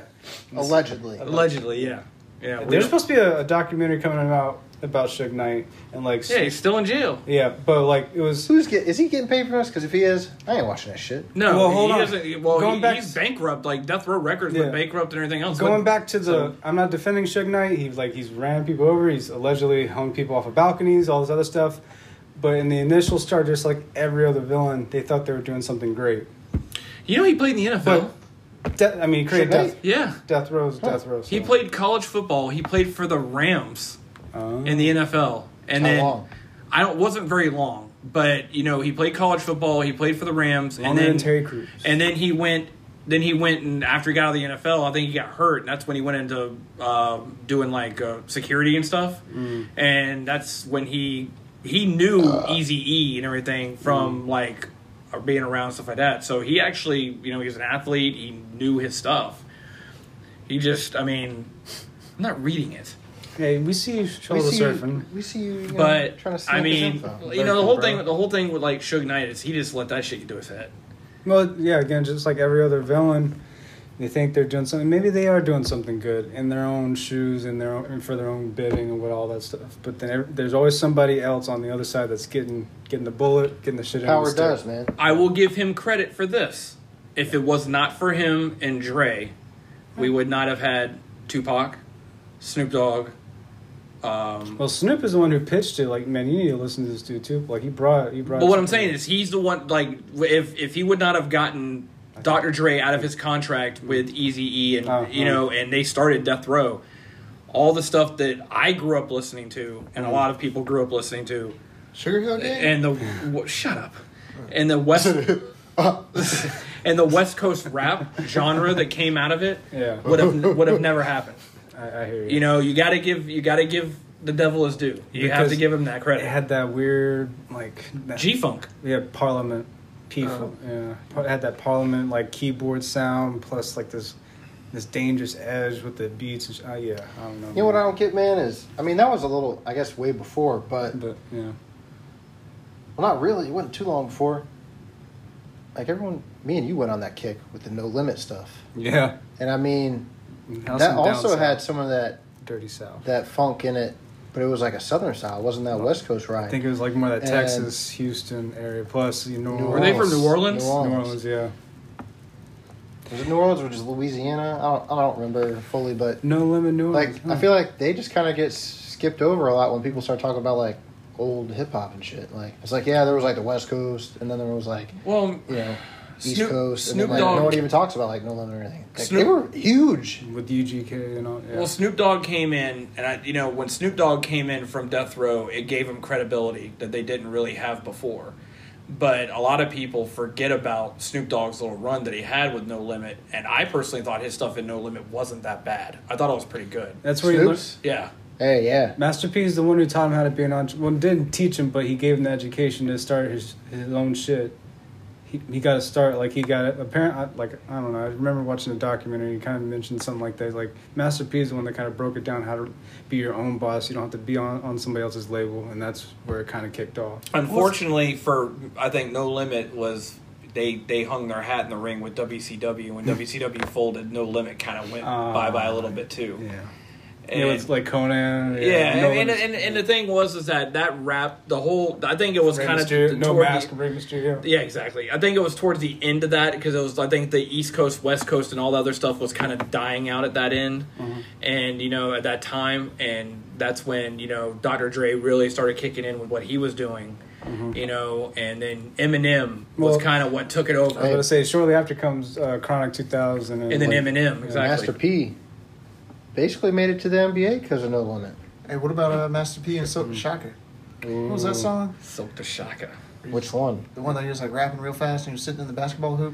[SPEAKER 1] Allegedly,
[SPEAKER 5] Allegedly, yeah, yeah. we
[SPEAKER 3] There's
[SPEAKER 5] don't-
[SPEAKER 3] supposed to be a, a documentary coming out about Suge Knight and like s-
[SPEAKER 2] Yeah, he's still in jail.
[SPEAKER 3] yeah, but like it was
[SPEAKER 1] who's get? Is he getting paid for this? Because if he is, I ain't watching that shit.
[SPEAKER 2] No,
[SPEAKER 3] Well, hold
[SPEAKER 2] he
[SPEAKER 3] on.
[SPEAKER 2] doesn't. Well,
[SPEAKER 3] Going
[SPEAKER 2] he,
[SPEAKER 3] back-
[SPEAKER 2] he's bankrupt. Like Death Row Records
[SPEAKER 3] Yeah.
[SPEAKER 2] went bankrupt and everything else. but-
[SPEAKER 3] going back to the I'm not defending Suge Knight. He like he's ran people over. He's allegedly hung people off of balconies, all this other stuff. But in the initial start, just like every other villain, they thought they were doing something great.
[SPEAKER 2] you know, he played in the NFL.
[SPEAKER 3] But de- I mean, he created
[SPEAKER 1] Suge Knight?
[SPEAKER 3] death,
[SPEAKER 2] yeah,
[SPEAKER 3] death rows, death rows.
[SPEAKER 2] he played college football. He played for the Rams
[SPEAKER 3] Oh.
[SPEAKER 2] in the NFL, and
[SPEAKER 1] How
[SPEAKER 2] then
[SPEAKER 1] long?
[SPEAKER 2] I don't wasn't very long, but you know, he played college football. He played for the Rams,
[SPEAKER 3] Longer than
[SPEAKER 2] and then
[SPEAKER 3] Terry Crews.
[SPEAKER 2] and then he went. Then he went and after he got out of the NFL, I think he got hurt, and that's when he went into uh, doing like uh, security and stuff. And that's when he he knew Easy E and everything from like or being around and stuff like that. So he actually, you know, he was an athlete. He knew his stuff. He just, I mean, I'm not reading it,
[SPEAKER 3] hey, we see
[SPEAKER 1] We
[SPEAKER 3] shoulder
[SPEAKER 1] see,
[SPEAKER 3] surfing.
[SPEAKER 1] you, we see you. you know,
[SPEAKER 2] but
[SPEAKER 1] trying to
[SPEAKER 2] I
[SPEAKER 1] sneak his
[SPEAKER 2] mean,
[SPEAKER 1] info.
[SPEAKER 2] you know, the whole
[SPEAKER 3] Surfing,
[SPEAKER 2] thing,
[SPEAKER 3] bro.
[SPEAKER 2] the whole thing with like Suge Knight is he just let that shit get to his head.
[SPEAKER 3] Well, yeah, again, just like every other villain, they think they're doing something. Maybe they are doing something good in their own shoes and their own, and for their own bidding and what all that stuff. But then ev- there's always somebody else on the other side that's getting getting the bullet, getting the shit out
[SPEAKER 1] Power
[SPEAKER 3] of the
[SPEAKER 1] does, man.
[SPEAKER 2] I will give him credit for this. If it was not for him and Dre, we would not have had Tupac, Snoop Dogg. Um,
[SPEAKER 3] Well, Snoop is the one who pitched it. Like, man, you need to listen to this dude too. Like, he brought he brought.
[SPEAKER 2] but what I'm saying is, he's the one. Like, if if he would not have gotten Dr. Dre out of his contract with Easy E, and
[SPEAKER 3] Uh-huh.
[SPEAKER 2] you know, and they started Death Row, all the stuff that I grew up listening to, and a lot of people grew up listening to,
[SPEAKER 4] Sugar Hill Gang?
[SPEAKER 2] and the w- shut up, and the West. And the West Coast rap genre that came out of it,
[SPEAKER 3] yeah,
[SPEAKER 2] would have would have never happened.
[SPEAKER 3] I, I hear you.
[SPEAKER 2] You know, you got to give you got to give the devil his due. You have
[SPEAKER 3] Because
[SPEAKER 2] to give him that
[SPEAKER 3] it
[SPEAKER 2] credit.
[SPEAKER 3] had that weird like that-
[SPEAKER 2] G Funk.
[SPEAKER 3] Yeah, Parliament. P.
[SPEAKER 1] Oh.
[SPEAKER 3] yeah, Par- had that Parliament like keyboard sound plus like this this dangerous edge with the beats. And sh- uh, yeah, I don't know.
[SPEAKER 1] You know what I don't get, man, is I mean that was a little, I guess, way before, but
[SPEAKER 3] But yeah,
[SPEAKER 1] well, not really. It wasn't too long before. Like everyone, me and you went on that kick with the no limit stuff,
[SPEAKER 3] yeah.
[SPEAKER 1] and I mean
[SPEAKER 3] House
[SPEAKER 1] that
[SPEAKER 3] and Down
[SPEAKER 1] also
[SPEAKER 3] South.
[SPEAKER 1] had some of that
[SPEAKER 3] Dirty South.
[SPEAKER 1] that funk in it, but it was like a southern style. It wasn't that West Coast ride?
[SPEAKER 3] I think it was like more that
[SPEAKER 1] And-
[SPEAKER 3] Texas, Houston area. Plus, you know,
[SPEAKER 2] Were they from New Orleans?
[SPEAKER 1] New
[SPEAKER 3] New
[SPEAKER 1] Orleans.
[SPEAKER 3] Orleans, yeah.
[SPEAKER 1] Was it New Orleans or just Louisiana? I don't, I don't remember fully, but
[SPEAKER 3] No limit, New Orleans.
[SPEAKER 1] like I feel like they just kind of get s- skipped over a lot when people start talking about like old hip hop and shit. Like it's like yeah, there was like the West Coast, and then there was like
[SPEAKER 2] Well,
[SPEAKER 1] you know. East
[SPEAKER 2] Snoop-
[SPEAKER 1] Coast,
[SPEAKER 2] Snoop
[SPEAKER 1] and then, like, no
[SPEAKER 2] Dogg-
[SPEAKER 1] one even talks about like no limit or anything. Like,
[SPEAKER 2] Snoop-
[SPEAKER 1] they were huge.
[SPEAKER 3] with UGK and all. Yeah.
[SPEAKER 2] well, Snoop Dogg came in, and I, you know, when Snoop Dogg came in from Death Row, it gave him credibility that they didn't really have before. But a lot of people forget about Snoop Dogg's little run that he had with No Limit, and I personally thought his stuff in No Limit wasn't that bad. I thought it was pretty good.
[SPEAKER 3] That's where you learn.
[SPEAKER 1] Snoops.
[SPEAKER 2] Yeah.
[SPEAKER 1] Hey, yeah.
[SPEAKER 3] Master P is the one who taught him how to be an entrepreneur. Well, didn't teach him, but he gave him the education to start his his own shit. He, he got to start like he got a parent I- like I don't know. I remember watching a documentary. He kind of mentioned something like that. Like Master P is the one that kind of broke it down how to be your own boss. You don't have to be on, on somebody else's label, and that's where it kind of kicked off.
[SPEAKER 2] Unfortunately for I think No Limit was they they hung their hat in the ring with WCW when WCW folded. No Limit kind of went
[SPEAKER 3] Ah.
[SPEAKER 2] bye bye a little bit too.
[SPEAKER 3] Yeah,
[SPEAKER 2] And,
[SPEAKER 3] it was like Conan.
[SPEAKER 2] yeah, and-
[SPEAKER 3] no
[SPEAKER 2] and, and, and the thing was is that that rap the whole I think it was kind of
[SPEAKER 3] no mask. Rey Mysterio.
[SPEAKER 2] yeah, exactly. I think it was towards the end of that because it was I think the East Coast, West Coast, and all the other stuff was kind of dying out at that end,
[SPEAKER 3] Mm-hmm.
[SPEAKER 2] and you know at that time, and that's when you know Dr. Dre really started kicking in with what he was doing, you know, and then Eminem
[SPEAKER 3] Mm-hmm. Well-
[SPEAKER 2] was kind of what took it over,
[SPEAKER 3] I was gonna say shortly after comes uh, Chronic 2000,
[SPEAKER 2] and then
[SPEAKER 3] like,
[SPEAKER 2] Eminem exactly.
[SPEAKER 1] Master P basically made it to the NBA because of no limit.
[SPEAKER 4] Hey, what about uh, Master P and Silk Shocker? What was that
[SPEAKER 1] Mm.
[SPEAKER 4] song?
[SPEAKER 2] Silk the Shaka.
[SPEAKER 1] Which one?
[SPEAKER 4] The one that he was like rapping real fast and he was sitting in the basketball hoop?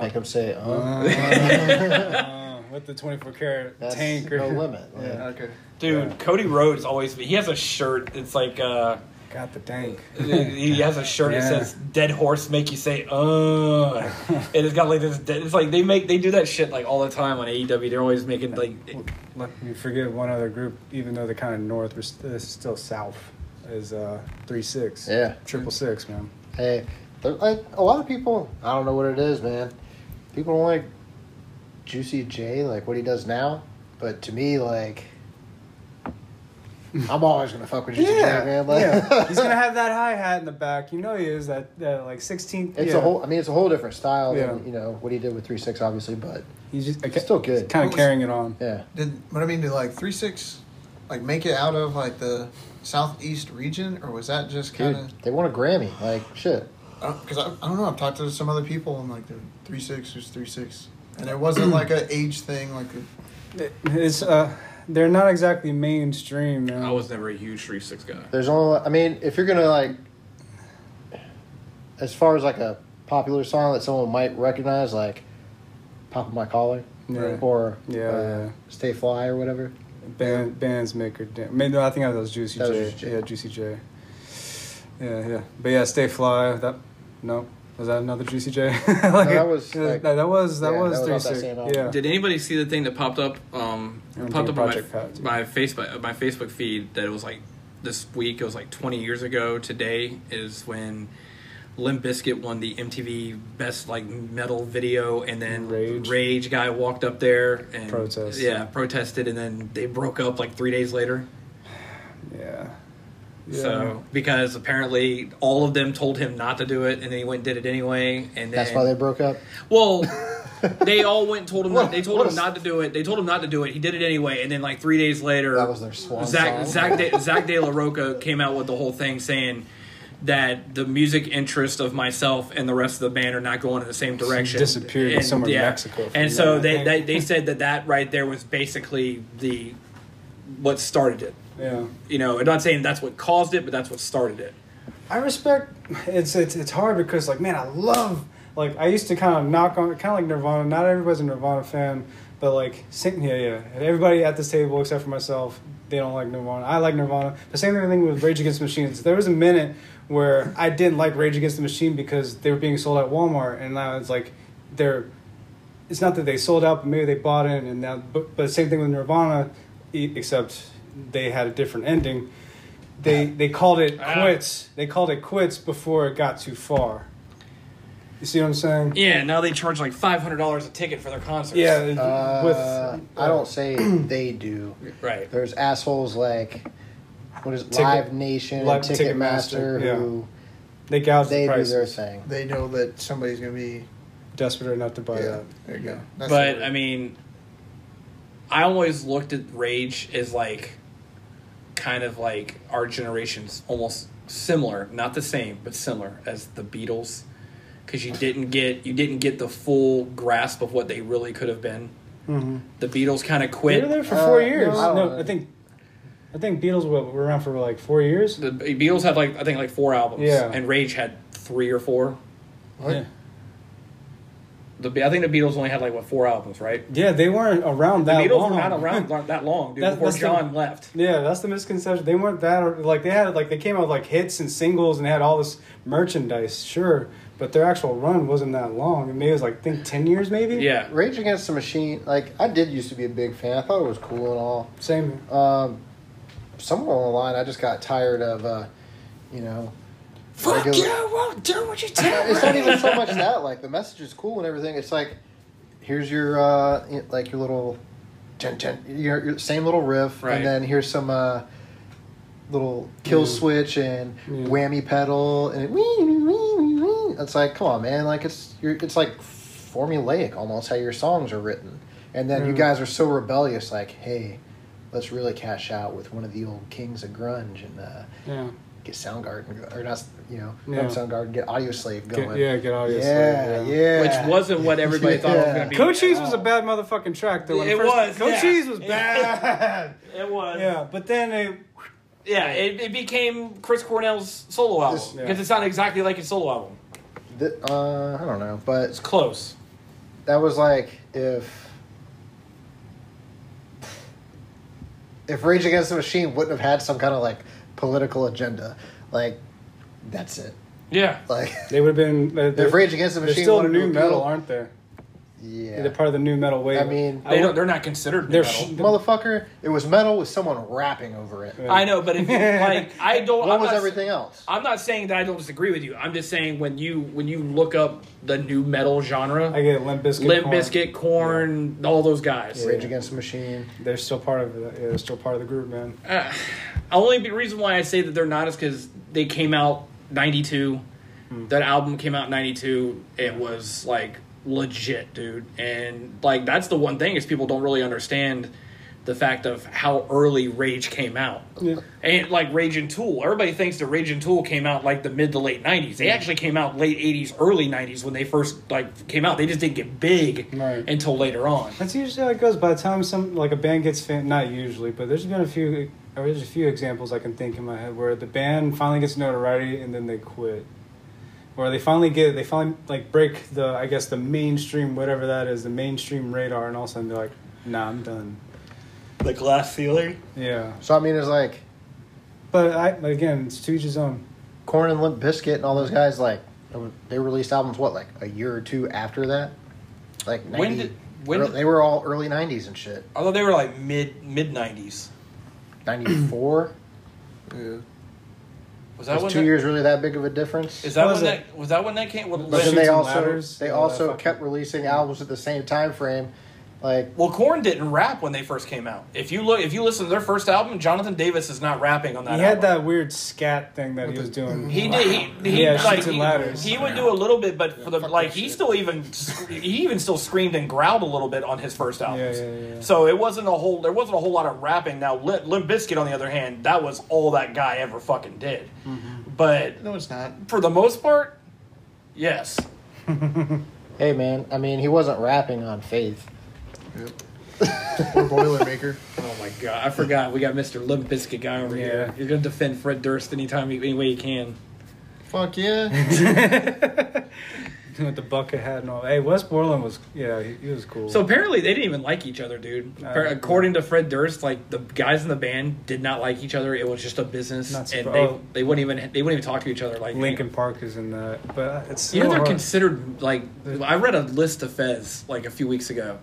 [SPEAKER 1] Make him say, uh,
[SPEAKER 3] Uh, with the 24 karat
[SPEAKER 1] that's
[SPEAKER 3] tank.
[SPEAKER 1] no limit. Like,
[SPEAKER 4] Okay.
[SPEAKER 2] Dude, Cody Rhodes always he has a shirt. It's like uh
[SPEAKER 3] Got the dank.
[SPEAKER 5] he has a shirt
[SPEAKER 3] Yeah.
[SPEAKER 5] that says "Dead horse make you say uh," and it's got like this. Dead, it's like they make they do that shit like all the time on AEW. They're always making like
[SPEAKER 3] You forget one other group, even though they're kind of north, we're st- this is still south. Is uh three six.
[SPEAKER 1] Yeah.
[SPEAKER 3] Triple six, man.
[SPEAKER 1] Hey, there, like, a lot of people, I don't know what it is, man. People don't like Juicy J, like what he does now. But to me, like, I'm always gonna fuck with Juicy J, man. Like,
[SPEAKER 3] yeah. He's gonna have that high hat in the back. You know he is that, that like sixteenth.
[SPEAKER 1] It's
[SPEAKER 3] yeah.
[SPEAKER 1] a whole. I mean, it's a whole different style
[SPEAKER 3] Yeah.
[SPEAKER 1] than you know what he did with Three Six, obviously. But
[SPEAKER 3] He's just
[SPEAKER 1] it's still good.
[SPEAKER 3] kind
[SPEAKER 4] What
[SPEAKER 3] of
[SPEAKER 4] was-
[SPEAKER 3] carrying it on.
[SPEAKER 1] yeah,
[SPEAKER 4] Did but I mean did like three six like make it out of like the southeast region or was that just
[SPEAKER 1] dude,
[SPEAKER 4] kind of
[SPEAKER 1] they won a Grammy. Like shit.
[SPEAKER 4] because I, I don't know I've talked to some other people and like the three six was three six and it wasn't like a age thing like a,
[SPEAKER 3] It's uh they're not exactly mainstream, man.
[SPEAKER 2] I was never a huge three six guy.
[SPEAKER 1] There's only. I mean, if you're gonna like, as far as like a popular song that someone might recognize, like "Pop My Collar"
[SPEAKER 3] Yeah.
[SPEAKER 1] or uh,
[SPEAKER 3] Yeah, yeah.
[SPEAKER 1] "Stay Fly" or whatever.
[SPEAKER 3] Band, bands make her dance. Maybe I think that was Juicy
[SPEAKER 1] That was
[SPEAKER 3] J.
[SPEAKER 1] Juicy J.
[SPEAKER 3] Yeah, Juicy J. Yeah, yeah. But yeah, Stay Fly. That no, was that another Juicy J? like,
[SPEAKER 1] that was,
[SPEAKER 3] yeah,
[SPEAKER 1] like-
[SPEAKER 3] no, that was that
[SPEAKER 1] yeah,
[SPEAKER 3] was
[SPEAKER 1] that was
[SPEAKER 3] three
[SPEAKER 1] off that
[SPEAKER 3] six.
[SPEAKER 1] same album.
[SPEAKER 3] Yeah.
[SPEAKER 2] Did anybody see the thing that popped up? Um,
[SPEAKER 3] I
[SPEAKER 2] popped
[SPEAKER 3] don't think
[SPEAKER 2] up on my,
[SPEAKER 3] Project Pat did.
[SPEAKER 2] my Facebook my Facebook feed that it was like this week. It was like 20 years ago. Today is when Limp Bizkit won the MTV Best like Metal Video, and then
[SPEAKER 3] Rage.
[SPEAKER 2] Rage, guy walked up there and
[SPEAKER 3] Protest.
[SPEAKER 2] Yeah, protested, and then they broke up like three days later.
[SPEAKER 3] Yeah.
[SPEAKER 2] So because apparently all of them told him not to do it, and then he went and did it anyway. And then,
[SPEAKER 1] That's why they broke up.
[SPEAKER 2] Well, they all went and told him.
[SPEAKER 1] What-
[SPEAKER 2] they told
[SPEAKER 1] what
[SPEAKER 2] him
[SPEAKER 1] a-
[SPEAKER 2] not to do it. They told him not to do it. He did it anyway, and then like three days later,
[SPEAKER 1] That was their swan
[SPEAKER 2] Zach
[SPEAKER 1] song.
[SPEAKER 2] Zach De, Zach De La Roca came out with the whole thing saying that the music interest of myself and the rest of the band are not going in the same direction.
[SPEAKER 3] disappeared somewhere in Mexico.
[SPEAKER 2] And so
[SPEAKER 3] Yeah.
[SPEAKER 2] they, they they said that that right there was basically the what started it.
[SPEAKER 3] yeah.
[SPEAKER 2] You know, I'm not saying that's what caused it, but that's what started it.
[SPEAKER 3] I respect. It's it's it's hard because like man, I love like I used to kind of knock on kind of like Nirvana. Not everybody's a Nirvana fan, but like same yeah yeah. And everybody at this table except for myself, they don't like Nirvana. I like Nirvana. The same thing with Rage Against the Machines. There was a minute where I didn't like Rage Against the Machine because they were being sold at Walmart, and I was like, they're it's not that they sold out, but maybe they bought in, and now. But, but same thing with Nirvana, e- except they had a different ending. They they called it quits. They called it quits before it got too far. You see what I'm saying?
[SPEAKER 2] Yeah, now they charge like five hundred dollars a ticket for their concerts.
[SPEAKER 3] Yeah,
[SPEAKER 1] Uh,
[SPEAKER 3] with
[SPEAKER 1] I don't say they do.
[SPEAKER 2] right.
[SPEAKER 1] There's assholes like what is it,
[SPEAKER 3] Ticket-
[SPEAKER 1] Live Nation
[SPEAKER 3] Live-
[SPEAKER 1] and Ticketmaster
[SPEAKER 3] Ticketmaster, yeah.
[SPEAKER 1] who
[SPEAKER 3] they gouged
[SPEAKER 1] they
[SPEAKER 3] the
[SPEAKER 1] do
[SPEAKER 3] price.
[SPEAKER 1] their thing.
[SPEAKER 4] they know that somebody's gonna be
[SPEAKER 3] Desperate enough to buy
[SPEAKER 4] yeah
[SPEAKER 3] that.
[SPEAKER 4] there you go That's the
[SPEAKER 2] but
[SPEAKER 4] word.
[SPEAKER 2] I mean, I always looked at Rage as like kind of like our generation's almost similar, not the same, but similar as the Beatles, because you didn't get you didn't get the full grasp of what they really could have been. The Beatles kind of
[SPEAKER 3] Mm-hmm. They
[SPEAKER 2] quit.
[SPEAKER 3] were there for
[SPEAKER 1] Uh,
[SPEAKER 3] four years.
[SPEAKER 1] no, I
[SPEAKER 3] No,
[SPEAKER 1] don't
[SPEAKER 3] I
[SPEAKER 1] know.
[SPEAKER 3] think I think Beatles were, were around for like four years.
[SPEAKER 2] The Beatles had like I think like four albums,
[SPEAKER 3] Yeah.
[SPEAKER 2] and Rage had three or four.
[SPEAKER 4] What?
[SPEAKER 3] Yeah.
[SPEAKER 2] The I think the Beatles only had like what four albums, right?
[SPEAKER 3] Yeah, they weren't around that
[SPEAKER 2] the Beatles
[SPEAKER 3] long.
[SPEAKER 2] were not around that long, dude.
[SPEAKER 3] That's-
[SPEAKER 2] before
[SPEAKER 3] that's the-
[SPEAKER 2] John left.
[SPEAKER 3] Yeah, that's the misconception. They weren't that like they had like they came out with like hits and singles and had all this merchandise, sure, but their actual run wasn't that long. I mean, it was like I think ten years, maybe.
[SPEAKER 2] Yeah,
[SPEAKER 1] Rage Against the Machine, like I did used to be a big fan. I thought it was cool and all.
[SPEAKER 3] Same.
[SPEAKER 1] Um, somewhere along the line, I just got tired of, uh, you know,
[SPEAKER 2] Fuck
[SPEAKER 1] regular-
[SPEAKER 2] you, won't do what you tell
[SPEAKER 1] It's not even so much that. Like the message is cool and everything. It's like, here's your uh, y- like your little, dun, dun, your, your same little riff,
[SPEAKER 2] Right.
[SPEAKER 1] and then here's some uh, little kill switch and
[SPEAKER 3] Yeah.
[SPEAKER 1] whammy pedal, and it, wee, wee, wee, wee, wee. It's like, come on, man! Like it's you're, it's like formulaic almost how your songs are written, and then you
[SPEAKER 3] Mm.
[SPEAKER 1] guys are so rebellious. Like, hey. Let's really cash out with one of the old kings of grunge and uh,
[SPEAKER 3] Yeah.
[SPEAKER 1] get Soundgarden or not, you know,
[SPEAKER 3] Yeah.
[SPEAKER 1] not Soundgarden, get Audio Slave going.
[SPEAKER 3] Get, yeah. Get audio.
[SPEAKER 1] Yeah,
[SPEAKER 3] slave,
[SPEAKER 1] yeah.
[SPEAKER 2] Which wasn't what everybody thought it was
[SPEAKER 1] Yeah.
[SPEAKER 2] going to be.
[SPEAKER 3] Cochise was a bad motherfucking track though. when
[SPEAKER 2] It
[SPEAKER 3] first,
[SPEAKER 2] was, yeah.
[SPEAKER 3] Cochise was
[SPEAKER 2] Yeah.
[SPEAKER 3] bad.
[SPEAKER 2] It was. Yeah.
[SPEAKER 3] yeah, but then they
[SPEAKER 2] it, it became Chris Cornell's solo album
[SPEAKER 3] This- yeah.
[SPEAKER 2] because it's not exactly like his solo album.
[SPEAKER 1] Th- uh, I don't know,
[SPEAKER 2] It's
[SPEAKER 1] but
[SPEAKER 2] close.
[SPEAKER 1] that was like if if Rage Against the Machine wouldn't have had some kind of like political agenda, Like, that's it.
[SPEAKER 2] Yeah.
[SPEAKER 1] Like,
[SPEAKER 3] They would have been. uh, They're,
[SPEAKER 1] if Rage Against the
[SPEAKER 3] they're
[SPEAKER 1] Machine
[SPEAKER 3] still
[SPEAKER 1] wanted to
[SPEAKER 3] new metal,
[SPEAKER 1] appeal-
[SPEAKER 3] aren't they?
[SPEAKER 1] yeah,
[SPEAKER 3] They're part of the new metal wave.
[SPEAKER 1] I mean,
[SPEAKER 2] They don't, they're not considered
[SPEAKER 3] They're
[SPEAKER 2] metal.
[SPEAKER 3] sh-
[SPEAKER 1] motherfucker, it was metal with someone rapping over it.
[SPEAKER 2] I know, but if you, like I don't.
[SPEAKER 1] What
[SPEAKER 2] I'm
[SPEAKER 1] was
[SPEAKER 2] not-
[SPEAKER 1] everything else?
[SPEAKER 2] I'm not saying that I don't disagree with you. I'm just saying when you when you look up the new metal genre,
[SPEAKER 3] I get Limp Bizkit.
[SPEAKER 2] Limp
[SPEAKER 3] Korn.
[SPEAKER 2] Bizkit, Corn, all those guys.
[SPEAKER 1] Rage Against the Machine.
[SPEAKER 3] They're still part of the, yeah, they're still part of the group, man.
[SPEAKER 2] Only be- reason why I say that they're not is because they came out '92. That album came out '92. It was like legit, dude. And like that's the one thing is people don't really understand the fact of how early Rage came out.
[SPEAKER 3] Yeah.
[SPEAKER 2] And like Rage and Tool, everybody thinks that Rage and Tool came out like the mid to late '90s. They actually came out late '80s, early '90s when they first like came out. They just didn't get big
[SPEAKER 3] Right.
[SPEAKER 2] until later on.
[SPEAKER 3] That's usually how it goes. By the time some like a band gets fan, not usually, but there's been a few. Or there's a few examples I can think in my head where the band finally gets notoriety and then they quit, or they finally get they finally like break the I guess the mainstream whatever that is the mainstream radar and all of a sudden they're like, nah, I'm done.
[SPEAKER 5] The glass ceiling.
[SPEAKER 3] Yeah,
[SPEAKER 1] So I mean, it's like
[SPEAKER 3] but I but again, it's to each his own.
[SPEAKER 1] Corn and Limp Biscuit and all those guys. Like, they released albums what, like a year or two after that. Like, 90,
[SPEAKER 2] When did- when did-
[SPEAKER 1] they were all early '90s and shit.
[SPEAKER 2] Although they were like mid mid '90s.
[SPEAKER 1] '94
[SPEAKER 2] Was that
[SPEAKER 1] was
[SPEAKER 2] when
[SPEAKER 1] two
[SPEAKER 2] that-
[SPEAKER 1] years really that big of a difference?
[SPEAKER 2] Is that when
[SPEAKER 3] What was
[SPEAKER 2] that was that when that came? With
[SPEAKER 1] But then
[SPEAKER 3] Shoots
[SPEAKER 1] they
[SPEAKER 3] and
[SPEAKER 1] also
[SPEAKER 3] Ladders,
[SPEAKER 1] they
[SPEAKER 3] uh,
[SPEAKER 1] also
[SPEAKER 3] fucking-
[SPEAKER 1] kept releasing albums at the same time frame, like
[SPEAKER 2] well, Korn didn't rap when they first came out. If you look, if you listen to their first album, Jonathan Davis is not rapping on that.
[SPEAKER 3] he had
[SPEAKER 2] album.
[SPEAKER 3] that weird scat thing that he was doing.
[SPEAKER 2] He did. He, he
[SPEAKER 3] Yeah,
[SPEAKER 2] like
[SPEAKER 3] Shoots and
[SPEAKER 2] he,
[SPEAKER 3] Ladders.
[SPEAKER 2] he would do a little bit, but for the
[SPEAKER 1] fuck
[SPEAKER 2] like,
[SPEAKER 1] that
[SPEAKER 2] he
[SPEAKER 1] shit.
[SPEAKER 2] still even sc- he even still screamed and growled a little bit on his first album.
[SPEAKER 3] Yeah, yeah, yeah.
[SPEAKER 2] So it wasn't a whole. There wasn't a whole lot of rapping. Now, Limp Limp Bizkit, on the other hand, that was all that guy ever fucking did.
[SPEAKER 1] Mm-hmm.
[SPEAKER 2] But
[SPEAKER 4] No, it's not.
[SPEAKER 2] for the most part, yes.
[SPEAKER 1] hey man, I mean he wasn't rapping on Faith.
[SPEAKER 4] Or Boilermaker.
[SPEAKER 2] Oh my god, I forgot we got Mr. Limp Bizkit guy over
[SPEAKER 3] Yeah.
[SPEAKER 2] here. He's gonna defend Fred Durst anytime, he, any way he can.
[SPEAKER 4] Fuck yeah.
[SPEAKER 3] with the bucket hat and all. Hey, Wes Borland was yeah, he, he was cool.
[SPEAKER 2] So apparently they didn't even like each other, dude. Appar-
[SPEAKER 3] Uh,
[SPEAKER 2] According to Fred Durst, like the guys in the band did not like each other. It was just a business,
[SPEAKER 3] Not surpri-
[SPEAKER 2] and
[SPEAKER 3] oh.
[SPEAKER 2] they they wouldn't even they wouldn't even talk to each other. Like
[SPEAKER 3] Lincoln Park is in that, but it's
[SPEAKER 2] You know
[SPEAKER 3] so
[SPEAKER 2] they're
[SPEAKER 3] hard.
[SPEAKER 2] considered like I read a list of Fez like a few weeks ago,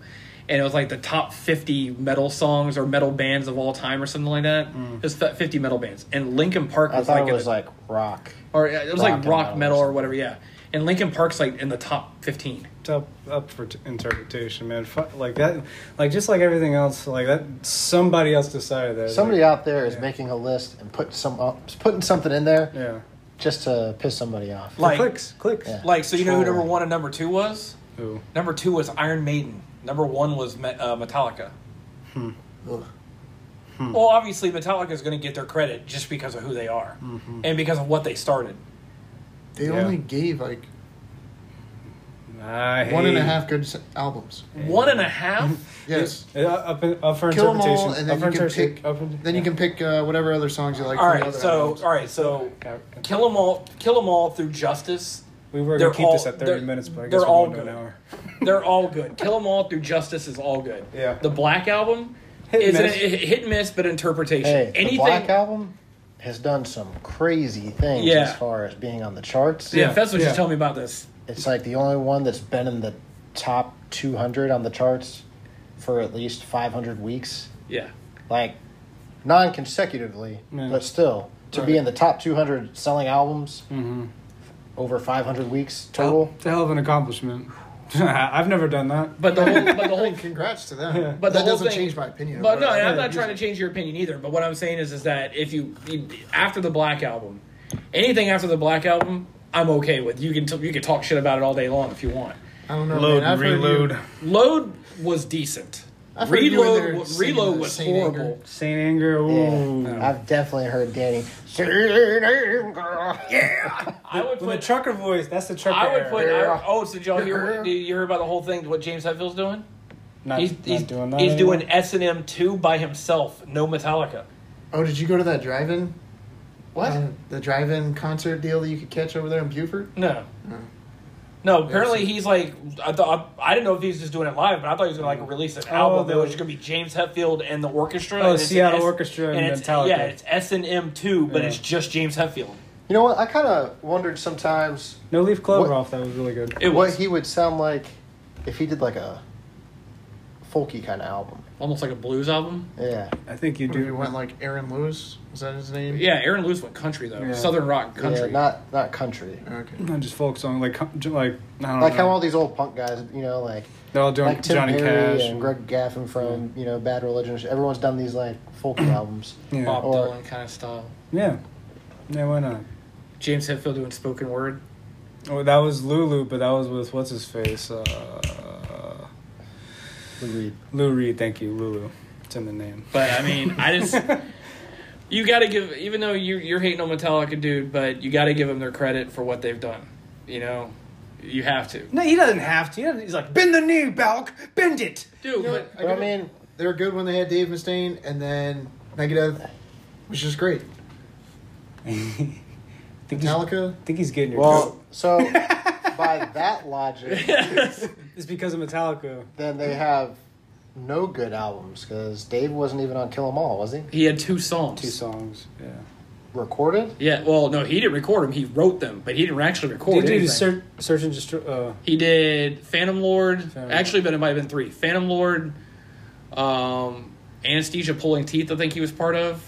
[SPEAKER 2] and it was like the top fifty metal songs or metal bands of all time or something like that.
[SPEAKER 3] Mm.
[SPEAKER 2] It was fe- fifty metal bands, and Lincoln Park
[SPEAKER 1] I
[SPEAKER 2] was
[SPEAKER 1] thought
[SPEAKER 2] like
[SPEAKER 1] it
[SPEAKER 2] in
[SPEAKER 1] was
[SPEAKER 2] the-
[SPEAKER 1] like rock.
[SPEAKER 2] or uh, it was
[SPEAKER 1] rock
[SPEAKER 2] like
[SPEAKER 1] and metal
[SPEAKER 2] rock
[SPEAKER 1] or
[SPEAKER 2] metal or
[SPEAKER 1] something.
[SPEAKER 2] whatever. Yeah, and Lincoln Park's like in the top fifteen.
[SPEAKER 3] It's up up for t- interpretation, man. Fu like that, like just like everything else, like that. Somebody else decided that.
[SPEAKER 1] Somebody
[SPEAKER 3] like,
[SPEAKER 1] out there is
[SPEAKER 3] Yeah.
[SPEAKER 1] making a list and putting some up, putting something in there
[SPEAKER 3] Yeah.
[SPEAKER 1] just to piss somebody off.
[SPEAKER 2] Like-
[SPEAKER 3] clicks, clicks.
[SPEAKER 1] Yeah.
[SPEAKER 2] Like, so you know who number
[SPEAKER 1] Trolling.
[SPEAKER 2] one and number two was?
[SPEAKER 3] Ooh.
[SPEAKER 2] Number two was Iron Maiden. Number one was Me- uh, Metallica. Well, obviously, Metallica is going to get their credit just because of who they are and because of what they started.
[SPEAKER 4] They
[SPEAKER 3] Yeah.
[SPEAKER 4] only gave like
[SPEAKER 3] I hate,
[SPEAKER 4] one and a half good s- albums.
[SPEAKER 2] One and a half.
[SPEAKER 4] Yes.
[SPEAKER 3] Yeah, uh, up, in- up for
[SPEAKER 4] Kill 'em all,
[SPEAKER 3] interpretation.
[SPEAKER 4] and
[SPEAKER 3] up
[SPEAKER 4] then
[SPEAKER 3] for
[SPEAKER 4] you can
[SPEAKER 3] interpretation-
[SPEAKER 4] pick-
[SPEAKER 3] up for-
[SPEAKER 4] Then you can pick uh, whatever other songs you like.
[SPEAKER 2] all
[SPEAKER 4] from the
[SPEAKER 2] right,
[SPEAKER 4] other
[SPEAKER 2] so
[SPEAKER 4] albums.
[SPEAKER 2] all right, so
[SPEAKER 3] God,
[SPEAKER 2] kill them all, kill them all through justice.
[SPEAKER 3] We were
[SPEAKER 2] they're
[SPEAKER 3] gonna keep
[SPEAKER 2] all-
[SPEAKER 3] this at
[SPEAKER 2] they're-
[SPEAKER 3] thirty minutes, but I
[SPEAKER 2] they're
[SPEAKER 3] guess we're
[SPEAKER 2] all
[SPEAKER 3] going to an
[SPEAKER 2] good.
[SPEAKER 3] hour.
[SPEAKER 2] They're all good. Kill 'em all through justice is all good.
[SPEAKER 3] Yeah.
[SPEAKER 2] The Black Album
[SPEAKER 3] Hit and
[SPEAKER 2] is
[SPEAKER 3] miss.
[SPEAKER 2] An, hit and miss, but interpretation.
[SPEAKER 1] hey, the
[SPEAKER 2] Anything.
[SPEAKER 1] Black Album has done some crazy things
[SPEAKER 2] Yeah.
[SPEAKER 1] as far as being on the charts.
[SPEAKER 2] yeah, Fez was
[SPEAKER 3] Yeah.
[SPEAKER 2] just telling me about this.
[SPEAKER 1] It's like the only one that's been in the top 200 on the charts for at least 500 weeks.
[SPEAKER 2] Yeah.
[SPEAKER 1] like non consecutively,
[SPEAKER 3] Yeah.
[SPEAKER 1] but still to be
[SPEAKER 3] Right.
[SPEAKER 1] in the top 200 selling albums
[SPEAKER 2] Mm-hmm.
[SPEAKER 1] over 500 weeks total.
[SPEAKER 3] It's a hell of an accomplishment. I've never done that.
[SPEAKER 2] But the whole, but the
[SPEAKER 4] I
[SPEAKER 2] whole
[SPEAKER 4] mean, congrats to them.
[SPEAKER 2] But
[SPEAKER 4] But
[SPEAKER 2] the
[SPEAKER 4] that
[SPEAKER 2] whole
[SPEAKER 4] doesn't
[SPEAKER 2] thing-
[SPEAKER 4] change my opinion.
[SPEAKER 2] But
[SPEAKER 4] about
[SPEAKER 2] no,
[SPEAKER 4] it.
[SPEAKER 2] and I'm not trying to change your opinion either. But what I'm saying is, is that if you, you after the Black Album, anything after the Black Album, I'm okay with. You can t- you can talk shit about it all day long if you want.
[SPEAKER 4] I don't know.
[SPEAKER 3] Load
[SPEAKER 4] man. I've
[SPEAKER 3] and
[SPEAKER 4] heard you-
[SPEAKER 3] reload.
[SPEAKER 2] Load was decent.
[SPEAKER 4] I've heard you in there
[SPEAKER 2] Reload
[SPEAKER 4] singing
[SPEAKER 2] Reload
[SPEAKER 4] the
[SPEAKER 2] was
[SPEAKER 4] Saint Anger.
[SPEAKER 2] horrible.
[SPEAKER 3] Saint Anger.
[SPEAKER 2] Oh.
[SPEAKER 3] Ooh.
[SPEAKER 2] Mm.
[SPEAKER 1] Yeah, I've definitely heard Danny.
[SPEAKER 2] I would
[SPEAKER 3] With the
[SPEAKER 2] put.
[SPEAKER 3] trucker voice, that's the trucker.
[SPEAKER 2] I would
[SPEAKER 3] era.
[SPEAKER 2] put. I, oh, so did y'all hear? Did you hear about the whole thing? What James Hetfield's doing?
[SPEAKER 3] Not,
[SPEAKER 2] he's
[SPEAKER 3] not
[SPEAKER 2] he's
[SPEAKER 3] doing that.
[SPEAKER 2] he's
[SPEAKER 3] anymore.
[SPEAKER 2] doing S and M two by himself. No Metallica.
[SPEAKER 4] Oh, did you go to that drive-in?
[SPEAKER 2] What?
[SPEAKER 4] Uh, the drive-in concert deal that you could catch over there in Buford?
[SPEAKER 2] No.
[SPEAKER 3] Hmm.
[SPEAKER 2] No, apparently he's like I thought I didn't know if he was just doing it live, but I thought he was gonna like release an album that
[SPEAKER 3] Oh, the-
[SPEAKER 2] was just gonna be James Hetfield and the orchestra.
[SPEAKER 3] Oh,
[SPEAKER 2] and it's an
[SPEAKER 3] Seattle
[SPEAKER 2] S-
[SPEAKER 3] Orchestra and
[SPEAKER 2] it's,
[SPEAKER 3] Metallica.
[SPEAKER 2] Yeah, it's S and M two, but
[SPEAKER 3] Yeah.
[SPEAKER 2] it's just James Hetfield.
[SPEAKER 1] You know what? I kind of wondered sometimes
[SPEAKER 3] No Leaf Clover
[SPEAKER 1] What-
[SPEAKER 3] off. That was really good.
[SPEAKER 2] It
[SPEAKER 1] what
[SPEAKER 2] was
[SPEAKER 1] he would sound like if he did like a folky kind of album.
[SPEAKER 2] almost like a blues album.
[SPEAKER 1] Yeah.
[SPEAKER 3] I think you
[SPEAKER 4] What if he
[SPEAKER 3] do.
[SPEAKER 4] went like Aaron Lewis? Was that his name?
[SPEAKER 2] Yeah, Aaron Lewis went country though,
[SPEAKER 3] Yeah.
[SPEAKER 2] southern rock country.
[SPEAKER 1] Yeah, not not country.
[SPEAKER 4] Okay.
[SPEAKER 3] Not just folk song, like com- j- like I don't
[SPEAKER 1] Like
[SPEAKER 3] know.
[SPEAKER 1] how all these old punk guys, you know, like
[SPEAKER 3] they're all doing
[SPEAKER 1] like Tim
[SPEAKER 3] Johnny
[SPEAKER 1] Perry
[SPEAKER 3] Cash
[SPEAKER 1] and Greg Gaffin from you know Bad Religion. and shit. Everyone's done these like folky albums.
[SPEAKER 3] Yeah.
[SPEAKER 2] Bob
[SPEAKER 1] Or-
[SPEAKER 2] Dylan kind of style.
[SPEAKER 3] yeah, yeah. Why not?
[SPEAKER 2] James Hetfield doing spoken word.
[SPEAKER 3] Oh, that was Lulu, but that was with what's his face? Uh,
[SPEAKER 1] Lou Reed.
[SPEAKER 3] Lou Reed. Thank you, Lulu. It's in the name.
[SPEAKER 2] But I mean, I just you got to give, even though you you're hating on Metallica, dude, but you got to give them their credit for what they've done. You know, you have to,
[SPEAKER 3] No, he doesn't have to. He doesn't- He's like, bend the knee, Balk, bend it.
[SPEAKER 2] dude. but
[SPEAKER 1] But I mean,
[SPEAKER 4] they were good when they had Dave Mustaine, and then Megadeth, which is great.
[SPEAKER 3] think he's,
[SPEAKER 4] Metallica,
[SPEAKER 3] think he's getting your
[SPEAKER 1] well, so by that logic,
[SPEAKER 3] goat. It's because of Metallica.
[SPEAKER 1] then they have no good albums because Dave wasn't even on Kill 'Em All, was he?
[SPEAKER 2] he had two songs.
[SPEAKER 3] Two songs. Yeah.
[SPEAKER 1] Recorded?
[SPEAKER 2] Yeah, well, no, he didn't record them. He wrote them, but he didn't actually record
[SPEAKER 3] Did you do
[SPEAKER 2] anything.
[SPEAKER 3] search, search and destroy? Uh,
[SPEAKER 2] He did Phantom Lord.
[SPEAKER 3] Phantom
[SPEAKER 2] actually, but it might have been three. Phantom Lord, um, Anesthesia Pulling Teeth, I think he was part of,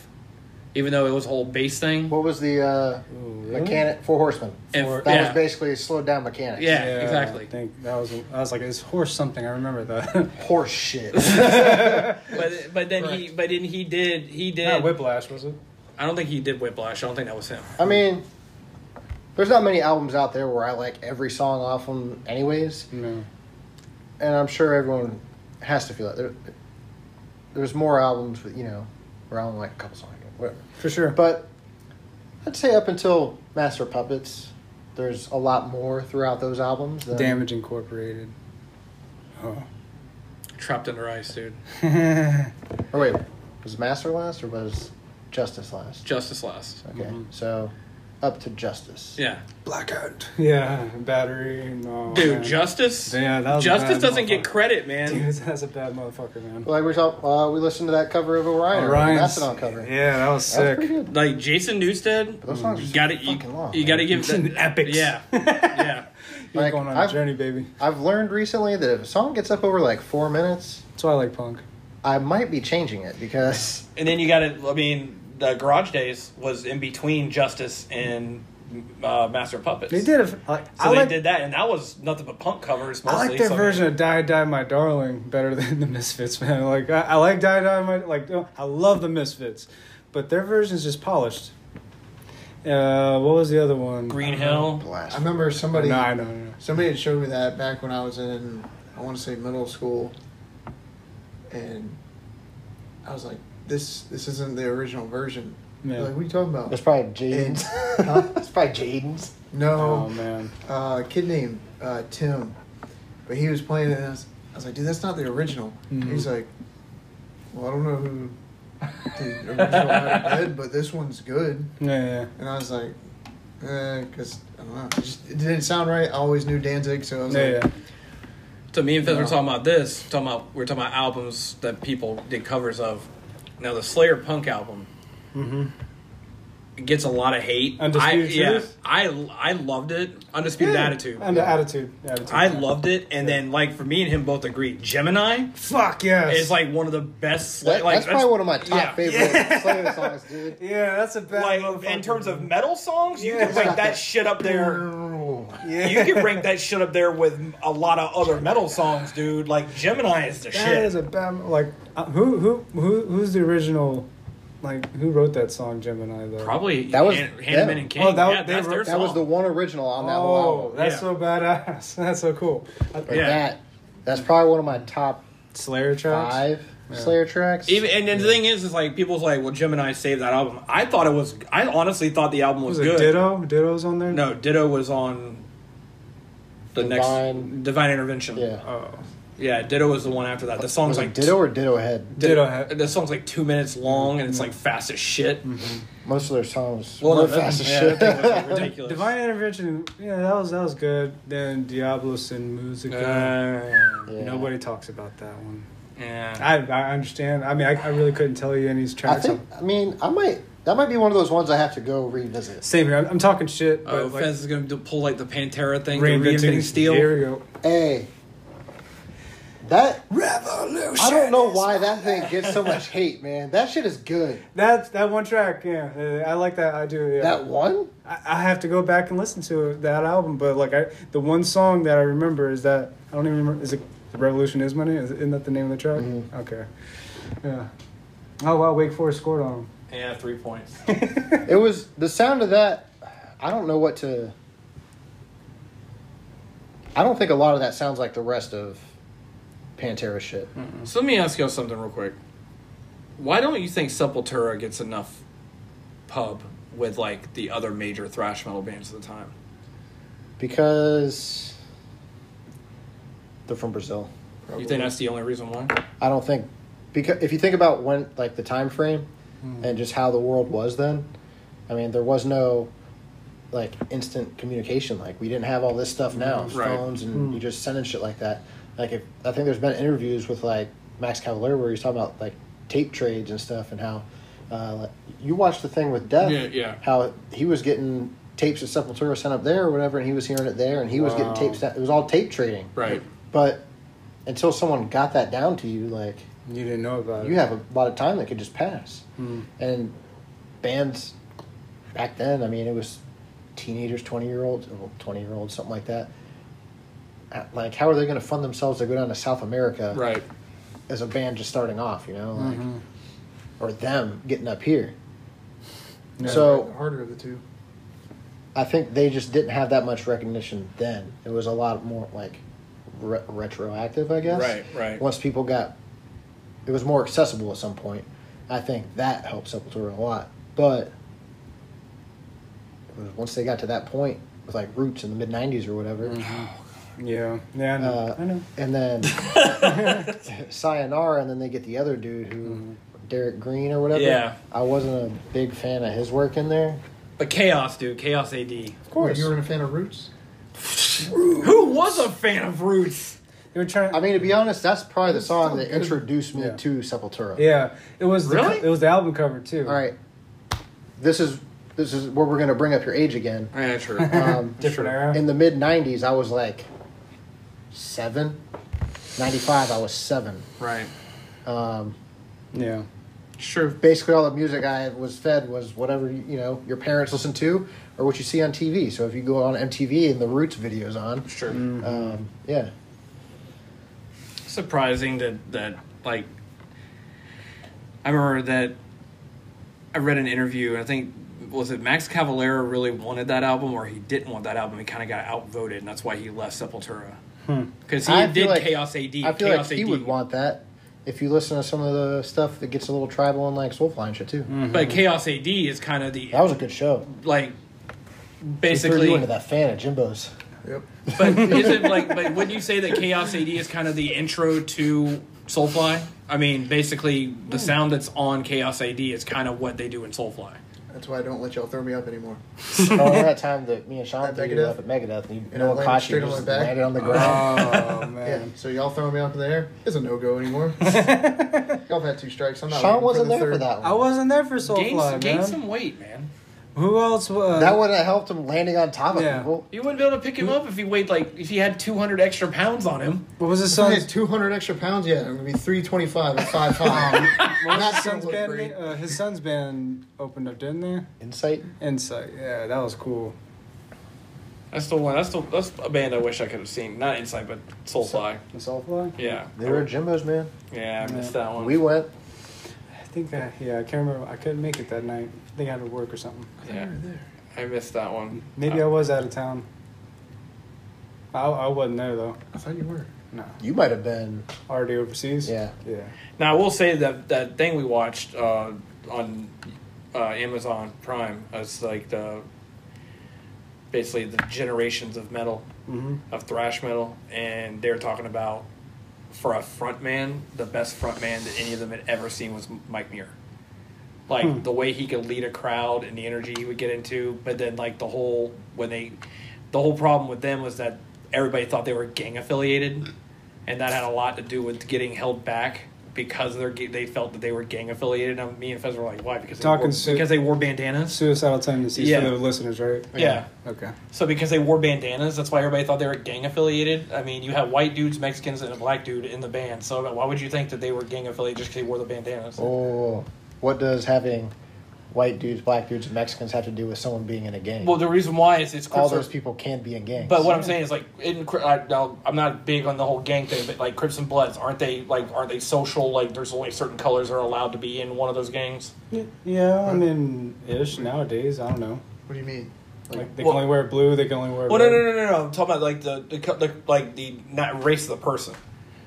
[SPEAKER 2] even though it was a whole bass thing.
[SPEAKER 1] What was the uh, mechanic? Four Horsemen.
[SPEAKER 2] And-
[SPEAKER 1] that
[SPEAKER 2] yeah.
[SPEAKER 1] was basically slowed down mechanics.
[SPEAKER 2] Yeah, exactly.
[SPEAKER 3] I think that was. I was like, it's horse something. I remember that.
[SPEAKER 1] Horse shit.
[SPEAKER 2] But but then he but then he did he
[SPEAKER 3] Not
[SPEAKER 2] did.
[SPEAKER 3] Whiplash, was it?
[SPEAKER 2] I don't think he did Whiplash. I don't think that was him.
[SPEAKER 1] I mean, there's not many albums out there where I like every song off them, anyways.
[SPEAKER 3] No.
[SPEAKER 1] And I'm sure everyone has to feel it. There, there's more albums, but you know, where I only like a couple songs, whatever.
[SPEAKER 3] For sure.
[SPEAKER 1] But I'd say up until Master of Puppets, there's a lot more throughout those albums. Than,
[SPEAKER 3] Damage Incorporated. Oh.
[SPEAKER 2] Trapped under ice, dude.
[SPEAKER 1] Or Oh, wait, was Master last or was Justice last?
[SPEAKER 2] Justice Last.
[SPEAKER 1] Okay, so up to Justice.
[SPEAKER 2] Mm-hmm. Yeah,
[SPEAKER 3] Blackout. Yeah. Battery. No.
[SPEAKER 2] dude.
[SPEAKER 3] Oh, man.
[SPEAKER 2] Justice.
[SPEAKER 3] Yeah, that was a
[SPEAKER 2] Justice
[SPEAKER 3] bad
[SPEAKER 2] doesn't get
[SPEAKER 3] motherfucker.
[SPEAKER 2] credit, man.
[SPEAKER 3] Dude, that's a bad motherfucker, man.
[SPEAKER 1] Like we talk, uh, we listened to that cover of Orion, or
[SPEAKER 3] Orion's-
[SPEAKER 1] Mastodon cover.
[SPEAKER 3] Yeah, that was
[SPEAKER 1] That's
[SPEAKER 3] sick.
[SPEAKER 1] pretty good.
[SPEAKER 2] Like Jason Newstead.
[SPEAKER 1] Those songs are
[SPEAKER 2] You Mm. got to you,
[SPEAKER 1] fucking long.
[SPEAKER 2] you got to give
[SPEAKER 3] It's an
[SPEAKER 2] that
[SPEAKER 3] epics.
[SPEAKER 2] Yeah, yeah.
[SPEAKER 3] You're
[SPEAKER 1] Like,
[SPEAKER 3] going on
[SPEAKER 1] I've-
[SPEAKER 3] a journey, baby.
[SPEAKER 1] I've learned recently that if a song gets up over like four minutes,
[SPEAKER 3] That's why I like punk.
[SPEAKER 1] I might be changing it because
[SPEAKER 2] And then you got to, I mean, the Garage Days was in between Justice and uh, Master of Puppets.
[SPEAKER 3] They did. A, f- like,
[SPEAKER 2] So
[SPEAKER 3] I
[SPEAKER 2] they
[SPEAKER 3] like,
[SPEAKER 2] did that, and that was nothing but punk covers.
[SPEAKER 3] I
[SPEAKER 2] Mostly,
[SPEAKER 3] like their
[SPEAKER 2] so-
[SPEAKER 3] version of "Die Die My Darling" better than the Misfits, man. Like I, I like "Die Die My" like oh, I love the Misfits, but their version is just polished. Uh, what was the other one?
[SPEAKER 2] Green Hill.
[SPEAKER 1] blast.
[SPEAKER 4] I remember
[SPEAKER 3] No,
[SPEAKER 4] somebody
[SPEAKER 3] I know. no, no.
[SPEAKER 4] somebody had showed me that back when I was in I want to say middle school, and I was like, this this isn't the original version.
[SPEAKER 3] Yeah.
[SPEAKER 4] Like, what are you talking
[SPEAKER 1] It's
[SPEAKER 4] about?
[SPEAKER 1] probably Jaden's.
[SPEAKER 4] Huh?
[SPEAKER 1] it's probably Jaden's.
[SPEAKER 3] Oh
[SPEAKER 4] No,
[SPEAKER 3] man,
[SPEAKER 4] uh, kid named uh, Tim, but he was playing it. And I, was, I was like, dude, that's not the original.
[SPEAKER 3] Mhm.
[SPEAKER 4] He's like, well, I don't know who the original actor did, but this one's good.
[SPEAKER 3] yeah, yeah.
[SPEAKER 4] And I was like, because I don't know, it, just, it didn't sound right. I always knew Danzig, so I was
[SPEAKER 3] yeah,
[SPEAKER 4] like,
[SPEAKER 3] yeah.
[SPEAKER 2] So me and Fizz were
[SPEAKER 4] No.
[SPEAKER 2] talking about this. Talking about we are talking about albums that people did covers of. Now the Slayer punk album
[SPEAKER 3] Mm-hmm.
[SPEAKER 2] it gets a lot of hate.
[SPEAKER 3] Undisputed
[SPEAKER 2] I, yeah,
[SPEAKER 3] Truth?
[SPEAKER 2] I I loved it. Undisputed Attitude.
[SPEAKER 3] and the attitude. attitude.
[SPEAKER 2] I loved it, and then like for me and him both agreed. Gemini
[SPEAKER 3] Fuck yes.
[SPEAKER 2] is like one of the best. Sla-
[SPEAKER 1] That-
[SPEAKER 2] like
[SPEAKER 1] that's probably one of my top
[SPEAKER 2] yeah.
[SPEAKER 1] favorite Slayer songs, dude.
[SPEAKER 3] yeah, that's a bad.
[SPEAKER 2] like
[SPEAKER 3] motherfucker,
[SPEAKER 2] in terms of
[SPEAKER 3] man.
[SPEAKER 2] metal songs, you
[SPEAKER 3] Yeah.
[SPEAKER 2] can rank that shit up there.
[SPEAKER 3] yeah.
[SPEAKER 2] You can rank that shit up there with a lot of other metal songs, dude. Like Gemini is the
[SPEAKER 3] That is
[SPEAKER 2] shit.
[SPEAKER 3] a bad like uh, who who who who's the original like who wrote that song Gemini though?
[SPEAKER 2] Probably
[SPEAKER 1] That was-
[SPEAKER 2] Han-
[SPEAKER 1] yeah.
[SPEAKER 2] Hanneman and King.
[SPEAKER 3] Oh, that-
[SPEAKER 2] yeah,
[SPEAKER 3] they
[SPEAKER 2] that's
[SPEAKER 3] wrote-
[SPEAKER 2] their
[SPEAKER 1] That
[SPEAKER 2] song.
[SPEAKER 1] was the one original on that whole
[SPEAKER 3] Oh,
[SPEAKER 1] album.
[SPEAKER 3] that's
[SPEAKER 2] Yeah.
[SPEAKER 3] so badass. That's so cool.
[SPEAKER 1] Like
[SPEAKER 2] yeah.
[SPEAKER 1] that. That's probably one of my top
[SPEAKER 3] Slayer tracks.
[SPEAKER 1] five Slayer tracks.
[SPEAKER 2] Even, and then the thing is, is like people's like, well, Gemini saved that album. I thought it was. I honestly thought the album was,
[SPEAKER 3] was it
[SPEAKER 2] good.
[SPEAKER 3] Ditto? Ditto's on there.
[SPEAKER 2] No, Ditto was on the
[SPEAKER 1] Divine-
[SPEAKER 2] next Divine Intervention.
[SPEAKER 1] yeah.
[SPEAKER 3] Oh,
[SPEAKER 2] yeah. Ditto was the one after that. The song's
[SPEAKER 1] was it
[SPEAKER 2] like
[SPEAKER 1] Ditto or Ditto Head?
[SPEAKER 3] Ditto
[SPEAKER 2] Ditto.
[SPEAKER 3] had-
[SPEAKER 2] The song's like two minutes long, and it's like fast as shit.
[SPEAKER 1] Most of their songs
[SPEAKER 2] Well,
[SPEAKER 1] were
[SPEAKER 2] that-
[SPEAKER 1] fast as
[SPEAKER 2] yeah,
[SPEAKER 1] shit.
[SPEAKER 2] that thing was, like, ridiculous.
[SPEAKER 3] Divine Intervention. Yeah, that was that was good. Then Diablos and Music.
[SPEAKER 2] Uh,
[SPEAKER 1] Yeah.
[SPEAKER 3] Nobody talks about that one.
[SPEAKER 2] yeah. Uh,
[SPEAKER 3] I I understand. I mean, I, I really couldn't tell you any
[SPEAKER 1] I
[SPEAKER 3] tracks.
[SPEAKER 1] think. I mean, I might That might be one of those ones I have to go revisit.
[SPEAKER 3] Same here. I'm, I'm talking shit.
[SPEAKER 2] Oh,
[SPEAKER 3] but, like,
[SPEAKER 2] Fez is going to pull like the Pantera thing,
[SPEAKER 3] Rain
[SPEAKER 2] the reinventing
[SPEAKER 3] Venting-
[SPEAKER 2] steel.
[SPEAKER 3] Here we go.
[SPEAKER 1] Hey, that
[SPEAKER 3] Revolution.
[SPEAKER 1] I don't know why that thing gets so much hate, man. That shit is good.
[SPEAKER 3] That's that one track. Yeah, uh, I like that. I do. Yeah.
[SPEAKER 1] That one?
[SPEAKER 3] I, I have to go back and listen to that album, but like I, the one song that I remember is that I don't even remember. Is it the Revolution is Money? Is, isn't that the name of the track? Okay. Yeah. Oh wow, Wake Forest scored on him.
[SPEAKER 2] Yeah, three points.
[SPEAKER 1] It was the sound of that. I don't know what to. I don't think a lot of that sounds like the rest of Pantera shit.
[SPEAKER 2] so let me ask y'all something real quick. Why don't you think Sepultura gets enough pub with like the other major thrash metal bands of the time?
[SPEAKER 1] Because they're from Brazil.
[SPEAKER 2] You think that's the only reason why?
[SPEAKER 1] I don't think because if you think about when like the time frame
[SPEAKER 2] Hmm.
[SPEAKER 1] and just how the world was then, I mean there was no like instant communication. Like we didn't have all this stuff now,
[SPEAKER 2] Mm-hmm. Right.
[SPEAKER 1] phones and you just sending shit like that. Like if I think there's been interviews with like Max Cavalier where he's talking about like tape trades and stuff and how uh, like, you watched the thing with Death,
[SPEAKER 2] Yeah, yeah.
[SPEAKER 1] how he was getting tapes of Sepultura sent up there or whatever, and he was hearing it there, and he was getting
[SPEAKER 3] Wow.
[SPEAKER 1] tapes. That, it was all tape trading,
[SPEAKER 2] Right.
[SPEAKER 1] but until someone got that down to you, like
[SPEAKER 3] You didn't know about it.
[SPEAKER 1] you have a lot of time that could just pass. And bands back then, I mean, it was teenagers, twenty year olds, twenty year olds, something like that. Uh, Like, how are they going to fund themselves to go down to South America
[SPEAKER 2] Right.
[SPEAKER 1] as a band just starting off? You know, like, or them getting up here.
[SPEAKER 3] Yeah.
[SPEAKER 1] so
[SPEAKER 4] harder of the two.
[SPEAKER 1] I think they just didn't have that much recognition then. It was a lot more like re- retroactive, I guess.
[SPEAKER 2] Right, right.
[SPEAKER 1] Once people got, it was more accessible at some point. I think that helped Sepultura a lot. But it was- once they got to that point with like Roots in the mid '90s or whatever,
[SPEAKER 3] Yeah. Yeah. I know.
[SPEAKER 1] uh,
[SPEAKER 3] I know.
[SPEAKER 1] and then Sayonara, and then they get the other dude who. Derek Green or whatever.
[SPEAKER 2] Yeah.
[SPEAKER 1] I wasn't a big fan of his work in there.
[SPEAKER 2] But Chaos, dude. Chaos AD.
[SPEAKER 1] Of
[SPEAKER 4] Well, you weren't a fan of Roots.
[SPEAKER 2] Who was a fan of Roots?
[SPEAKER 3] They were trying.
[SPEAKER 1] I mean, to be honest, that's probably the song that
[SPEAKER 4] good.
[SPEAKER 1] introduced me
[SPEAKER 3] Yeah.
[SPEAKER 1] to Sepultura.
[SPEAKER 3] yeah. It was. The, co-
[SPEAKER 2] Really?
[SPEAKER 3] It was the album cover too.
[SPEAKER 1] All right, this is this is where we're gonna bring up your age again.
[SPEAKER 2] Yeah, true.
[SPEAKER 1] Um,
[SPEAKER 3] Different era.
[SPEAKER 1] in the mid '90s, I was like seven. 95, I was seven.
[SPEAKER 2] right.
[SPEAKER 3] yeah.
[SPEAKER 2] Sure.
[SPEAKER 1] Basically, all the music I was fed was whatever you know your parents listened to or what you see on TV. So if you go on MTV and the Roots videos on,
[SPEAKER 2] Sure.
[SPEAKER 3] Mm-hmm.
[SPEAKER 1] um, yeah,
[SPEAKER 2] surprising that that like I remember that I read an interview and I think was it Max Cavalera really wanted that album or he didn't want that album? He kind of got outvoted and that's why he left Sepultura because he
[SPEAKER 1] Hmm. I feel
[SPEAKER 2] did
[SPEAKER 1] like-
[SPEAKER 2] Chaos AD.
[SPEAKER 1] I feel
[SPEAKER 2] Chaos
[SPEAKER 1] like he
[SPEAKER 2] AD.
[SPEAKER 1] would want that. If you listen to some of the stuff that gets a little tribal and like Soulfly and shit too,
[SPEAKER 3] Mm.
[SPEAKER 2] but Chaos AD is kind of the
[SPEAKER 1] that was a good show.
[SPEAKER 2] like
[SPEAKER 1] They threw you
[SPEAKER 2] basically.
[SPEAKER 1] into that fan at Jimbo's.
[SPEAKER 4] Yep.
[SPEAKER 2] But is it like? But wouldn't you say that Chaos AD is kind of the intro to Soulfly? I mean, basically, the sound that's on Chaos AD is kind of what they do in Soulfly.
[SPEAKER 4] That's why I don't let y'all throw me up anymore.
[SPEAKER 1] Remember that Oh, time that me and Sean
[SPEAKER 4] At
[SPEAKER 1] threw you
[SPEAKER 4] Megadeth?
[SPEAKER 1] up at Megadeth and you,
[SPEAKER 4] And
[SPEAKER 1] no
[SPEAKER 4] I
[SPEAKER 1] one
[SPEAKER 4] landed
[SPEAKER 1] caught you,
[SPEAKER 4] straight
[SPEAKER 1] you
[SPEAKER 4] on
[SPEAKER 1] just
[SPEAKER 4] my back? Uh,
[SPEAKER 1] landed on the ground.
[SPEAKER 3] Oh
[SPEAKER 4] Yeah.
[SPEAKER 3] man.
[SPEAKER 4] So y'all throwing me up in the air is a no go anymore. y'all have had two strikes. I'm not. waiting
[SPEAKER 1] Sean
[SPEAKER 4] for
[SPEAKER 1] wasn't
[SPEAKER 4] the
[SPEAKER 1] there for
[SPEAKER 4] third.
[SPEAKER 1] that one.
[SPEAKER 3] I wasn't there for
[SPEAKER 2] Gain,
[SPEAKER 3] Soulfly,
[SPEAKER 2] gain
[SPEAKER 3] man.
[SPEAKER 2] some weight, man.
[SPEAKER 3] Who else? Uh,
[SPEAKER 1] that would have helped him landing on top of
[SPEAKER 3] Yeah.
[SPEAKER 1] people.
[SPEAKER 2] You wouldn't be able to pick him up if he weighed like if he had two hundred extra pounds on him.
[SPEAKER 3] What was the
[SPEAKER 4] If I
[SPEAKER 3] song?
[SPEAKER 4] had 200 extra pounds yet. I'm gonna be 325 at five five. That's gonna
[SPEAKER 3] son's
[SPEAKER 4] look
[SPEAKER 3] band,
[SPEAKER 4] great.
[SPEAKER 3] uh, his son's band opened up, didn't they?
[SPEAKER 1] Insight.
[SPEAKER 3] Insight. Yeah, that was cool.
[SPEAKER 2] That's the one. That's the that's a band I wish I could have seen. Not Insight, but Soulfly.
[SPEAKER 3] The Soulfly.
[SPEAKER 2] Yeah,
[SPEAKER 1] They were at Jimbo's, man.
[SPEAKER 2] yeah, I missed that one.
[SPEAKER 1] We went.
[SPEAKER 3] I think. I, yeah, I can't remember. I couldn't make it that night. I think I had to work or something.
[SPEAKER 2] yeah, I missed that one.
[SPEAKER 3] Maybe I was out of town. I, I wasn't there though.
[SPEAKER 4] I thought you were.
[SPEAKER 3] No,
[SPEAKER 1] You might have been.
[SPEAKER 3] already overseas.
[SPEAKER 1] Yeah.
[SPEAKER 3] Yeah.
[SPEAKER 2] Now I will say that that thing we watched uh, on uh, Amazon Prime is like the basically the generations of metal
[SPEAKER 3] Mm-hmm.
[SPEAKER 2] of thrash metal, and they're talking about for a front man, the best front man that any of them had ever seen was Mike Muir. Like the way he could lead a crowd and the energy he would get into, but then like the whole when they, the whole problem with them was that everybody thought they were gang affiliated, and that had a lot to do with getting held back because they're ga- they felt that they were gang affiliated. And me and Fez were like, why? Because they
[SPEAKER 3] Talking
[SPEAKER 2] wore,
[SPEAKER 3] su-
[SPEAKER 2] because they wore bandanas.
[SPEAKER 3] Suicidal tendencies
[SPEAKER 2] Yeah.
[SPEAKER 3] for the listeners, right?
[SPEAKER 2] Yeah.
[SPEAKER 3] Okay.
[SPEAKER 2] So because they wore bandanas, that's why everybody thought they were gang affiliated. I mean, you had white dudes, Mexicans, and a black dude in the band. So why would you think that they were gang affiliated just because they wore the bandanas?
[SPEAKER 1] Oh, what does having white dudes, black dudes, and Mexicans have to do with someone being in a gang?
[SPEAKER 2] Well, the reason why is it's
[SPEAKER 1] all
[SPEAKER 2] Crips
[SPEAKER 1] those
[SPEAKER 2] are-
[SPEAKER 1] people can be in gangs.
[SPEAKER 2] But what I'm saying is like, in, Cri- I, now, I'm not big on the whole gang thing, but like Crips and Bloods, aren't they like are they social? Like, there's only certain colors are allowed to be in one of those gangs.
[SPEAKER 3] Y- Yeah, I mean, ish nowadays. I don't know.
[SPEAKER 4] What do you mean?
[SPEAKER 3] Like they
[SPEAKER 2] Well-
[SPEAKER 3] can only wear blue. They can only wear.
[SPEAKER 2] Well, no,
[SPEAKER 3] red.
[SPEAKER 2] no, no, no, no. I'm talking about like the, the, co- the like the not race of the person.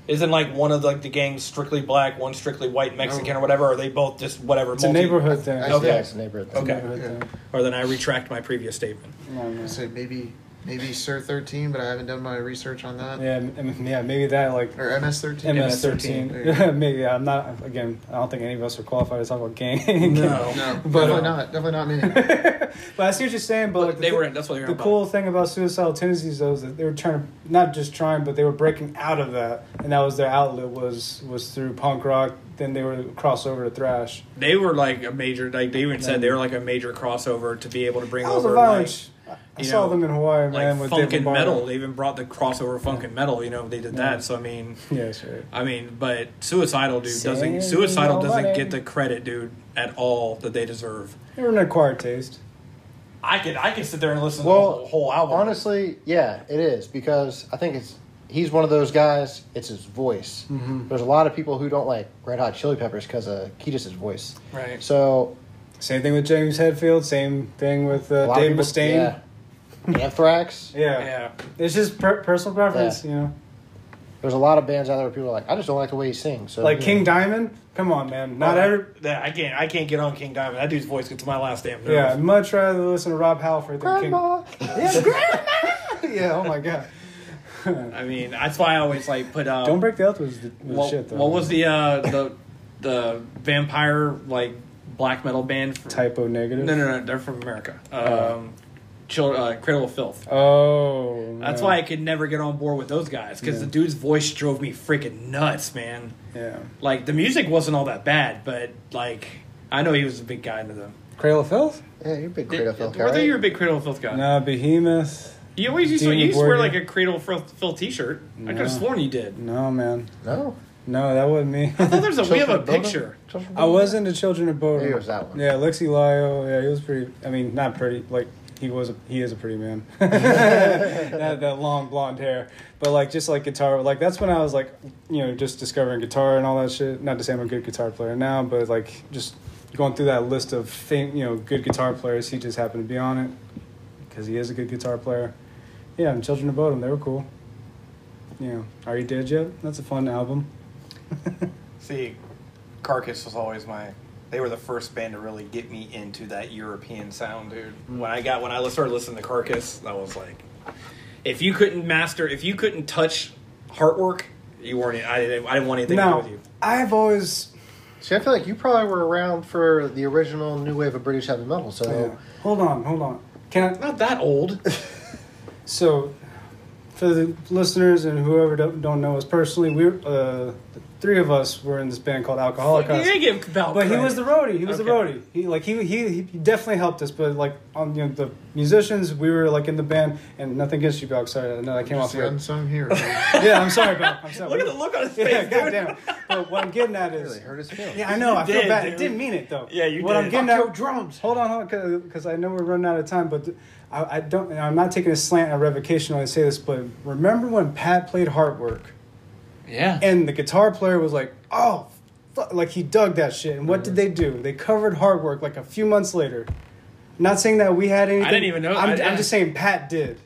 [SPEAKER 2] Isn't like one of like the gangs strictly black, one strictly white Mexican or whatever? Or are they both just whatever?
[SPEAKER 3] It's a neighborhood thing.
[SPEAKER 1] Yeah,
[SPEAKER 2] Okay.
[SPEAKER 1] it's a neighborhood thing.
[SPEAKER 2] Okay.
[SPEAKER 3] Neighborhood
[SPEAKER 2] Or then I retract my previous statement.
[SPEAKER 3] thing. No, no.
[SPEAKER 4] I said maybe maybe Sir thirteen, but I haven't done my research on that.
[SPEAKER 3] Yeah, m- m- yeah, maybe that like
[SPEAKER 4] Or MS thirteen.
[SPEAKER 3] MS thirteen. maybe I'm not. Again, I don't think any of us are qualified to talk about gang.
[SPEAKER 2] No.
[SPEAKER 4] No,
[SPEAKER 3] But,
[SPEAKER 4] definitely
[SPEAKER 3] uh,
[SPEAKER 4] not. Definitely not me.
[SPEAKER 3] but I see what you're saying. But, like,
[SPEAKER 2] But
[SPEAKER 3] the
[SPEAKER 2] they
[SPEAKER 3] thi-
[SPEAKER 2] were in. That's what they were
[SPEAKER 3] The
[SPEAKER 2] about.
[SPEAKER 3] cool thing about suicidal tendencies, though, is that they were trying to not just trying, but they were breaking out of that, and that was their outlet was was through punk rock. Then they were cross over to thrash.
[SPEAKER 2] They were like a major. Like they even said they were like a major crossover to be able to bring
[SPEAKER 3] That was a
[SPEAKER 2] over
[SPEAKER 3] violent.
[SPEAKER 2] like,
[SPEAKER 3] sh- I- I
[SPEAKER 2] you
[SPEAKER 3] saw
[SPEAKER 2] know,
[SPEAKER 3] them in Hawaii, man.
[SPEAKER 2] like
[SPEAKER 3] with
[SPEAKER 2] funk
[SPEAKER 3] David
[SPEAKER 2] and
[SPEAKER 3] Barra.
[SPEAKER 2] metal. They even brought the crossover funk and metal. You know, they did
[SPEAKER 3] Yeah.
[SPEAKER 2] that. So I mean,
[SPEAKER 3] Yeah, that's right.
[SPEAKER 2] I mean, but suicidal dude
[SPEAKER 3] Say
[SPEAKER 2] doesn't. Suicidal
[SPEAKER 3] no
[SPEAKER 2] doesn't
[SPEAKER 3] money.
[SPEAKER 2] get the credit, dude, at all that they deserve.
[SPEAKER 3] They were an acquired taste.
[SPEAKER 2] I could I could sit there and listen
[SPEAKER 1] Well,
[SPEAKER 2] to the whole, whole album.
[SPEAKER 1] Honestly, yeah, it is because I think it's he's one of those guys. It's his voice. There's a lot of people who don't like Red Hot Chili Peppers uh, because of Kiedis's voice.
[SPEAKER 2] right?
[SPEAKER 1] So
[SPEAKER 3] Same thing with James Hetfield. Same thing with
[SPEAKER 1] a
[SPEAKER 3] uh,
[SPEAKER 1] lot of
[SPEAKER 3] Dave
[SPEAKER 1] people,
[SPEAKER 3] Mustaine.
[SPEAKER 1] yeah. Anthrax.
[SPEAKER 2] Yeah.
[SPEAKER 3] It's just per- personal preference, you know.
[SPEAKER 1] There's a lot of bands out there. Where people are like, I just don't like the way he sings. So
[SPEAKER 3] Like
[SPEAKER 1] you
[SPEAKER 3] King
[SPEAKER 1] know.
[SPEAKER 3] Diamond, come on, man. Not
[SPEAKER 2] Not
[SPEAKER 3] every.
[SPEAKER 2] ever. That, I can't. I can't get on King Diamond. That dude's voice gets my last damn nerve.
[SPEAKER 3] Yeah, I'd much rather listen to Rob Halford than
[SPEAKER 1] Grandma.
[SPEAKER 3] King. Yeah, grandma. yeah, oh my god.
[SPEAKER 2] I mean, that's why I always like put. Um,
[SPEAKER 3] Don't break the oath was, the, was
[SPEAKER 2] what,
[SPEAKER 3] shit though.
[SPEAKER 2] what was the uh, the the vampire like black metal band? From,
[SPEAKER 3] typo negative?
[SPEAKER 2] No, no, no. They're from America.
[SPEAKER 1] Oh.
[SPEAKER 2] Um, Chil- uh, Cradle of Filth.
[SPEAKER 3] Oh,
[SPEAKER 2] That's
[SPEAKER 3] no.
[SPEAKER 2] why I could never get on board with those guys because
[SPEAKER 3] Yeah.
[SPEAKER 2] the dude's voice drove me freaking nuts, man.
[SPEAKER 3] Yeah,
[SPEAKER 2] Like the music wasn't all that bad, but like I know he was a big guy into them.
[SPEAKER 3] Cradle of Filth.
[SPEAKER 1] Yeah, you're a big
[SPEAKER 2] Did-
[SPEAKER 1] Cradle Filth guy.
[SPEAKER 2] Whether
[SPEAKER 1] right?
[SPEAKER 2] you're a big Cradle of Filth guy,
[SPEAKER 3] No, Behemoth.
[SPEAKER 2] you always used to,
[SPEAKER 3] Dean
[SPEAKER 2] you used to wear
[SPEAKER 3] Gordon.
[SPEAKER 2] like a Cradle of Filth, Filth T-shirt. I could
[SPEAKER 3] No.
[SPEAKER 2] have sworn you did.
[SPEAKER 3] No, man.
[SPEAKER 1] no.
[SPEAKER 3] No, that wasn't me.
[SPEAKER 2] I thought there's a we have
[SPEAKER 1] Children
[SPEAKER 2] a
[SPEAKER 1] of Bodom?
[SPEAKER 2] picture.
[SPEAKER 1] Children of
[SPEAKER 3] I
[SPEAKER 1] Bodom?
[SPEAKER 3] was into Children of Bodom.
[SPEAKER 1] Maybe it was that one.
[SPEAKER 3] Yeah, Lexi Lyle. Yeah, he was pretty. I mean, not pretty. Like he was. A, he is a pretty man. that, that long blonde hair, but like just like guitar. Like that's when I was like, you know, just discovering guitar and all that shit. Not to say I'm a good guitar player now, but like just going through that list of fam- you know good guitar players. He just happened to be on it because he is a good guitar player. Yeah, and Children of Bodom. They were cool. Yeah, are you dead yet? That's a fun album.
[SPEAKER 2] See, Carcass was always my. They were the first band to really get me into that European sound, dude. When I got when I started listening to Carcass, I was like, if you couldn't master, if you couldn't touch heartwork, you weren't. I didn't. I didn't want anything to do
[SPEAKER 3] Now,
[SPEAKER 2] with you.
[SPEAKER 3] I've always
[SPEAKER 1] See, I feel like you probably were around for the original new wave of British heavy metal. So
[SPEAKER 3] Yeah. Hold on, hold on. Can I?
[SPEAKER 2] Not that old.
[SPEAKER 3] So, for the listeners and whoever don't, don't know us personally, we are uh, the three of us were in this band called Alcoholic.
[SPEAKER 2] you didn't
[SPEAKER 3] Husband.
[SPEAKER 2] give Val
[SPEAKER 3] Oh, But he
[SPEAKER 2] credit.
[SPEAKER 3] was the roadie. He was the
[SPEAKER 2] Okay.
[SPEAKER 3] roadie. He like he, he he definitely helped us. But like on you know, the musicians, we were like in the band, and nothing against you, Belk. Sorry, I know that came
[SPEAKER 4] Just
[SPEAKER 3] off
[SPEAKER 4] the
[SPEAKER 3] weird.
[SPEAKER 4] unsung hero.
[SPEAKER 3] yeah, I'm sorry, Belk. I'm sorry.
[SPEAKER 2] Look at the look on his face.
[SPEAKER 3] Yeah,
[SPEAKER 2] dude.
[SPEAKER 3] goddamn. But what I'm getting at is,
[SPEAKER 1] really hurt his feelings.
[SPEAKER 3] yeah, I know. I
[SPEAKER 2] You
[SPEAKER 3] feel
[SPEAKER 2] did,
[SPEAKER 3] bad. I
[SPEAKER 2] dude.
[SPEAKER 3] didn't mean it though.
[SPEAKER 2] Yeah, you
[SPEAKER 3] What I'm
[SPEAKER 2] did.
[SPEAKER 3] getting
[SPEAKER 2] Fuck
[SPEAKER 3] at,
[SPEAKER 2] your drums.
[SPEAKER 3] Hold on, hold on, because I know we're running out of time. But th- I, I don't. and I'm not taking a slant or revocation when I say this, but remember when Pat played Heart Work
[SPEAKER 7] Yeah.
[SPEAKER 3] and the guitar player was like, "Oh, fu-, like he dug that shit." And what did they do? They covered Heart Work like a few months later. Not saying that we had anything.
[SPEAKER 7] even know-
[SPEAKER 3] I'm,
[SPEAKER 7] I-
[SPEAKER 3] am
[SPEAKER 7] yeah.
[SPEAKER 3] just saying Pat did.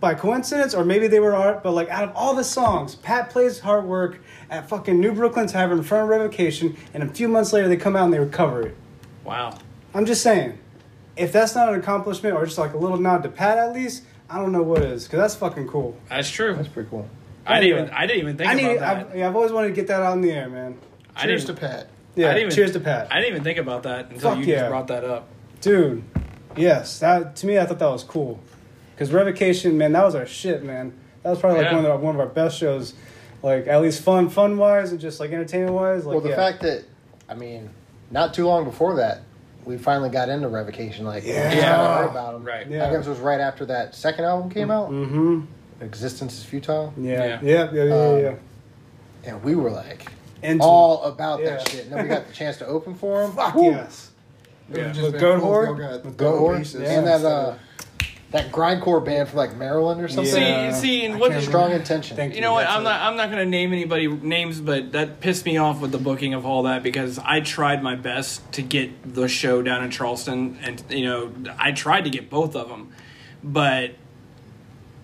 [SPEAKER 3] By coincidence, or maybe they were art, but like out of all the songs, Pat plays Heart Work at fucking New Brooklyn Tavern in front of Revocation, and a few months later they come out and they recover it.
[SPEAKER 7] Wow.
[SPEAKER 3] I'm just saying, if that's not an accomplishment or just like a little nod to Pat at least, I don't know what is because that's fucking cool.
[SPEAKER 7] That's true.
[SPEAKER 1] that's pretty cool.
[SPEAKER 7] I didn't even I didn't even think
[SPEAKER 3] I need.
[SPEAKER 7] about
[SPEAKER 3] I've,
[SPEAKER 7] that.
[SPEAKER 3] yeah, I've always wanted to get that out in the air, man.
[SPEAKER 7] I
[SPEAKER 4] Cheers to
[SPEAKER 7] didn't-
[SPEAKER 4] Pat.
[SPEAKER 3] Yeah.
[SPEAKER 7] I didn't even-
[SPEAKER 3] cheers to Pat,
[SPEAKER 7] I didn't even think about that until
[SPEAKER 3] Fuck
[SPEAKER 7] you
[SPEAKER 3] yeah.
[SPEAKER 7] just brought that up.
[SPEAKER 3] dude. Yes, that to me, I thought that was cool because Revocation, man, that was our shit, man. That was probably like
[SPEAKER 7] Yeah.
[SPEAKER 3] one of our, one of our best shows. Like at least fun, fun wise, and just like entertainment wise. Like
[SPEAKER 1] well, the
[SPEAKER 3] yeah.
[SPEAKER 1] fact that, I mean, not too long before that, we finally got into Revocation. Like, we just
[SPEAKER 3] Yeah.
[SPEAKER 1] haven't heard about 'em.
[SPEAKER 2] Right.
[SPEAKER 3] Yeah.
[SPEAKER 1] I guess it was right after that second album came out,
[SPEAKER 3] Mm-hmm.
[SPEAKER 1] Existence is Futile.
[SPEAKER 3] Yeah.
[SPEAKER 2] Yeah.
[SPEAKER 3] Yeah. Yeah. Yeah. Yeah.
[SPEAKER 1] Um,
[SPEAKER 3] yeah.
[SPEAKER 1] And we were like,
[SPEAKER 3] Into
[SPEAKER 1] all about
[SPEAKER 3] Yeah.
[SPEAKER 1] that shit. And then we got the chance to open for him.
[SPEAKER 3] Fuck yes.
[SPEAKER 4] It
[SPEAKER 2] Yeah.
[SPEAKER 4] would
[SPEAKER 3] With Goat
[SPEAKER 4] been full of
[SPEAKER 3] Horde?
[SPEAKER 4] Goat-
[SPEAKER 3] With
[SPEAKER 1] Go
[SPEAKER 4] Goat
[SPEAKER 1] Horse.
[SPEAKER 4] pieces
[SPEAKER 1] And that,
[SPEAKER 4] instead
[SPEAKER 1] uh,
[SPEAKER 4] of-
[SPEAKER 1] that grindcore band from like Maryland or something.
[SPEAKER 3] Yeah.
[SPEAKER 2] See, see,
[SPEAKER 3] I
[SPEAKER 2] and what
[SPEAKER 3] can't
[SPEAKER 1] Strong intention.
[SPEAKER 3] Thank
[SPEAKER 2] You know what?
[SPEAKER 3] That's
[SPEAKER 2] I'm
[SPEAKER 3] it.
[SPEAKER 2] not. I'm not going to name anybody names, but that pissed me off with the booking of all that because I tried my best to get the show down in Charleston, and you know, I tried to get both of them, but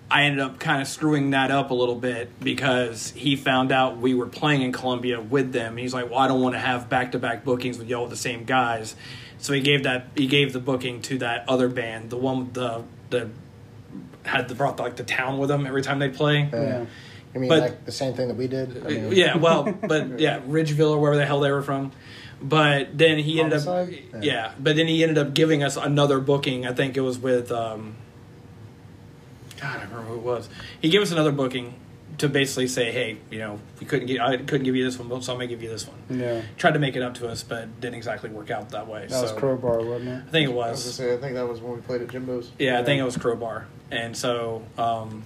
[SPEAKER 2] I ended up kind of screwing that up a little bit because he found out we were playing in Columbia with them. He's like, "Well, I don't want to have back-to-back bookings with y'all with the same guys," so he gave that he gave the booking to that other band, the one with the the had the brought like the town with them every time they play.
[SPEAKER 1] Yeah. Uh, I mean,
[SPEAKER 2] But-
[SPEAKER 1] like the same thing that we did. I mean,
[SPEAKER 2] Uh, Yeah, well, but yeah, Ridgeville or wherever the hell they were from. But then he ended up,
[SPEAKER 1] Homicide?
[SPEAKER 2] yeah. But then he ended up giving us another booking. I think it was with, um, God, I remember who it was. He gave us another booking to basically say, hey, you know, we couldn't get, I couldn't give you this one, but so I'm gonna give you this one.
[SPEAKER 3] Yeah.
[SPEAKER 2] Tried to make it up to us, but didn't exactly work out that way.
[SPEAKER 3] That
[SPEAKER 2] so
[SPEAKER 3] was crowbar, wasn't it?
[SPEAKER 2] I think it
[SPEAKER 4] I was gonna
[SPEAKER 2] was.
[SPEAKER 4] say, I think that was when we played at Jimbo's.
[SPEAKER 2] Yeah, I think it was Crowbar. And so, um,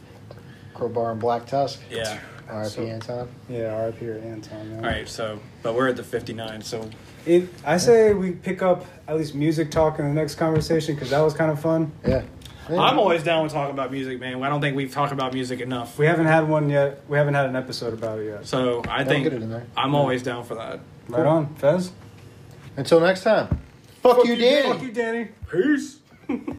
[SPEAKER 1] Crowbar and Black Tusk.
[SPEAKER 2] yeah.
[SPEAKER 1] R.I.P.
[SPEAKER 3] So-
[SPEAKER 1] Anton.
[SPEAKER 3] Yeah. R.I.P. or Anton. Yeah.
[SPEAKER 2] All right. So, but we're at the 59. So
[SPEAKER 3] It, I say we pick up at least music talk in the next conversation because that was kind of fun.
[SPEAKER 1] Yeah.
[SPEAKER 2] I'm always down with talking about music, man. I don't think we've talked about music enough.
[SPEAKER 3] We haven't had one yet. We haven't had an episode about it yet.
[SPEAKER 2] So I
[SPEAKER 1] I'll
[SPEAKER 2] think
[SPEAKER 1] get it in there.
[SPEAKER 2] I'm always down for that.
[SPEAKER 3] Right on, Fez.
[SPEAKER 1] Until next time. Fuck, you, Danny.
[SPEAKER 3] Fuck you, Danny.
[SPEAKER 2] Peace.